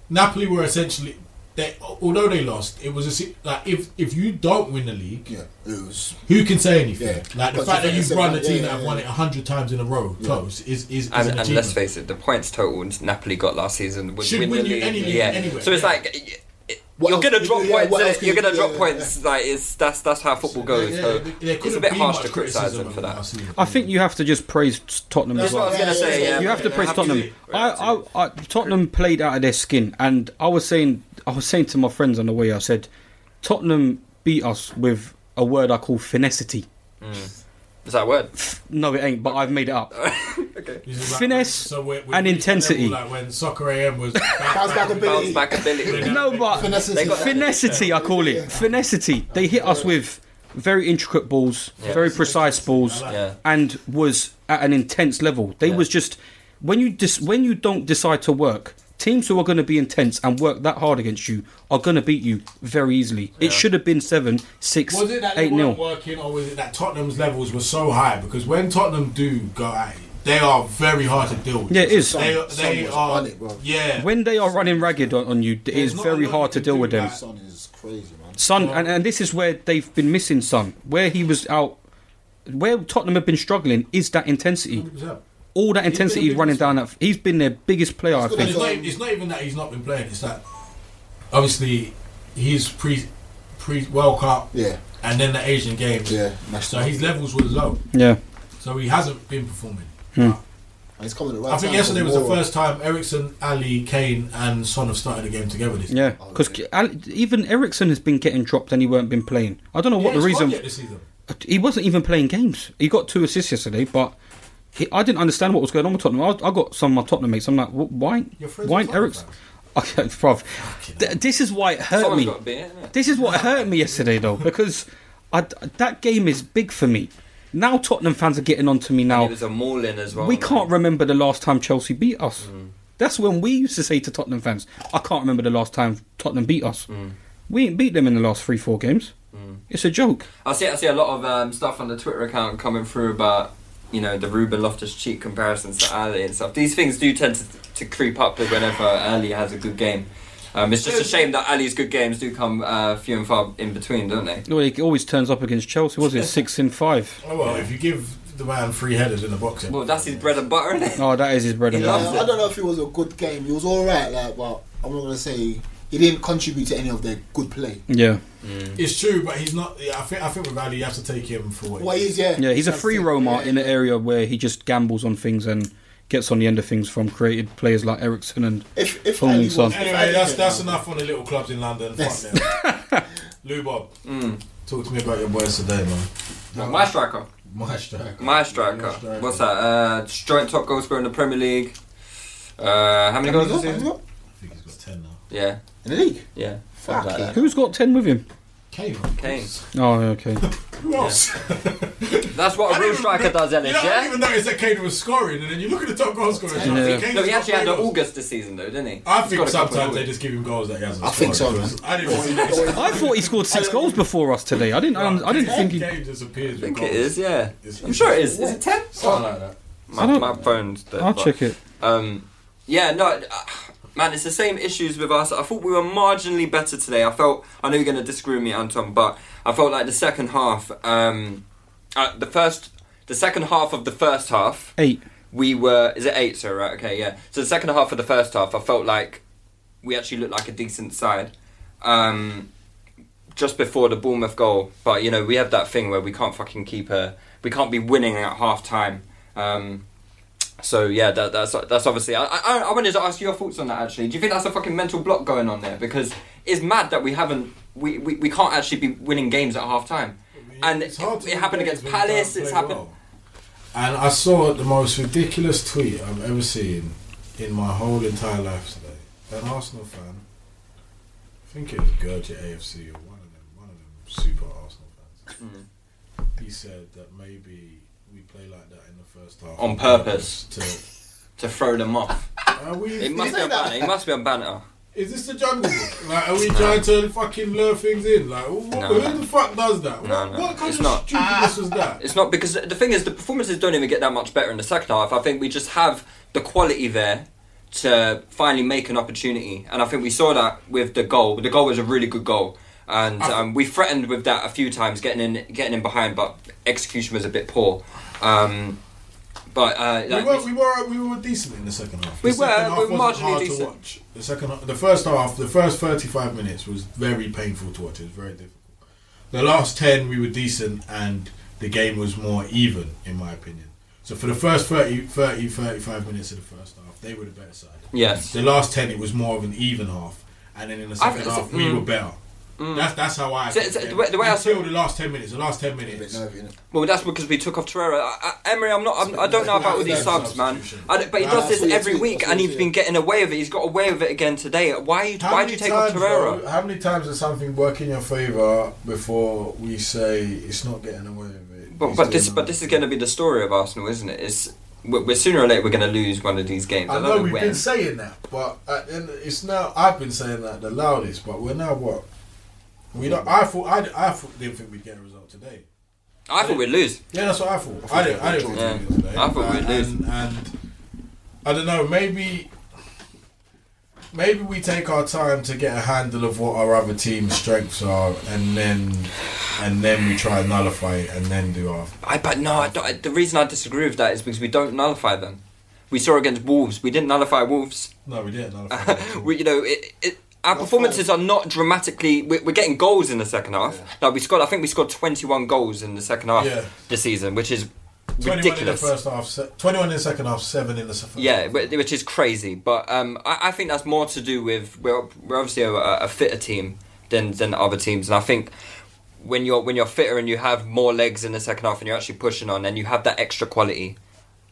[SPEAKER 4] Napoli were essentially. They, although they lost, it was a, si- like if if you don't win the league,
[SPEAKER 7] Yeah, it was.
[SPEAKER 4] who can say anything?
[SPEAKER 7] Yeah.
[SPEAKER 4] Like the fact
[SPEAKER 7] But you
[SPEAKER 4] that
[SPEAKER 7] think
[SPEAKER 4] you've
[SPEAKER 7] it's
[SPEAKER 4] run a
[SPEAKER 7] about-
[SPEAKER 4] team
[SPEAKER 7] yeah,
[SPEAKER 4] that have
[SPEAKER 7] yeah,
[SPEAKER 4] won it
[SPEAKER 7] yeah.
[SPEAKER 4] hundred times in a row close is is, is
[SPEAKER 5] And,
[SPEAKER 4] an
[SPEAKER 5] and let's
[SPEAKER 4] achievement.
[SPEAKER 5] face it, the points total Napoli got last season would
[SPEAKER 4] Should
[SPEAKER 5] win
[SPEAKER 4] win
[SPEAKER 5] the
[SPEAKER 4] you
[SPEAKER 5] league.
[SPEAKER 4] any league,
[SPEAKER 5] yeah.
[SPEAKER 4] anywhere.
[SPEAKER 5] So it's like y- y-
[SPEAKER 7] What
[SPEAKER 5] you're
[SPEAKER 7] else
[SPEAKER 5] going
[SPEAKER 7] could
[SPEAKER 5] to
[SPEAKER 7] you
[SPEAKER 5] drop
[SPEAKER 7] do? Yeah,
[SPEAKER 5] points.
[SPEAKER 7] what
[SPEAKER 5] uh,
[SPEAKER 7] else could
[SPEAKER 5] You're
[SPEAKER 7] you
[SPEAKER 5] going to
[SPEAKER 7] do?
[SPEAKER 5] drop
[SPEAKER 7] Yeah,
[SPEAKER 5] points. Like it's that's that's how football goes.
[SPEAKER 4] Yeah,
[SPEAKER 5] so
[SPEAKER 4] there- there
[SPEAKER 5] it's a
[SPEAKER 4] couldn't
[SPEAKER 5] bit
[SPEAKER 4] be
[SPEAKER 5] harsh
[SPEAKER 4] much
[SPEAKER 5] to criticise him for
[SPEAKER 4] of
[SPEAKER 5] that.
[SPEAKER 4] last season.
[SPEAKER 6] I think you have to just praise Tottenham
[SPEAKER 5] That's
[SPEAKER 6] as well.
[SPEAKER 5] what I was going to
[SPEAKER 7] Yeah,
[SPEAKER 5] say.
[SPEAKER 7] yeah,
[SPEAKER 5] Yeah,
[SPEAKER 6] You have to
[SPEAKER 5] Yeah,
[SPEAKER 6] praise Tottenham. I, I, I, Tottenham played out of their skin, and I was saying, I was saying to my friends on the way, I said, Tottenham beat us with a word I call finesity.
[SPEAKER 5] Is that a word?
[SPEAKER 6] No, it ain't, but I've made
[SPEAKER 4] [laughs]
[SPEAKER 6] it up.
[SPEAKER 4] This is like
[SPEAKER 6] finesse
[SPEAKER 4] when- we're-
[SPEAKER 6] and
[SPEAKER 4] we're
[SPEAKER 6] intensity.
[SPEAKER 4] Like when soccer AM
[SPEAKER 7] [laughs]
[SPEAKER 4] was
[SPEAKER 7] Bounce back
[SPEAKER 5] Bounce
[SPEAKER 7] ability.
[SPEAKER 5] back ability.
[SPEAKER 6] No, but
[SPEAKER 7] Finesse is-
[SPEAKER 6] finesity, I call it finesity. They hit us with very intricate balls,
[SPEAKER 5] Yeah.
[SPEAKER 6] very precise balls,
[SPEAKER 5] Yeah.
[SPEAKER 6] and was at an intense level. They was just when you dis- when you don't decide to work, teams who are going to be intense and work that hard against you are going to beat you very easily. It should have been seven, six,
[SPEAKER 4] Was it that
[SPEAKER 6] eight
[SPEAKER 4] they weren't
[SPEAKER 6] nil.
[SPEAKER 4] working, or was it that Tottenham's levels were so high? Because when Tottenham do go at it, they are very hard to deal with.
[SPEAKER 6] Yeah, it is.
[SPEAKER 4] They,
[SPEAKER 7] Son
[SPEAKER 4] they
[SPEAKER 7] was
[SPEAKER 4] are.
[SPEAKER 7] on it, bro.
[SPEAKER 4] Yeah.
[SPEAKER 6] When they are running ragged on, on you, it
[SPEAKER 4] There's
[SPEAKER 6] is
[SPEAKER 4] not
[SPEAKER 6] very
[SPEAKER 4] a lot you
[SPEAKER 6] hard to
[SPEAKER 4] can
[SPEAKER 6] deal
[SPEAKER 4] do
[SPEAKER 6] with them.
[SPEAKER 4] that.
[SPEAKER 7] Son is crazy, man.
[SPEAKER 6] Son, and, and this is where they've been missing Son. Where he was out, where Tottenham have been struggling is that intensity. All that intensity
[SPEAKER 4] been-
[SPEAKER 6] running down that. He's been their biggest player, I
[SPEAKER 7] got
[SPEAKER 4] And
[SPEAKER 6] think.
[SPEAKER 4] it's, not even, it's not even that he's not been playing. It's that obviously his pre pre World Cup,
[SPEAKER 7] Yeah.
[SPEAKER 4] and then the Asian Games,
[SPEAKER 7] Yeah, messed
[SPEAKER 4] So
[SPEAKER 7] up.
[SPEAKER 4] his levels were low.
[SPEAKER 6] Yeah.
[SPEAKER 4] So he hasn't been performing.
[SPEAKER 7] And he's coming at the right
[SPEAKER 4] I think
[SPEAKER 7] time
[SPEAKER 4] yesterday
[SPEAKER 7] for
[SPEAKER 4] was the
[SPEAKER 7] Mora.
[SPEAKER 4] first time Ericsson, Ali, Kane, and Son have started a game together. This
[SPEAKER 6] Yeah, because even Ericsson has been getting dropped and he weren't been playing. I don't know what
[SPEAKER 4] Yeah,
[SPEAKER 6] the
[SPEAKER 4] it's hard
[SPEAKER 6] reason. Uh,
[SPEAKER 4] yet this season.
[SPEAKER 6] He wasn't even playing games. He got two assists yesterday, but he, I didn't understand what was going on with Tottenham. I, was- I got some of my Tottenham mates. I'm like, "Wh- why?
[SPEAKER 4] Your friends
[SPEAKER 6] Why
[SPEAKER 4] are Tottenham
[SPEAKER 6] Ericsson? [laughs] Okay, bruv. Th- this is why it hurt
[SPEAKER 5] Someone's
[SPEAKER 6] me.
[SPEAKER 5] got to be it, innit?
[SPEAKER 6] This is what hurt me yesterday, though, because I, that game is big for me. Now Tottenham fans are getting on to me now.
[SPEAKER 5] It was a mauling as well.
[SPEAKER 6] We
[SPEAKER 5] man.
[SPEAKER 6] can't remember the last time Chelsea beat us.
[SPEAKER 5] Mm.
[SPEAKER 6] That's when we used to say to Tottenham fans, I can't remember the last time Tottenham beat us.
[SPEAKER 5] Mm.
[SPEAKER 6] We ain't beat them in the last three, four games. It's a joke.
[SPEAKER 5] I see. I see a lot of um, stuff on the Twitter account coming through about you know the Ruben Loftus cheek comparisons to Ali and stuff. These things do tend to, to creep up whenever Ali has a good game. Um, it's just a shame that Ali's good games do come uh, few and far in between, don't they?
[SPEAKER 6] Well, It always turns up against
[SPEAKER 5] [laughs]
[SPEAKER 6] Chelsea, was it? Six in five.
[SPEAKER 4] Oh well, if you give the man three headers in the boxing,
[SPEAKER 5] Well, that's his bread and butter, isn't it?
[SPEAKER 6] Oh, that is his bread and
[SPEAKER 5] He
[SPEAKER 6] butter.
[SPEAKER 5] loves
[SPEAKER 7] Yeah, I don't know if it was a good game. It was all right, like, but I'm not gonna say he didn't contribute to any of their good play.
[SPEAKER 6] Yeah.
[SPEAKER 4] it's true. But he's not. yeah, I think. I think with Ali, you have to take him for what. he
[SPEAKER 7] Well,
[SPEAKER 4] is.
[SPEAKER 7] he's yeah.
[SPEAKER 6] Yeah, he's a
[SPEAKER 7] that's
[SPEAKER 6] free
[SPEAKER 7] it.
[SPEAKER 6] roamer
[SPEAKER 7] Yeah.
[SPEAKER 6] in an area where he just gambles on things and gets on the end of things from created players like Ericsson and
[SPEAKER 7] If if
[SPEAKER 6] Following
[SPEAKER 7] Ali was,
[SPEAKER 6] Son.
[SPEAKER 7] if
[SPEAKER 4] Anyway,
[SPEAKER 7] Ali
[SPEAKER 4] that's
[SPEAKER 7] came
[SPEAKER 4] that's
[SPEAKER 7] out-
[SPEAKER 4] enough on the little clubs in London. Fuck them. [laughs] Lou Bob,
[SPEAKER 5] Mm.
[SPEAKER 4] talk to me about your boys today, man.
[SPEAKER 5] My striker,
[SPEAKER 4] My striker.
[SPEAKER 5] my striker. What's that? Uh, joint top goal scorer in the Premier League. Uh, how many goals
[SPEAKER 7] He's
[SPEAKER 5] this
[SPEAKER 7] got- he's
[SPEAKER 5] season?
[SPEAKER 7] got-
[SPEAKER 4] I think he's got ten now.
[SPEAKER 5] Yeah,
[SPEAKER 7] In the league.
[SPEAKER 5] yeah.
[SPEAKER 7] Fuck
[SPEAKER 5] Something like
[SPEAKER 7] yeah.
[SPEAKER 5] that.
[SPEAKER 6] who's got ten with him?
[SPEAKER 4] Kane.
[SPEAKER 5] Kane. [laughs]
[SPEAKER 6] Oh, okay.
[SPEAKER 4] Who else?
[SPEAKER 5] That's what a real striker does, Ellis.
[SPEAKER 4] You know, I
[SPEAKER 5] Yeah.
[SPEAKER 4] didn't even notice that Kane was scoring, and then you look at the top goal scorers. and I think Kane's
[SPEAKER 5] No, he
[SPEAKER 4] got
[SPEAKER 5] actually had an
[SPEAKER 4] three goals.
[SPEAKER 5] August this season, though, didn't he?
[SPEAKER 4] I think
[SPEAKER 5] He's got a couple
[SPEAKER 4] sometimes
[SPEAKER 5] of
[SPEAKER 4] they
[SPEAKER 5] August.
[SPEAKER 4] just give him goals that he hasn't
[SPEAKER 7] I think
[SPEAKER 4] scored,
[SPEAKER 7] so, man.
[SPEAKER 4] because I didn't see that.
[SPEAKER 6] I thought he scored six goals before us today. I didn't. Um, I, I didn't think he.
[SPEAKER 4] Kane just appears.
[SPEAKER 5] I think
[SPEAKER 4] with
[SPEAKER 5] it
[SPEAKER 4] goals.
[SPEAKER 5] is, yeah.
[SPEAKER 4] It's-
[SPEAKER 5] I'm sure it is. Is it 10?
[SPEAKER 4] Something like that.
[SPEAKER 5] My,
[SPEAKER 6] don't-
[SPEAKER 5] my phone's dead.
[SPEAKER 6] I'll
[SPEAKER 5] but-
[SPEAKER 6] check it.
[SPEAKER 5] Um, yeah, no, uh, man, it's the same issues with us. I thought we were marginally better today. I felt, I know you're going to disagree with me, Anton, but I felt like the second half, um, uh, the first, the second half of the first half,
[SPEAKER 6] Eight.
[SPEAKER 5] we were, is it eight, so right? Okay, yeah. So the second half of the first half, I felt like we actually looked like a decent side. Um, just before the Bournemouth goal, but you know we have that thing where we can't fucking keep a, we can't be winning at half time. Um, so yeah, that, that's that's obviously. I, I I wanted to ask your thoughts on that actually. Do you think that's a fucking mental block going on there? Because it's mad that we haven't we, we, we can't actually be winning games at half time. And it,
[SPEAKER 4] It's hard to
[SPEAKER 5] it happened
[SPEAKER 4] win
[SPEAKER 5] against
[SPEAKER 4] games when you
[SPEAKER 5] Palace.
[SPEAKER 4] don't
[SPEAKER 5] It's
[SPEAKER 4] play
[SPEAKER 5] happened.
[SPEAKER 4] well. And I saw the most ridiculous tweet I've ever seen in my whole entire life today. An Arsenal fan, I think it was Gergia AFC or one of them, one of them super Arsenal fans.
[SPEAKER 5] Mm.
[SPEAKER 4] He said that maybe we play like that in the first half
[SPEAKER 5] On purpose.
[SPEAKER 4] purpose
[SPEAKER 5] to throw them off.
[SPEAKER 4] To, are we,
[SPEAKER 5] It must be on banter. It must be on banter.
[SPEAKER 4] is this the jungle? Like, are we trying to fucking lure things in? Like, wh- who
[SPEAKER 5] no.
[SPEAKER 4] the fuck does that? what,
[SPEAKER 5] no,
[SPEAKER 4] what kind
[SPEAKER 5] it's
[SPEAKER 4] of
[SPEAKER 5] not.
[SPEAKER 4] stupidness was that?
[SPEAKER 5] It's not because the thing is the performances don't even get that much better in the second half. I think we just have the quality there to finally make an opportunity, and I think we saw that with the goal. The goal was a really good goal, and um, we threatened with that a few times, getting in, getting in behind, but execution was a bit poor. Um, but uh,
[SPEAKER 4] We
[SPEAKER 5] like,
[SPEAKER 4] were, we were we were decent in the second half.
[SPEAKER 5] We
[SPEAKER 4] the second
[SPEAKER 5] were,
[SPEAKER 4] half
[SPEAKER 5] we were
[SPEAKER 4] wasn't
[SPEAKER 5] marginally
[SPEAKER 4] hard to
[SPEAKER 5] decent.
[SPEAKER 4] watch. The second, the first half, the first thirty-five minutes was very painful to watch. It was very difficult. The last ten, we were decent, and the game was more even, in my opinion. So for the first 30, 30 35 minutes of the first half, they were the better side.
[SPEAKER 5] Yes.
[SPEAKER 4] The last ten, it was more of an even half, and then in the
[SPEAKER 5] I
[SPEAKER 4] second
[SPEAKER 5] think
[SPEAKER 4] half,
[SPEAKER 5] it's-
[SPEAKER 4] we
[SPEAKER 5] mm.
[SPEAKER 4] were better. That's that's how I.
[SPEAKER 5] So-
[SPEAKER 4] think
[SPEAKER 5] so
[SPEAKER 4] it
[SPEAKER 5] the way- the way I
[SPEAKER 4] Until
[SPEAKER 5] saw-
[SPEAKER 4] the last ten minutes, the last ten minutes.
[SPEAKER 7] Nervy, innit?
[SPEAKER 5] Well, that's because we took off Torreira. I, I, Emery, I'm not. I'm, I don't know about all these subs, man. I don't- but he does this every week, and he's been getting away with it. He's got away with it again today. Why? you-
[SPEAKER 4] How
[SPEAKER 5] Why do
[SPEAKER 4] many
[SPEAKER 5] you take off
[SPEAKER 4] times,
[SPEAKER 5] Torreira?
[SPEAKER 4] bro, how many times does something work in your favour before we say it's not getting away with it?
[SPEAKER 5] But,
[SPEAKER 4] He's
[SPEAKER 5] but this
[SPEAKER 4] doing
[SPEAKER 5] but this is
[SPEAKER 4] that?
[SPEAKER 5] going to be the story of Arsenal, isn't it? It's we're, we're sooner or later we're going to lose one of these games. I,
[SPEAKER 4] I
[SPEAKER 5] don't
[SPEAKER 4] know we've
[SPEAKER 5] when.
[SPEAKER 4] been saying that, but at the end, it's now I've been saying that the loudest. But we're now what? We don't. I thought I, I thought, didn't think we'd get a result today.
[SPEAKER 5] I thought we'd lose.
[SPEAKER 4] Yeah, that's what I thought. I didn't. I didn't think we'd get a result today.
[SPEAKER 5] I thought we'd
[SPEAKER 4] And-
[SPEAKER 5] lose.
[SPEAKER 4] And, and I don't know. Maybe maybe we take our time to get a handle of what our other team's strengths are, and then and then we try and nullify it, and then do our.
[SPEAKER 5] I but no, I don't, the reason I disagree with that is because we don't nullify them. We saw against Wolves, we didn't nullify Wolves.
[SPEAKER 4] No, we didn't nullify. it at all.
[SPEAKER 5] [laughs] We, you know, it, it, our performances are not dramatically. We're, we're getting goals in the second half. Like we scored, I think we scored 21 goals in the second half
[SPEAKER 4] Yeah.
[SPEAKER 5] this season, which is
[SPEAKER 4] 21 in the
[SPEAKER 5] ridiculous.
[SPEAKER 4] first half, se- 21 in the second half, 7 in the first
[SPEAKER 5] Yeah,
[SPEAKER 4] half.
[SPEAKER 5] wh- which is crazy. But um, I, I think that's more to do with we're, we're obviously a, a fitter team than than other teams, and I think when you're when you're fitter and you have more legs in the second half and you're actually pushing on and you have that extra quality,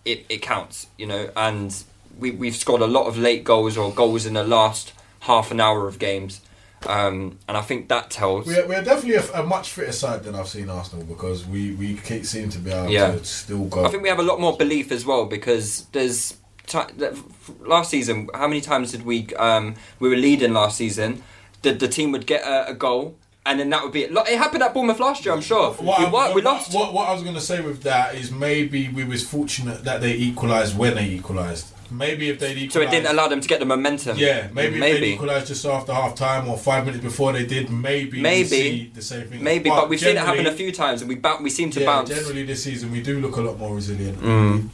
[SPEAKER 5] it, it counts, you know. And we we've scored a lot of late goals or goals in the last half an hour of games, um, and I think that tells.
[SPEAKER 4] We're, we're definitely a, a much fitter side than I've seen Arsenal because we, we ke- seem to be able
[SPEAKER 5] Yeah.
[SPEAKER 4] to still go.
[SPEAKER 5] I think we have a lot more belief as well because there's ti that- f- last season. How many times did we um, we were leading last season? The the team would get a, a goal and then that would be it. Like, It happened at Bournemouth last year, I'm sure.
[SPEAKER 4] what
[SPEAKER 5] we,
[SPEAKER 4] I-
[SPEAKER 5] wa- we
[SPEAKER 4] what-
[SPEAKER 5] lost.
[SPEAKER 4] What, what I was going to say with that is maybe we was fortunate that they equalised when they equalised. Maybe if they'd equalised.
[SPEAKER 5] so it didn't allow them to get the momentum.
[SPEAKER 4] Yeah, maybe, if they'd
[SPEAKER 5] maybe.
[SPEAKER 4] equalised just after half time or five minutes before they did, maybe. we'd
[SPEAKER 5] Maybe.
[SPEAKER 4] see the same thing.
[SPEAKER 5] Maybe, but, we've seen it happen a
[SPEAKER 4] generally-
[SPEAKER 5] few times, and we boun we seem to
[SPEAKER 4] Yeah,
[SPEAKER 5] bounce.
[SPEAKER 4] generally this season we do look a lot more resilient.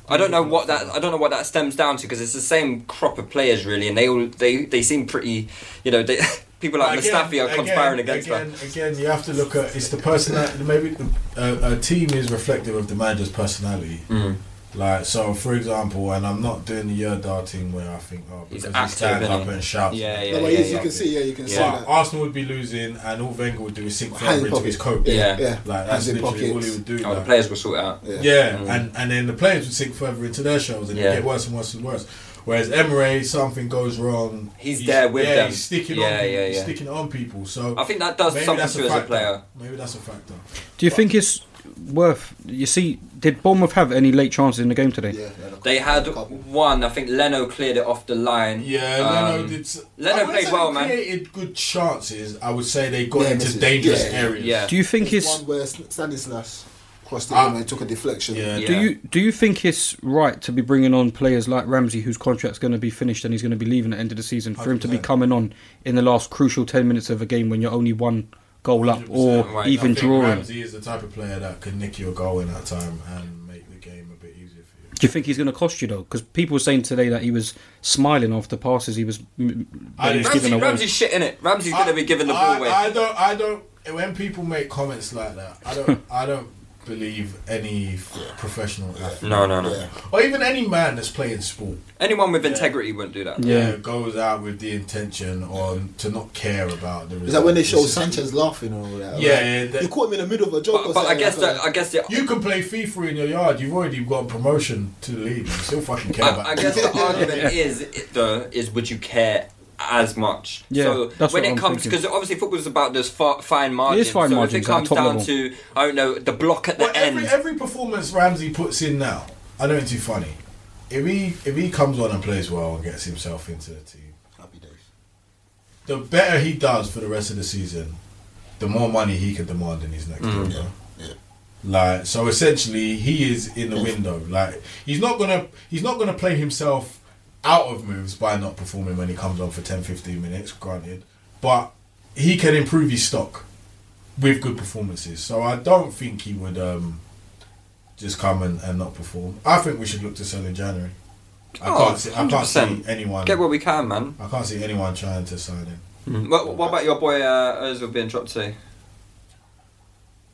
[SPEAKER 5] I don't know what that I don't know what that stems down to because it's the same crop of players really, and they all they, they seem pretty, you know, they, [laughs] people like
[SPEAKER 4] Again,
[SPEAKER 5] Mustafi are
[SPEAKER 4] again,
[SPEAKER 5] conspiring against that.
[SPEAKER 4] again, Again, you have to look at it's the personality. Maybe the, uh, a team is reflective of the manager's personality.
[SPEAKER 5] Mm.
[SPEAKER 4] Like so, for example, and I'm not doing the Yerdar team where I think oh
[SPEAKER 5] He's
[SPEAKER 4] because
[SPEAKER 5] active,
[SPEAKER 4] he stands
[SPEAKER 5] isn't
[SPEAKER 4] up
[SPEAKER 5] he?
[SPEAKER 4] and shouts.
[SPEAKER 5] Yeah, yeah,
[SPEAKER 7] No, but
[SPEAKER 5] yeah,
[SPEAKER 7] yes,
[SPEAKER 5] yeah.
[SPEAKER 7] you can see, yeah, you can see
[SPEAKER 4] But
[SPEAKER 7] that.
[SPEAKER 4] Arsenal would be losing, and all Wenger would do is sink
[SPEAKER 7] Hand
[SPEAKER 4] further into
[SPEAKER 7] pocket.
[SPEAKER 4] his coat.
[SPEAKER 5] Yeah.
[SPEAKER 7] yeah.
[SPEAKER 4] like
[SPEAKER 7] Hands
[SPEAKER 4] that's
[SPEAKER 7] in
[SPEAKER 4] literally all
[SPEAKER 7] pockets.
[SPEAKER 4] he would do.
[SPEAKER 5] Oh, the
[SPEAKER 4] like-
[SPEAKER 5] players will sort it out.
[SPEAKER 7] Yeah.
[SPEAKER 4] yeah, and, and then the players would sink further into their shows and
[SPEAKER 5] Mm. Yeah.
[SPEAKER 4] it'd get worse and worse and worse. Whereas Emre, something goes wrong,
[SPEAKER 5] He's there with
[SPEAKER 4] yeah,
[SPEAKER 5] them.
[SPEAKER 4] He's sticking on,
[SPEAKER 5] Yeah,
[SPEAKER 4] people,
[SPEAKER 5] yeah,
[SPEAKER 4] he's
[SPEAKER 5] yeah.
[SPEAKER 4] sticking on people. So
[SPEAKER 5] I think that does something to you as a
[SPEAKER 4] factor.
[SPEAKER 5] player.
[SPEAKER 4] Maybe that's a factor.
[SPEAKER 6] Do you think it's worth? You see, did Bournemouth have any late chances in the game today?
[SPEAKER 7] Yeah, they had a
[SPEAKER 5] They had
[SPEAKER 7] couple- couple.
[SPEAKER 5] one. I think Leno cleared it off the line.
[SPEAKER 4] Yeah, Leno
[SPEAKER 5] Um,
[SPEAKER 4] did. s-
[SPEAKER 5] Leno
[SPEAKER 4] I wouldn't
[SPEAKER 5] played
[SPEAKER 4] say
[SPEAKER 5] well,
[SPEAKER 4] they
[SPEAKER 5] man.
[SPEAKER 4] Created good chances. I would say they got
[SPEAKER 7] Yeah,
[SPEAKER 4] into
[SPEAKER 7] misses.
[SPEAKER 4] dangerous
[SPEAKER 7] Yeah.
[SPEAKER 4] areas.
[SPEAKER 5] Yeah.
[SPEAKER 6] Do you think
[SPEAKER 7] There's
[SPEAKER 6] it's
[SPEAKER 7] one where Sn- Stanislas crossed the
[SPEAKER 4] Ah.
[SPEAKER 7] line and took a deflection.
[SPEAKER 4] Yeah.
[SPEAKER 5] Yeah.
[SPEAKER 6] Do you do you think it's right to be bringing on players like Ramsey, whose contract's going to be finished and he's going to be leaving at the end of the season, for him to be
[SPEAKER 4] 100%.
[SPEAKER 6] coming on in the last crucial ten minutes of a game when you're only one goal up or
[SPEAKER 5] right.
[SPEAKER 6] even
[SPEAKER 4] I think
[SPEAKER 6] drawing?
[SPEAKER 4] Ramsey is the type of player that can nick you a goal in that time and make the game a bit easier for you.
[SPEAKER 6] Do you think he's going to cost you though? Because people were saying today that he was smiling after passes. He was. mm,
[SPEAKER 4] I
[SPEAKER 6] that he was
[SPEAKER 4] didn't-
[SPEAKER 6] giving
[SPEAKER 5] Ramsey,
[SPEAKER 6] away.
[SPEAKER 5] Ramsey's shit in it. Ramsey's going to be giving the
[SPEAKER 4] I,
[SPEAKER 5] ball away.
[SPEAKER 4] I don't. I don't. When people make comments like that, I
[SPEAKER 5] [laughs]
[SPEAKER 4] don't. I don't believe any f- professional athlete
[SPEAKER 5] no, no, no.
[SPEAKER 7] Yeah.
[SPEAKER 4] or even any man that's playing sport.
[SPEAKER 5] Anyone with integrity wouldn't do that.
[SPEAKER 6] Yeah.
[SPEAKER 4] uh, goes out with the intention on to not care about the.
[SPEAKER 7] Is that when they show
[SPEAKER 4] This is-
[SPEAKER 7] Sanchez laughing and all that?
[SPEAKER 4] Yeah,
[SPEAKER 7] right?
[SPEAKER 4] yeah, that-
[SPEAKER 7] you caught him in the middle of a joke.
[SPEAKER 5] But,
[SPEAKER 7] or
[SPEAKER 5] but I
[SPEAKER 7] something,
[SPEAKER 5] guess
[SPEAKER 7] like
[SPEAKER 5] that. I guess the.
[SPEAKER 4] You can play FIFA in your yard. You've already got promotion to the league. You still fucking care about.
[SPEAKER 5] I, I
[SPEAKER 4] it. [laughs]
[SPEAKER 5] guess the argument is it- though is would you care as much?
[SPEAKER 6] Yeah,
[SPEAKER 5] so
[SPEAKER 6] that's
[SPEAKER 5] when
[SPEAKER 6] what
[SPEAKER 5] it
[SPEAKER 6] I'm
[SPEAKER 5] comes
[SPEAKER 6] thinking.
[SPEAKER 5] because obviously football's about those fa- fine margins.
[SPEAKER 6] fine
[SPEAKER 5] so
[SPEAKER 6] margins
[SPEAKER 5] if it
[SPEAKER 6] at
[SPEAKER 5] comes
[SPEAKER 6] top
[SPEAKER 5] down
[SPEAKER 6] level.
[SPEAKER 5] to I don't know the block at the
[SPEAKER 4] Well,
[SPEAKER 5] end.
[SPEAKER 4] every, every performance Ramsey puts in now, I know it's too funny. If he if he comes on and plays well and gets himself into the team,
[SPEAKER 7] Happy days.
[SPEAKER 4] the better he does for the rest of the season, the more money he can demand in his next
[SPEAKER 5] Mm.
[SPEAKER 4] deal. bro.
[SPEAKER 7] Yeah.
[SPEAKER 4] Like so, essentially, he is in the window. Like he's not gonna he's not gonna play himself out of moves by not performing when he comes on for 10, 15 minutes. Granted, but he can improve his stock with good performances. So I don't think he would um, just come and, and not perform. I think we should look to sell in January. I
[SPEAKER 5] Oh,
[SPEAKER 4] can't see I can't see
[SPEAKER 5] 100%.
[SPEAKER 4] anyone.
[SPEAKER 5] Get what we can, man.
[SPEAKER 4] I can't see anyone trying to sign him.
[SPEAKER 5] What, what about your boy uh, Ozil being dropped today?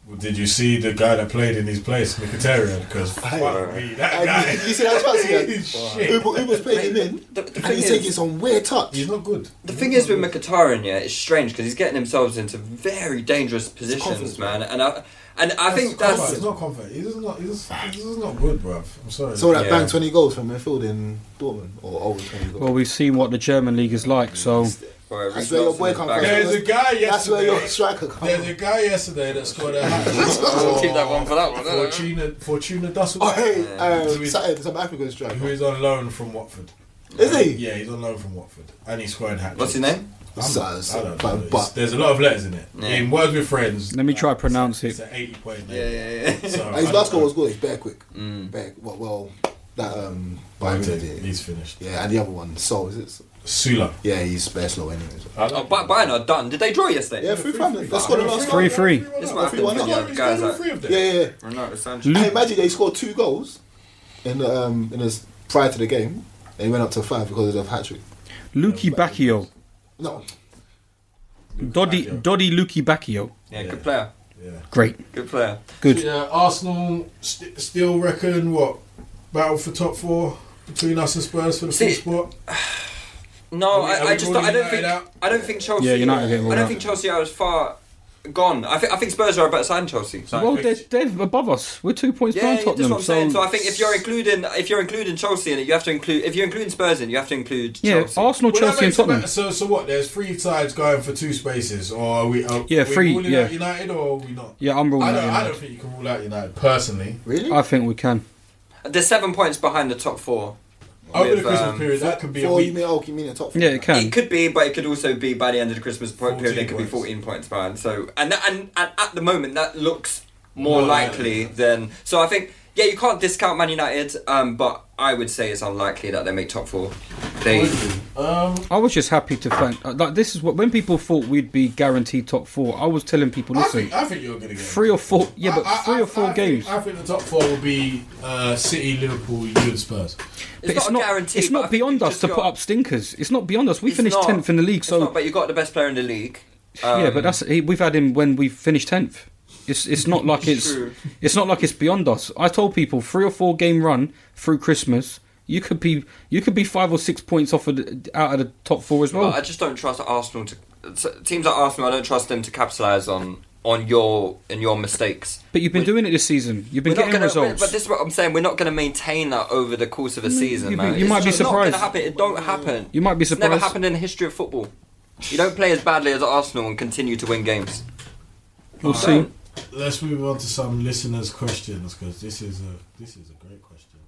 [SPEAKER 4] Well, Did you see the guy that played in his place, Mkhitaryan? Because fuck me, that guy.
[SPEAKER 7] And you, you see that Chelsea
[SPEAKER 4] [laughs]
[SPEAKER 7] guy?
[SPEAKER 4] He's shit.
[SPEAKER 7] Uber, Uber's playing him in,
[SPEAKER 5] The- the
[SPEAKER 7] and
[SPEAKER 5] thing
[SPEAKER 7] he's
[SPEAKER 5] is-
[SPEAKER 7] taking some weird touch.
[SPEAKER 4] He's not good.
[SPEAKER 5] The thing is with Mkhitaryan, yeah, it's strange because he's getting himself into very dangerous positions,
[SPEAKER 7] confidence,
[SPEAKER 5] man. And I, and I think
[SPEAKER 4] That's
[SPEAKER 5] that's
[SPEAKER 4] It's not confident. He's just not. He's just, he's just not good, bruv. I'm sorry.
[SPEAKER 7] So that
[SPEAKER 5] Yeah.
[SPEAKER 7] banged 20 goals from midfield in Dortmund, or over 20 goals.
[SPEAKER 6] Well, we've seen what the German league is like, so
[SPEAKER 5] Where Reece
[SPEAKER 7] That's where your
[SPEAKER 5] Nelson
[SPEAKER 7] boy
[SPEAKER 5] is
[SPEAKER 7] comes
[SPEAKER 5] back.
[SPEAKER 7] from.
[SPEAKER 4] There's a guy
[SPEAKER 7] That's where your
[SPEAKER 4] yesterday.
[SPEAKER 7] striker comes
[SPEAKER 4] There's
[SPEAKER 7] from.
[SPEAKER 4] a guy yesterday that scored a
[SPEAKER 5] [laughs]
[SPEAKER 4] hat
[SPEAKER 5] We'll keep that one for that one. innit?
[SPEAKER 4] Fortuna Fortuna
[SPEAKER 7] [laughs] Oh,
[SPEAKER 4] Dusselback,
[SPEAKER 7] hey,
[SPEAKER 4] Who
[SPEAKER 7] um,
[SPEAKER 4] is-
[SPEAKER 7] Saturday, some African
[SPEAKER 4] who
[SPEAKER 7] striker.
[SPEAKER 4] is on loan from Watford.
[SPEAKER 7] Is he?
[SPEAKER 4] Yeah, he's on loan from Watford, and he's scoring hat.
[SPEAKER 5] What's his name?
[SPEAKER 7] Saturday,
[SPEAKER 4] I don't
[SPEAKER 7] but-
[SPEAKER 4] know. It's-
[SPEAKER 7] but-
[SPEAKER 4] There's a lot of letters in it.
[SPEAKER 5] Yeah.
[SPEAKER 4] In words with friends,
[SPEAKER 6] Let me try to pronounce
[SPEAKER 4] it's
[SPEAKER 6] it.
[SPEAKER 4] an 80 point name.
[SPEAKER 5] Yeah, yeah,
[SPEAKER 4] [laughs]
[SPEAKER 5] yeah.
[SPEAKER 4] So, I
[SPEAKER 7] And his
[SPEAKER 4] don't
[SPEAKER 7] last goal
[SPEAKER 4] know.
[SPEAKER 7] was good. It's bare quick.
[SPEAKER 5] Mm.
[SPEAKER 7] Bare, well, well, that um, Bayern
[SPEAKER 4] Okay,
[SPEAKER 7] Munich did.
[SPEAKER 4] He's finished.
[SPEAKER 7] Yeah, and the other one, Sol, is it?
[SPEAKER 4] Sula.
[SPEAKER 7] Yeah, he's bare slow anyways.
[SPEAKER 4] I
[SPEAKER 5] Oh,
[SPEAKER 4] don't-
[SPEAKER 5] Ba- Bayern are done. Did they draw yesterday?
[SPEAKER 7] Yeah, three family. That's what the last
[SPEAKER 6] Three,
[SPEAKER 7] one.
[SPEAKER 6] three.
[SPEAKER 5] This
[SPEAKER 7] Well,
[SPEAKER 5] might have
[SPEAKER 7] three,
[SPEAKER 5] to
[SPEAKER 7] why
[SPEAKER 5] be
[SPEAKER 7] not?
[SPEAKER 5] the guys. Like,
[SPEAKER 7] Yeah, yeah. yeah.
[SPEAKER 5] Ronaldo, Sanchez.
[SPEAKER 7] I imagine they scored two goals in the, um in the, prior to the game. They went up to five because of the hat trick.
[SPEAKER 6] Luki Bakio.
[SPEAKER 7] No,
[SPEAKER 6] Doddy, Doddy Luki Bakio.
[SPEAKER 5] Yeah, good player.
[SPEAKER 6] Great.
[SPEAKER 5] Good player.
[SPEAKER 6] Good.
[SPEAKER 4] Yeah, Arsenal st- still reckon what battle for top four between us and Spurs for the
[SPEAKER 5] See,
[SPEAKER 4] fourth spot.
[SPEAKER 5] No,
[SPEAKER 4] Are we-
[SPEAKER 5] I,
[SPEAKER 4] are we
[SPEAKER 5] I just don't, I don't
[SPEAKER 4] ruling
[SPEAKER 5] think
[SPEAKER 4] United out?
[SPEAKER 5] I don't think Chelsea.
[SPEAKER 6] Yeah, United getting
[SPEAKER 5] I
[SPEAKER 6] ruled
[SPEAKER 5] don't
[SPEAKER 6] out.
[SPEAKER 5] think Chelsea are as far gone. I think I think Spurs are a better side than Chelsea.
[SPEAKER 6] Well, they're, they're above us. We're two points
[SPEAKER 5] yeah,
[SPEAKER 6] behind
[SPEAKER 5] yeah, that's
[SPEAKER 6] Tottenham.
[SPEAKER 5] what I'm saying. So I think if you're including if you're including Chelsea in it, you have to include if you're including Spurs in, it, you have to include
[SPEAKER 6] yeah,
[SPEAKER 5] Chelsea.
[SPEAKER 6] Arsenal,
[SPEAKER 4] Well, that
[SPEAKER 6] Chelsea, and
[SPEAKER 4] makes it
[SPEAKER 6] Tottenham.
[SPEAKER 4] better. So, so what? There's three sides going for two spaces, or are we? Are,
[SPEAKER 6] Yeah,
[SPEAKER 4] are
[SPEAKER 6] three,
[SPEAKER 4] We ruling
[SPEAKER 6] yeah.
[SPEAKER 4] out United, or are we not?
[SPEAKER 6] Yeah, I'm ruling
[SPEAKER 4] I
[SPEAKER 6] out
[SPEAKER 4] don't, I
[SPEAKER 6] United.
[SPEAKER 4] don't think you can rule out United personally.
[SPEAKER 7] really?
[SPEAKER 6] I think we can.
[SPEAKER 5] There's seven points behind the top four.
[SPEAKER 4] Over
[SPEAKER 5] With,
[SPEAKER 4] the Christmas
[SPEAKER 5] um,
[SPEAKER 4] period, that could be a
[SPEAKER 7] Four, you
[SPEAKER 4] week.
[SPEAKER 7] mean, oh, you mean the top four?
[SPEAKER 6] Yeah, it can.
[SPEAKER 5] It could be, but it could also be by the end of the Christmas po- period.
[SPEAKER 4] 14
[SPEAKER 5] It could be
[SPEAKER 4] points.
[SPEAKER 5] 14 points behind. So and that, and, and at the moment that looks more
[SPEAKER 4] More
[SPEAKER 5] likely than so. I think yeah, you can't discount Man United, um, but I would say it's unlikely that they make top four. They
[SPEAKER 4] Um,
[SPEAKER 6] I was just happy to thank. uh, Like this is what when people thought we'd be guaranteed top four. I was telling people,
[SPEAKER 4] I
[SPEAKER 6] listen,
[SPEAKER 4] think, I think you're going to get
[SPEAKER 6] three or four. Yeah, but
[SPEAKER 4] I- I-
[SPEAKER 6] three
[SPEAKER 4] I-
[SPEAKER 6] or four
[SPEAKER 4] I
[SPEAKER 6] games.
[SPEAKER 4] Think, I think the top four will be uh, City, Liverpool, you and Spurs.
[SPEAKER 6] but it's not.
[SPEAKER 5] guaranteed.
[SPEAKER 6] it's
[SPEAKER 5] but I
[SPEAKER 6] not
[SPEAKER 5] think
[SPEAKER 6] beyond
[SPEAKER 5] you've
[SPEAKER 6] us
[SPEAKER 5] just
[SPEAKER 6] to
[SPEAKER 5] got-
[SPEAKER 6] put up stinkers. It's not beyond us. We
[SPEAKER 5] it's
[SPEAKER 6] finished
[SPEAKER 5] not-
[SPEAKER 6] tenth in the league,
[SPEAKER 5] it's
[SPEAKER 6] so
[SPEAKER 5] not, but you got the best player in the league.
[SPEAKER 6] yeah.
[SPEAKER 5] Um,
[SPEAKER 6] But that's he- we've had him when we finished tenth. It's it's not like it's
[SPEAKER 5] True.
[SPEAKER 6] it's not like it's beyond us. I told people three or four game run through Christmas. You could be you could be five or six points off of the, out of the top four as well.
[SPEAKER 5] But I just don't trust Arsenal to s- teams like Arsenal. I don't trust them to capitalise on on your and your mistakes.
[SPEAKER 6] but you've been doing it this season. You've been getting
[SPEAKER 5] gonna,
[SPEAKER 6] results.
[SPEAKER 5] But this is what I'm saying. We're not going to maintain that over the course of a season,
[SPEAKER 6] you-
[SPEAKER 5] man.
[SPEAKER 6] you
[SPEAKER 5] It's
[SPEAKER 6] might be
[SPEAKER 5] just not gonna
[SPEAKER 6] surprised.
[SPEAKER 5] happen. It don't happen.
[SPEAKER 6] You might be
[SPEAKER 5] It's never
[SPEAKER 6] surprised.
[SPEAKER 5] happened in the history of football. You don't play as badly as Arsenal and continue to win games.
[SPEAKER 6] we'll see.
[SPEAKER 4] Let's move on to some listeners' questions because this is a this is a great question.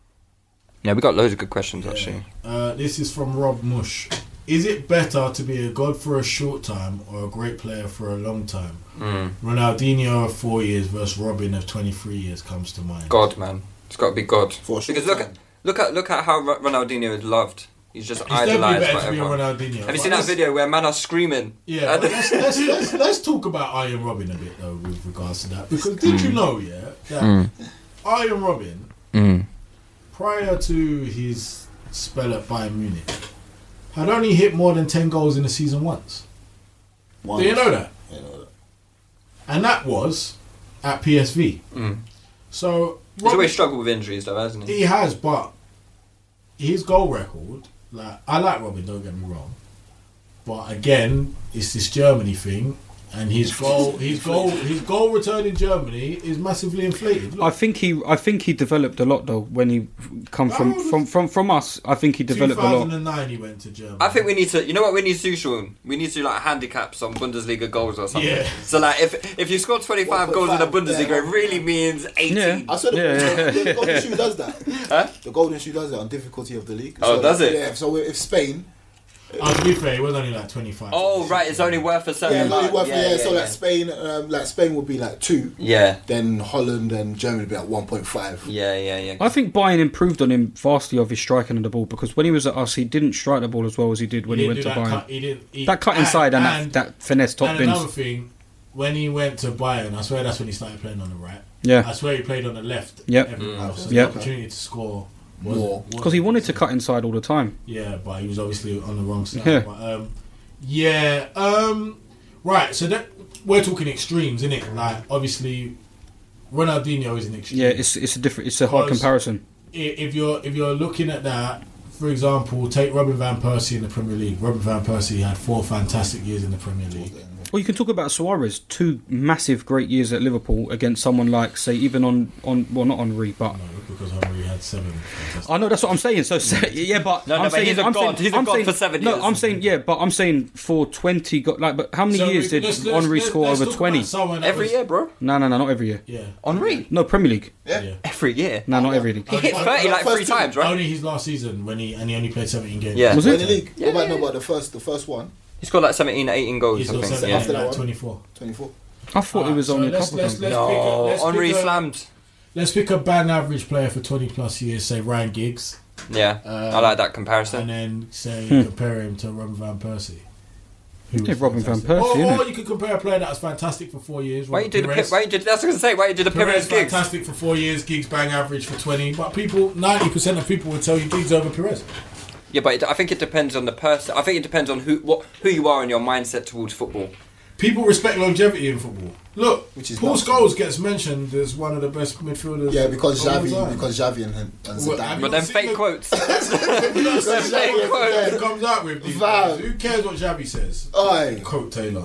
[SPEAKER 5] Yeah, we got loads of good questions actually.
[SPEAKER 4] Uh, this is from Rob Mush. Is it better to be a god for a short time or a great player for a long time? Ronaldinho of four years versus Robin of twenty-three years comes to mind.
[SPEAKER 5] God, man, it's got to be God.
[SPEAKER 7] For a short
[SPEAKER 5] because look
[SPEAKER 7] time.
[SPEAKER 5] at look at look at how Ro- Ronaldinho is loved. He's just
[SPEAKER 4] It's definitely
[SPEAKER 5] idolised
[SPEAKER 4] better
[SPEAKER 5] by
[SPEAKER 4] to be a
[SPEAKER 5] everyone.
[SPEAKER 4] Ronaldinho.
[SPEAKER 5] Have
[SPEAKER 4] But
[SPEAKER 5] you seen that
[SPEAKER 4] let's-
[SPEAKER 5] video where man are screaming?
[SPEAKER 4] Yeah,
[SPEAKER 5] At
[SPEAKER 4] but
[SPEAKER 5] the-
[SPEAKER 4] let's, let's, let's, let's talk about Iron Robin a bit though with regards to that because did you know yeah that Iron Robin prior to his spell at Bayern Munich had only hit more than ten goals in a season once.
[SPEAKER 7] One.
[SPEAKER 4] Do you know that?
[SPEAKER 7] I know that.
[SPEAKER 4] And that was at PSV. So
[SPEAKER 5] He's
[SPEAKER 4] Robin-
[SPEAKER 5] always struggled with injuries though, hasn't he?
[SPEAKER 4] he has, but his goal record, like I like Robin, don't get me wrong, but again, it's this Germany thing, and his
[SPEAKER 5] [laughs]
[SPEAKER 4] goal, his goal, his goal return in Germany is massively inflated.
[SPEAKER 6] I
[SPEAKER 4] Look,
[SPEAKER 6] think he, I think he developed a lot though when he come from
[SPEAKER 4] Oh,
[SPEAKER 6] from from, from us. I think he developed a lot.
[SPEAKER 4] 2009, he went to Germany.
[SPEAKER 5] I think we need to. You know what we need to do, Sean? We need to do like handicaps on Bundesliga goals or something.
[SPEAKER 4] Yeah.
[SPEAKER 5] So like if if you score twenty five
[SPEAKER 7] What,
[SPEAKER 5] goals in the
[SPEAKER 7] 25?
[SPEAKER 5] Bundesliga,
[SPEAKER 7] Yeah.
[SPEAKER 5] it really means eighteen.
[SPEAKER 7] I saw the,
[SPEAKER 6] Yeah, yeah,
[SPEAKER 7] the golden shoe does that. The golden shoe does that on difficulty of the league.
[SPEAKER 5] Oh, does it?
[SPEAKER 7] Yeah. So if Spain,
[SPEAKER 4] Oh, to be fair, he was only like 25.
[SPEAKER 5] Oh right, it's only worth a certain.
[SPEAKER 7] yeah,
[SPEAKER 5] amount.
[SPEAKER 7] not worth yeah,
[SPEAKER 5] yeah,
[SPEAKER 7] So
[SPEAKER 5] yeah.
[SPEAKER 7] like Spain, um, like Spain would be like two.
[SPEAKER 5] Yeah.
[SPEAKER 7] Then Holland and Germany would be at one point five.
[SPEAKER 5] Yeah, yeah, yeah.
[SPEAKER 6] I think Bayern improved on him vastly of his striking on the ball because when he was at us, he didn't strike the ball as well as he did when he,
[SPEAKER 4] didn't
[SPEAKER 6] went to
[SPEAKER 4] do
[SPEAKER 6] Bayern.
[SPEAKER 4] that cut- he didn't- he-
[SPEAKER 6] that cut inside and, that, that finesse top
[SPEAKER 4] and another
[SPEAKER 6] bins.
[SPEAKER 4] thing, when he went to Bayern, I swear that's when he started playing on the right.
[SPEAKER 6] Yeah.
[SPEAKER 4] I swear he played on the left.
[SPEAKER 6] Yep.
[SPEAKER 4] everywhere else. So
[SPEAKER 6] Yep.
[SPEAKER 4] the opportunity to score
[SPEAKER 7] More.
[SPEAKER 6] Because he wanted to cut inside all the time.
[SPEAKER 4] Yeah, but he was obviously on the wrong side.
[SPEAKER 6] Yeah.
[SPEAKER 4] But, um, yeah. Um, right. So that we're talking extremes, isn't it? Like obviously, Ronaldinho is an extreme.
[SPEAKER 6] Yeah, it's it's a different, it's a hard
[SPEAKER 4] Because-
[SPEAKER 6] comparison.
[SPEAKER 4] I- if you're if you're looking at that, for example, take Robin van Persie in the Premier League. Robin van Persie had four fantastic years in the Premier League.
[SPEAKER 6] Well, you can talk about Suarez. Two massive, great years at Liverpool against someone like, say, even on on well, not Henri, but
[SPEAKER 4] because Henry had seven.
[SPEAKER 6] I know that's what I'm saying.
[SPEAKER 4] [laughs]
[SPEAKER 6] So, say- yeah, but
[SPEAKER 5] No, no,
[SPEAKER 6] I'm
[SPEAKER 5] but
[SPEAKER 6] saying
[SPEAKER 5] he's a
[SPEAKER 6] I'm
[SPEAKER 5] god.
[SPEAKER 6] saying-
[SPEAKER 5] He's a
[SPEAKER 6] I'm
[SPEAKER 5] god
[SPEAKER 6] saying-
[SPEAKER 5] for seven
[SPEAKER 6] no,
[SPEAKER 5] years.
[SPEAKER 6] I'm saying yeah, but I'm saying for 20 got like, but how many
[SPEAKER 4] So
[SPEAKER 6] years
[SPEAKER 4] we-
[SPEAKER 6] did
[SPEAKER 4] let's- let's-
[SPEAKER 6] Henri
[SPEAKER 4] let's-
[SPEAKER 6] score
[SPEAKER 4] let's
[SPEAKER 6] over
[SPEAKER 4] talk about
[SPEAKER 6] 20?
[SPEAKER 4] someone that
[SPEAKER 5] Every
[SPEAKER 4] was-
[SPEAKER 5] year, bro.
[SPEAKER 6] No, no, no, not every year.
[SPEAKER 4] Yeah.
[SPEAKER 5] Henri.
[SPEAKER 6] No, Premier League.
[SPEAKER 7] Yeah.
[SPEAKER 5] Every year.
[SPEAKER 6] No, not every league.
[SPEAKER 5] He hit 30 like
[SPEAKER 7] First
[SPEAKER 5] three
[SPEAKER 7] two-
[SPEAKER 5] times, right?
[SPEAKER 4] Only his last season when he and he only played 17 games.
[SPEAKER 5] Yeah.
[SPEAKER 6] Was
[SPEAKER 7] In
[SPEAKER 6] it?
[SPEAKER 7] the league.
[SPEAKER 5] Yeah,
[SPEAKER 7] what about
[SPEAKER 5] yeah,
[SPEAKER 7] no, but the first, the first one,
[SPEAKER 5] He scored like 17, 18 goals,
[SPEAKER 4] He's
[SPEAKER 5] I
[SPEAKER 4] got
[SPEAKER 5] think.
[SPEAKER 4] seven
[SPEAKER 5] Yeah.
[SPEAKER 7] after that
[SPEAKER 4] like
[SPEAKER 7] one.
[SPEAKER 4] 24.
[SPEAKER 7] twenty-four.
[SPEAKER 6] I thought it was
[SPEAKER 4] Alright,
[SPEAKER 6] only
[SPEAKER 4] so
[SPEAKER 6] a
[SPEAKER 4] let's-
[SPEAKER 6] couple
[SPEAKER 4] let's-
[SPEAKER 6] times.
[SPEAKER 4] let's- pick a-
[SPEAKER 5] No,
[SPEAKER 4] let's
[SPEAKER 5] Oh, Henri
[SPEAKER 4] pick a-
[SPEAKER 5] slammed.
[SPEAKER 4] Let's pick a band average player for 20 plus years, say Ryan Giggs,
[SPEAKER 5] Yeah, I like that comparison.
[SPEAKER 4] and then say compare him to Robin van Persie. Who
[SPEAKER 6] Hmm. Yeah,
[SPEAKER 4] was
[SPEAKER 6] Robin van
[SPEAKER 4] fantastic. Or,
[SPEAKER 6] Persie, innit?
[SPEAKER 4] or you could compare a player that was fantastic for four years.
[SPEAKER 5] Why you
[SPEAKER 4] Robert
[SPEAKER 5] do the pi-
[SPEAKER 4] Perez.
[SPEAKER 5] why you do that's what I was gonna say. Why you do the
[SPEAKER 4] Perez
[SPEAKER 5] Perez gigs?
[SPEAKER 4] fantastic for four years, Giggs bang average for 20. But people, 90% of people would tell you Giggs over Perez.
[SPEAKER 5] Yeah, but it, I think it depends on the person. I think it depends on who what who you are and your mindset towards football.
[SPEAKER 4] People respect longevity in football. Look,
[SPEAKER 7] Which is
[SPEAKER 4] Paul
[SPEAKER 7] nuts.
[SPEAKER 4] Scholes gets mentioned as one of the best midfielders.
[SPEAKER 7] Yeah, because
[SPEAKER 4] of all
[SPEAKER 7] Xavi,
[SPEAKER 4] time.
[SPEAKER 7] because Xavi and, and
[SPEAKER 4] Oh Well, I
[SPEAKER 7] Zidane.
[SPEAKER 4] mean-
[SPEAKER 5] But then
[SPEAKER 4] See,
[SPEAKER 5] fake
[SPEAKER 4] look-
[SPEAKER 5] quotes.
[SPEAKER 4] Xavi
[SPEAKER 5] fake
[SPEAKER 4] Xavi
[SPEAKER 5] quote.
[SPEAKER 4] Xavi comes out with these
[SPEAKER 7] Val.
[SPEAKER 4] days. Who cares what Xavi says?
[SPEAKER 7] Aye.
[SPEAKER 4] Coat Taylor.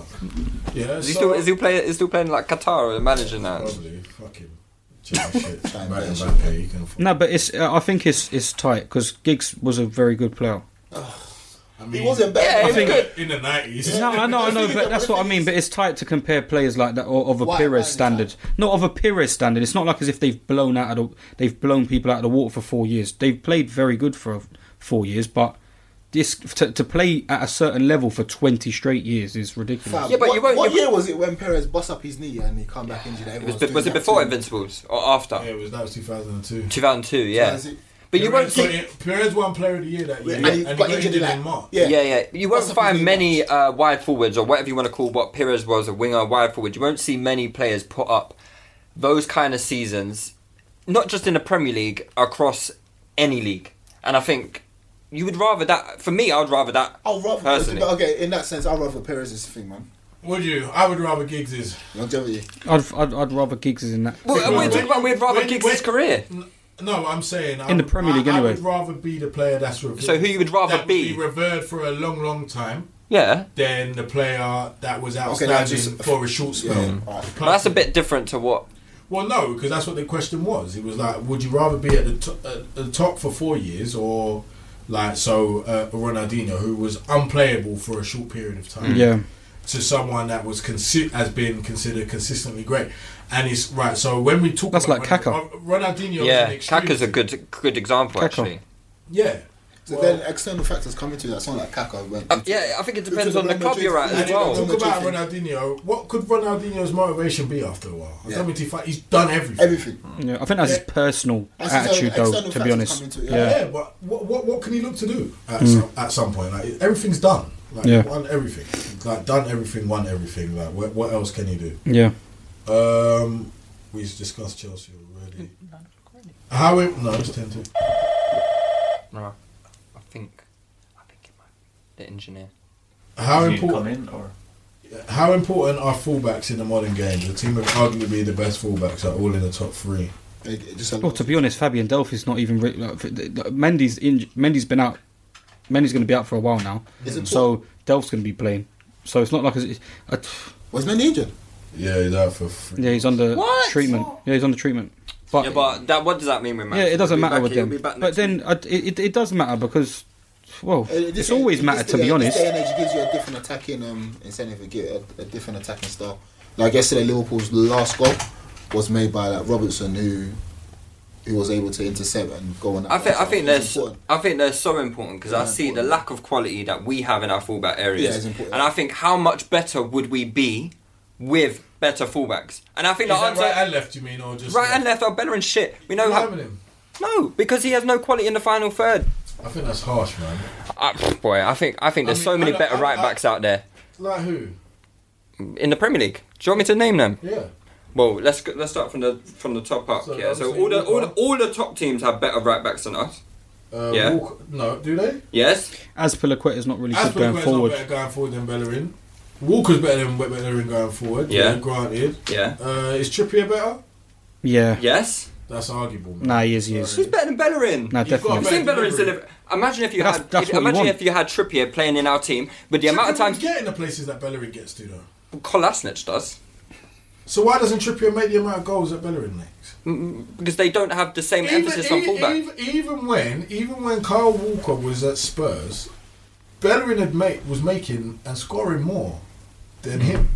[SPEAKER 4] Yeah,
[SPEAKER 5] Is he
[SPEAKER 4] so-
[SPEAKER 5] still is he play is he still playing like Qatar or the manager now?
[SPEAKER 4] Probably fucking
[SPEAKER 5] [laughs]
[SPEAKER 4] chicken shit.
[SPEAKER 7] Try and
[SPEAKER 4] Right,
[SPEAKER 7] bash.
[SPEAKER 4] Mbappe, you can. fuck-
[SPEAKER 6] No, but it's. Uh, I think it's it's tight because Giggs was a very good player.
[SPEAKER 4] I mean,
[SPEAKER 7] He wasn't bad.
[SPEAKER 5] Yeah, he was good.
[SPEAKER 4] in the nineties.
[SPEAKER 6] No, I know, I know, but that's what I mean. But it's tight to compare players like that or of a
[SPEAKER 7] Why-
[SPEAKER 6] Perez
[SPEAKER 7] why is
[SPEAKER 6] standard, not of a Perez standard. It's not like as if they've blown out of the, they've blown people out of the water for four years. They've played very good for four years, but this to, to play at a certain level for twenty straight years is ridiculous.
[SPEAKER 7] Fam,
[SPEAKER 5] Yeah, but
[SPEAKER 7] what,
[SPEAKER 5] you won't-
[SPEAKER 7] What
[SPEAKER 5] you-
[SPEAKER 7] year was it when Perez bust up his knee and he come back injured?
[SPEAKER 5] It was, was it before Invincibles or after?
[SPEAKER 4] Yeah, it was that was two thousand and two.
[SPEAKER 5] 2002, yeah.
[SPEAKER 7] That's it.
[SPEAKER 5] But you won't
[SPEAKER 4] Perez,
[SPEAKER 5] see.
[SPEAKER 4] got- Perez won Player of the Year that year,
[SPEAKER 7] And
[SPEAKER 4] and
[SPEAKER 7] he
[SPEAKER 4] he
[SPEAKER 7] got
[SPEAKER 4] got
[SPEAKER 7] injured
[SPEAKER 4] injured
[SPEAKER 7] in
[SPEAKER 4] in
[SPEAKER 7] that.
[SPEAKER 4] March.
[SPEAKER 7] Yeah.
[SPEAKER 5] Yeah, yeah. You won't
[SPEAKER 7] What's up with
[SPEAKER 5] find
[SPEAKER 7] Lee
[SPEAKER 5] many
[SPEAKER 7] Marsh?
[SPEAKER 5] uh, wide forwards or whatever you want to call what Perez was a winger, wide forward. You won't see many players put up those kind of seasons, not just in the Premier League, across any league. And I think you would rather that. For me, I would rather that.
[SPEAKER 7] I'll rather
[SPEAKER 5] personally.
[SPEAKER 7] but okay. In that sense, I'll rather Perez's thing, man.
[SPEAKER 4] Would you? I would rather Giggs is.
[SPEAKER 7] Longevity.
[SPEAKER 6] I'd, I'd, I'd rather Giggs is in that.
[SPEAKER 5] Well,
[SPEAKER 4] Well,
[SPEAKER 5] we're talking about we'd rather
[SPEAKER 4] when-
[SPEAKER 5] Giggs'
[SPEAKER 4] when-
[SPEAKER 5] career.
[SPEAKER 4] N- No, I'm saying I
[SPEAKER 6] In the
[SPEAKER 4] would-
[SPEAKER 6] Premier
[SPEAKER 4] I-
[SPEAKER 6] League
[SPEAKER 4] I
[SPEAKER 6] anyway.
[SPEAKER 4] would rather be the player that's revered.
[SPEAKER 5] So who you would rather
[SPEAKER 4] that
[SPEAKER 5] be?
[SPEAKER 4] Would be revered for a long, long time
[SPEAKER 5] Yeah.
[SPEAKER 4] than the player that was
[SPEAKER 7] Okay,
[SPEAKER 4] outstanding
[SPEAKER 7] that's just-
[SPEAKER 4] for a short spell.
[SPEAKER 7] Yeah. Alright.
[SPEAKER 5] But that's a bit different to what.
[SPEAKER 4] Well, no, because that's what the question was. It was like, would you rather be at the, to- at the top for four years or like so uh, Ronaldinho, who was unplayable for a short period of time,
[SPEAKER 6] Yeah,
[SPEAKER 4] to someone that was consi- has been considered consistently great? And it's right. So when we talk,
[SPEAKER 6] That's
[SPEAKER 4] about
[SPEAKER 6] like
[SPEAKER 4] Ronald-
[SPEAKER 6] Kaká.
[SPEAKER 4] uh, Ronaldinho. is
[SPEAKER 5] Yeah,
[SPEAKER 4] an extreme
[SPEAKER 5] Kaka's a
[SPEAKER 4] thing.
[SPEAKER 5] good good example
[SPEAKER 6] Kaka.
[SPEAKER 5] actually.
[SPEAKER 4] Yeah.
[SPEAKER 7] So
[SPEAKER 4] Well,
[SPEAKER 7] then external factors come into that. Someone like Kaka went.
[SPEAKER 5] Uh, yeah, I think it depends
[SPEAKER 7] Look
[SPEAKER 5] on
[SPEAKER 7] at
[SPEAKER 5] the
[SPEAKER 7] Real
[SPEAKER 5] club
[SPEAKER 7] Madrid
[SPEAKER 5] you're at
[SPEAKER 7] thing.
[SPEAKER 5] as
[SPEAKER 4] And
[SPEAKER 7] Well-
[SPEAKER 4] if
[SPEAKER 5] well.
[SPEAKER 4] we talk about Ronaldinho, what could Ronaldinho's motivation be after a while? I
[SPEAKER 7] Yeah.
[SPEAKER 4] don't mean to fight. He's done everything.
[SPEAKER 7] everything.
[SPEAKER 6] yeah. I think that's his personal
[SPEAKER 7] That's his
[SPEAKER 6] attitude,
[SPEAKER 7] own
[SPEAKER 6] though.
[SPEAKER 7] external
[SPEAKER 6] To be
[SPEAKER 7] factors
[SPEAKER 6] honest,
[SPEAKER 7] come into it, yeah.
[SPEAKER 6] yeah.
[SPEAKER 4] Yeah, but what, what, what can he look to do at,
[SPEAKER 5] Mm.
[SPEAKER 4] some, at some point? Like everything's done. Like
[SPEAKER 6] Yeah.
[SPEAKER 4] won everything. Like done everything, won everything. Like what, what else can he do?
[SPEAKER 6] yeah.
[SPEAKER 4] Um, we've discussed Chelsea already. How it? No, it's ten to.
[SPEAKER 5] No, I think, I think it might be the engineer.
[SPEAKER 4] How
[SPEAKER 8] Does he come
[SPEAKER 4] important?
[SPEAKER 8] in or
[SPEAKER 4] How important are fullbacks in the modern game? The team of arguably the best fullbacks are all in the top three.
[SPEAKER 7] Like, it just a
[SPEAKER 6] Well, Oh, to be honest, Fabian Delphi's not even. Re- like, th- th- Mendy's in- Mendy's been out. Mendy's going to be out for a while now,
[SPEAKER 7] Is it-
[SPEAKER 6] so Delph's going to be playing. So it's not like it's, uh, t-
[SPEAKER 7] was Mendy injured?
[SPEAKER 4] Yeah, he's out for three.
[SPEAKER 6] yeah, he's under
[SPEAKER 5] What?
[SPEAKER 6] treatment. Yeah, he's under treatment. But
[SPEAKER 5] yeah, but that, what does that mean with Man
[SPEAKER 6] yeah,
[SPEAKER 5] City?
[SPEAKER 6] it
[SPEAKER 5] He'll
[SPEAKER 6] doesn't
[SPEAKER 5] be
[SPEAKER 6] matter
[SPEAKER 5] back-
[SPEAKER 6] with
[SPEAKER 5] he'll
[SPEAKER 6] them.
[SPEAKER 5] be back
[SPEAKER 6] But
[SPEAKER 5] next
[SPEAKER 6] then
[SPEAKER 5] week.
[SPEAKER 6] uh, it, it it does matter because, well,
[SPEAKER 7] Uh, this-
[SPEAKER 6] it's always
[SPEAKER 7] this
[SPEAKER 6] mattered
[SPEAKER 7] day-
[SPEAKER 6] to be
[SPEAKER 7] this
[SPEAKER 6] honest.
[SPEAKER 7] day and age gives you a different attacking um, incentive, it gives you a, a different attacking style. Like yesterday, Liverpool's last goal was made by like Robertson, who who was able to intercept and go on.
[SPEAKER 5] I think I think
[SPEAKER 7] that's
[SPEAKER 5] there's I think they're so important because I see the lack of quality that we have in our fullback
[SPEAKER 7] Yeah,
[SPEAKER 5] areas,
[SPEAKER 7] it's important.
[SPEAKER 5] and I think how much better would we be with better fullbacks? And I think
[SPEAKER 4] Is
[SPEAKER 5] the
[SPEAKER 4] that
[SPEAKER 5] answer
[SPEAKER 4] right and left? You mean or just
[SPEAKER 5] right and left are better in shit. We know
[SPEAKER 4] What
[SPEAKER 5] how,
[SPEAKER 4] happened to him?
[SPEAKER 5] no because he has no quality in the final third.
[SPEAKER 4] I think that's harsh, man.
[SPEAKER 5] Ah, pff, boy, I think I
[SPEAKER 4] I
[SPEAKER 5] think there's
[SPEAKER 4] mean,
[SPEAKER 5] so
[SPEAKER 4] I
[SPEAKER 5] many
[SPEAKER 4] don't-
[SPEAKER 5] better
[SPEAKER 4] I-
[SPEAKER 5] right
[SPEAKER 4] I-
[SPEAKER 5] backs out there
[SPEAKER 4] Like who?
[SPEAKER 5] in the Premier League. Do you want me to name them?
[SPEAKER 4] Yeah.
[SPEAKER 5] Well, let's go, let's start from the from the top up.
[SPEAKER 4] So,
[SPEAKER 5] yeah, so
[SPEAKER 4] obviously,
[SPEAKER 5] all the, all the
[SPEAKER 4] Walcott.
[SPEAKER 5] all the top teams have better right backs than us.
[SPEAKER 4] Uh,
[SPEAKER 5] Yeah.
[SPEAKER 4] Walker- no, do they?
[SPEAKER 5] Yes.
[SPEAKER 6] Aspilicueta's not really good
[SPEAKER 4] Aspen
[SPEAKER 6] going
[SPEAKER 4] Grant's
[SPEAKER 6] forward.
[SPEAKER 4] not better going forward than Bellerin. Walker's better than Bellerin going forward.
[SPEAKER 5] Yeah.
[SPEAKER 4] granted.
[SPEAKER 5] Yeah.
[SPEAKER 4] Uh, is Trippier better?
[SPEAKER 6] Yeah.
[SPEAKER 5] Yes.
[SPEAKER 4] That's arguable. Man.
[SPEAKER 6] Nah, he is. He is.
[SPEAKER 5] Who's better than Bellerin?
[SPEAKER 6] Nah,
[SPEAKER 4] You've got
[SPEAKER 6] definitely.
[SPEAKER 5] I've seen
[SPEAKER 4] Better
[SPEAKER 5] Bellerin's
[SPEAKER 4] delivery.
[SPEAKER 5] deliver. Imagine if you
[SPEAKER 6] That's-
[SPEAKER 5] had
[SPEAKER 6] that's
[SPEAKER 5] if,
[SPEAKER 6] what you
[SPEAKER 5] imagine
[SPEAKER 6] want.
[SPEAKER 5] if you had Trippier playing in our team, but the amount of
[SPEAKER 4] Trippier
[SPEAKER 5] times
[SPEAKER 4] was getting the places that Bellerin gets to though.
[SPEAKER 5] Kolasinac does.
[SPEAKER 4] So why doesn't Trippier make the amount of goals that Bellerin makes?
[SPEAKER 5] Because they don't have the same emphasis on fullback.
[SPEAKER 4] e- even, even when even when Kyle Walker was at Spurs, Bellerin had made, was making and scoring more than
[SPEAKER 6] Mm.
[SPEAKER 4] him.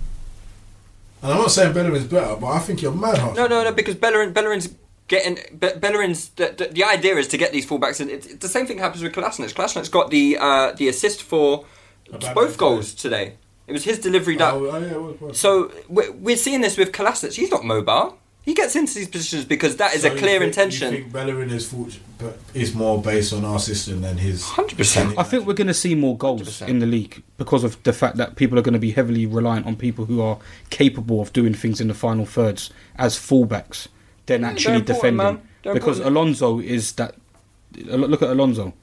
[SPEAKER 4] And I'm not saying Bellerin's better, but I think you're mad hard.
[SPEAKER 5] No, no, no. Because Bellerin, Bellerin's getting Be- Bellerin's. The, the, the idea is to get these fullbacks, and it, it- the same thing happens with Kolasinac. Kolasinac's got the uh, the assist for
[SPEAKER 4] About
[SPEAKER 5] both
[SPEAKER 4] that
[SPEAKER 5] goals today. It was his delivery that.
[SPEAKER 4] Oh, oh, yeah, it was- was.
[SPEAKER 5] So we're, we're seeing this with Kolasinac. He's not mobile. He gets into these positions because that is
[SPEAKER 4] So
[SPEAKER 5] a
[SPEAKER 4] you
[SPEAKER 5] clear
[SPEAKER 4] think-
[SPEAKER 5] intention.
[SPEAKER 4] You think Bellerin is fortune, but is more based on our system than his.
[SPEAKER 5] 100%.
[SPEAKER 6] I think we're going to see more goals in the league because of the fact that people are going to be heavily reliant on people who are capable of doing things in the final thirds as fullbacks than
[SPEAKER 5] Yeah,
[SPEAKER 6] actually
[SPEAKER 5] they're important,
[SPEAKER 6] defending.
[SPEAKER 5] man. They're
[SPEAKER 6] Because
[SPEAKER 5] important.
[SPEAKER 6] Alonso is that. Look at Alonso.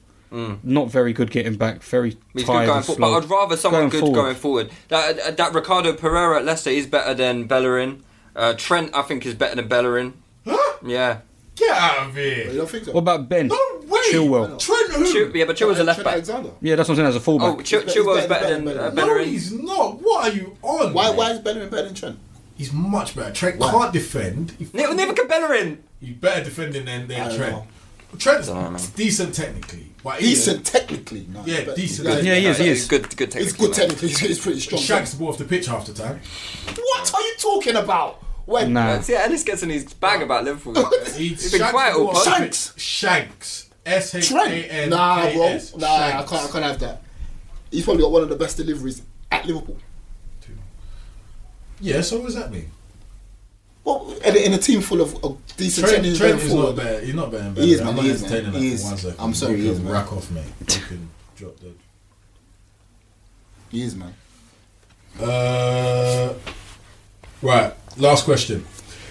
[SPEAKER 6] Not very good getting back. Very
[SPEAKER 5] Mm. He's good
[SPEAKER 6] tired.
[SPEAKER 5] going
[SPEAKER 6] and
[SPEAKER 5] forward,
[SPEAKER 6] slow.
[SPEAKER 5] but I'd rather someone
[SPEAKER 6] Going
[SPEAKER 5] good
[SPEAKER 6] forward.
[SPEAKER 5] going forward. That, uh, that Ricardo Pereira at Leicester is better than Bellerin. Uh, Trent, I think, is better than Bellerin.
[SPEAKER 4] Huh?
[SPEAKER 5] Yeah,
[SPEAKER 4] Get out of
[SPEAKER 7] You
[SPEAKER 4] here!
[SPEAKER 7] don't think so?
[SPEAKER 6] What about Ben?
[SPEAKER 4] No way!
[SPEAKER 6] Chilwell.
[SPEAKER 4] Trent who?
[SPEAKER 5] Chu- yeah, but Chilwell's a left back.
[SPEAKER 7] Alexander.
[SPEAKER 6] Yeah, that's what I'm saying as a
[SPEAKER 5] Oh,
[SPEAKER 6] fullback.
[SPEAKER 5] Chu-
[SPEAKER 7] He's better-
[SPEAKER 5] Chilwell's
[SPEAKER 7] he's
[SPEAKER 5] better
[SPEAKER 7] better
[SPEAKER 5] than
[SPEAKER 7] than
[SPEAKER 5] uh,
[SPEAKER 7] Bellerin.
[SPEAKER 4] No,
[SPEAKER 5] Bellerin.
[SPEAKER 4] he's not. What are you on?
[SPEAKER 7] Why?
[SPEAKER 4] man?
[SPEAKER 7] Why is Bellerin better than Trent?
[SPEAKER 4] He's much better. Trent
[SPEAKER 7] Why?
[SPEAKER 4] can't defend. He
[SPEAKER 5] Ne- Never can Bellerin.
[SPEAKER 4] He's better defending than,
[SPEAKER 7] I
[SPEAKER 4] than
[SPEAKER 7] don't
[SPEAKER 4] Trent.
[SPEAKER 7] know.
[SPEAKER 4] Trent's
[SPEAKER 5] Don't know, man.
[SPEAKER 4] decent technically. But he-
[SPEAKER 7] Decent technically. No,
[SPEAKER 4] Yeah,
[SPEAKER 7] he's better-
[SPEAKER 4] decent.
[SPEAKER 7] he's better.
[SPEAKER 6] Yeah, he is, he is.
[SPEAKER 5] Good, good
[SPEAKER 7] He's
[SPEAKER 5] technical.
[SPEAKER 7] good
[SPEAKER 5] man.
[SPEAKER 7] technically. He's, he's pretty strong.
[SPEAKER 4] Shags the ball off the pitch half the time.
[SPEAKER 7] What are you talking about? When
[SPEAKER 6] Nah.
[SPEAKER 5] That's- Yeah, Uh, Ellis gets in his bag about Liverpool.
[SPEAKER 4] He
[SPEAKER 5] He's been
[SPEAKER 4] shags
[SPEAKER 5] quiet
[SPEAKER 4] the
[SPEAKER 5] all
[SPEAKER 4] ball off the
[SPEAKER 5] pod.
[SPEAKER 7] Shanks.
[SPEAKER 4] pitch. Shanks. S H A
[SPEAKER 7] Trent?
[SPEAKER 4] N
[SPEAKER 7] Nah,
[SPEAKER 4] K
[SPEAKER 7] bro.
[SPEAKER 4] S.
[SPEAKER 7] Nah, I
[SPEAKER 4] Shanks.
[SPEAKER 7] can't. I can't have that. He's probably got one of the best deliveries at Liverpool.
[SPEAKER 4] Yeah, so what does that mean?
[SPEAKER 7] Well, in a- in a team full of, of decent
[SPEAKER 4] Trent,
[SPEAKER 7] techniques
[SPEAKER 4] Trent
[SPEAKER 7] going
[SPEAKER 4] is
[SPEAKER 7] forward.
[SPEAKER 4] not better. He's not better than
[SPEAKER 7] He is,
[SPEAKER 4] Bellerin.
[SPEAKER 7] man,
[SPEAKER 4] I'm not
[SPEAKER 7] he is, man.
[SPEAKER 4] entertaining that
[SPEAKER 7] He
[SPEAKER 4] for
[SPEAKER 7] is.
[SPEAKER 4] one second.
[SPEAKER 7] I'm sorry,
[SPEAKER 4] You
[SPEAKER 7] he
[SPEAKER 4] can
[SPEAKER 7] is, man.
[SPEAKER 4] Rack off, mate.
[SPEAKER 7] [laughs]
[SPEAKER 4] You can drop the.
[SPEAKER 7] He is, man.
[SPEAKER 4] Uh, right. Last question.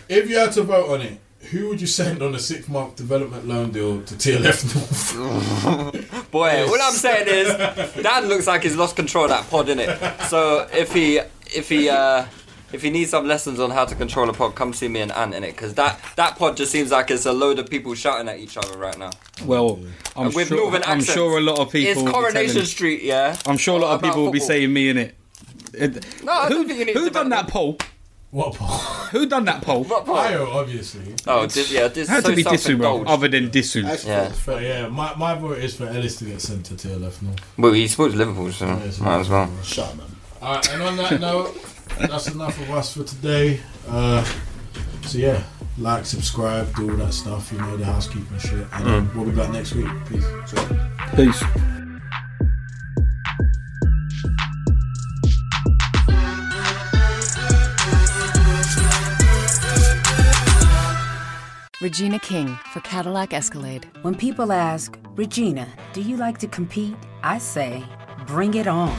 [SPEAKER 4] If you had to vote on it, who would you send on a six-month development loan deal to TLF North?
[SPEAKER 7] [laughs]
[SPEAKER 5] Boy, all I'm saying is, Dan looks like he's lost control of that pod, innit? So if he, if he, uh, if he needs some lessons on how to control a pod, come see me and Ant, innit? Because that that pod just seems like it's a load of people shouting at each other right now.
[SPEAKER 6] Well, I'm
[SPEAKER 5] Oh. With
[SPEAKER 6] sure.
[SPEAKER 5] northern
[SPEAKER 6] I'm
[SPEAKER 5] accents.
[SPEAKER 6] sure a lot of people.
[SPEAKER 5] It's
[SPEAKER 6] will be
[SPEAKER 5] Coronation
[SPEAKER 6] telling-
[SPEAKER 5] Street, yeah.
[SPEAKER 6] I'm sure a lot of
[SPEAKER 5] About
[SPEAKER 6] people will be
[SPEAKER 5] football.
[SPEAKER 6] saying me in it. It-
[SPEAKER 5] No, I
[SPEAKER 6] who
[SPEAKER 5] don't think you need
[SPEAKER 6] who
[SPEAKER 5] to
[SPEAKER 6] done that
[SPEAKER 5] develop-
[SPEAKER 6] poll?
[SPEAKER 4] what part?
[SPEAKER 6] Who done that poll?
[SPEAKER 5] What pod?
[SPEAKER 4] Io, obviously.
[SPEAKER 5] Oh, this, yeah, this
[SPEAKER 6] Had
[SPEAKER 5] so
[SPEAKER 6] to be Disu, bro.
[SPEAKER 5] self-indulged.
[SPEAKER 6] Other than Disu.
[SPEAKER 7] Actually,
[SPEAKER 5] Yeah.
[SPEAKER 4] But yeah, my, my vote is for Ellis to get sent to TLF North.
[SPEAKER 5] Well, he supports Liverpool, so
[SPEAKER 4] it's
[SPEAKER 5] might as well.
[SPEAKER 7] Shut up, man.
[SPEAKER 4] All right, and on that note, that's enough of us for today. Uh, so yeah, like, subscribe, do all that stuff. You know the housekeeping shit. And um,
[SPEAKER 5] Mm.
[SPEAKER 4] we'll be back next week. Peace.
[SPEAKER 6] Peace.
[SPEAKER 2] Regina King for Cadillac Escalade.
[SPEAKER 3] When people ask, Regina, do you like to compete? I say, bring it on.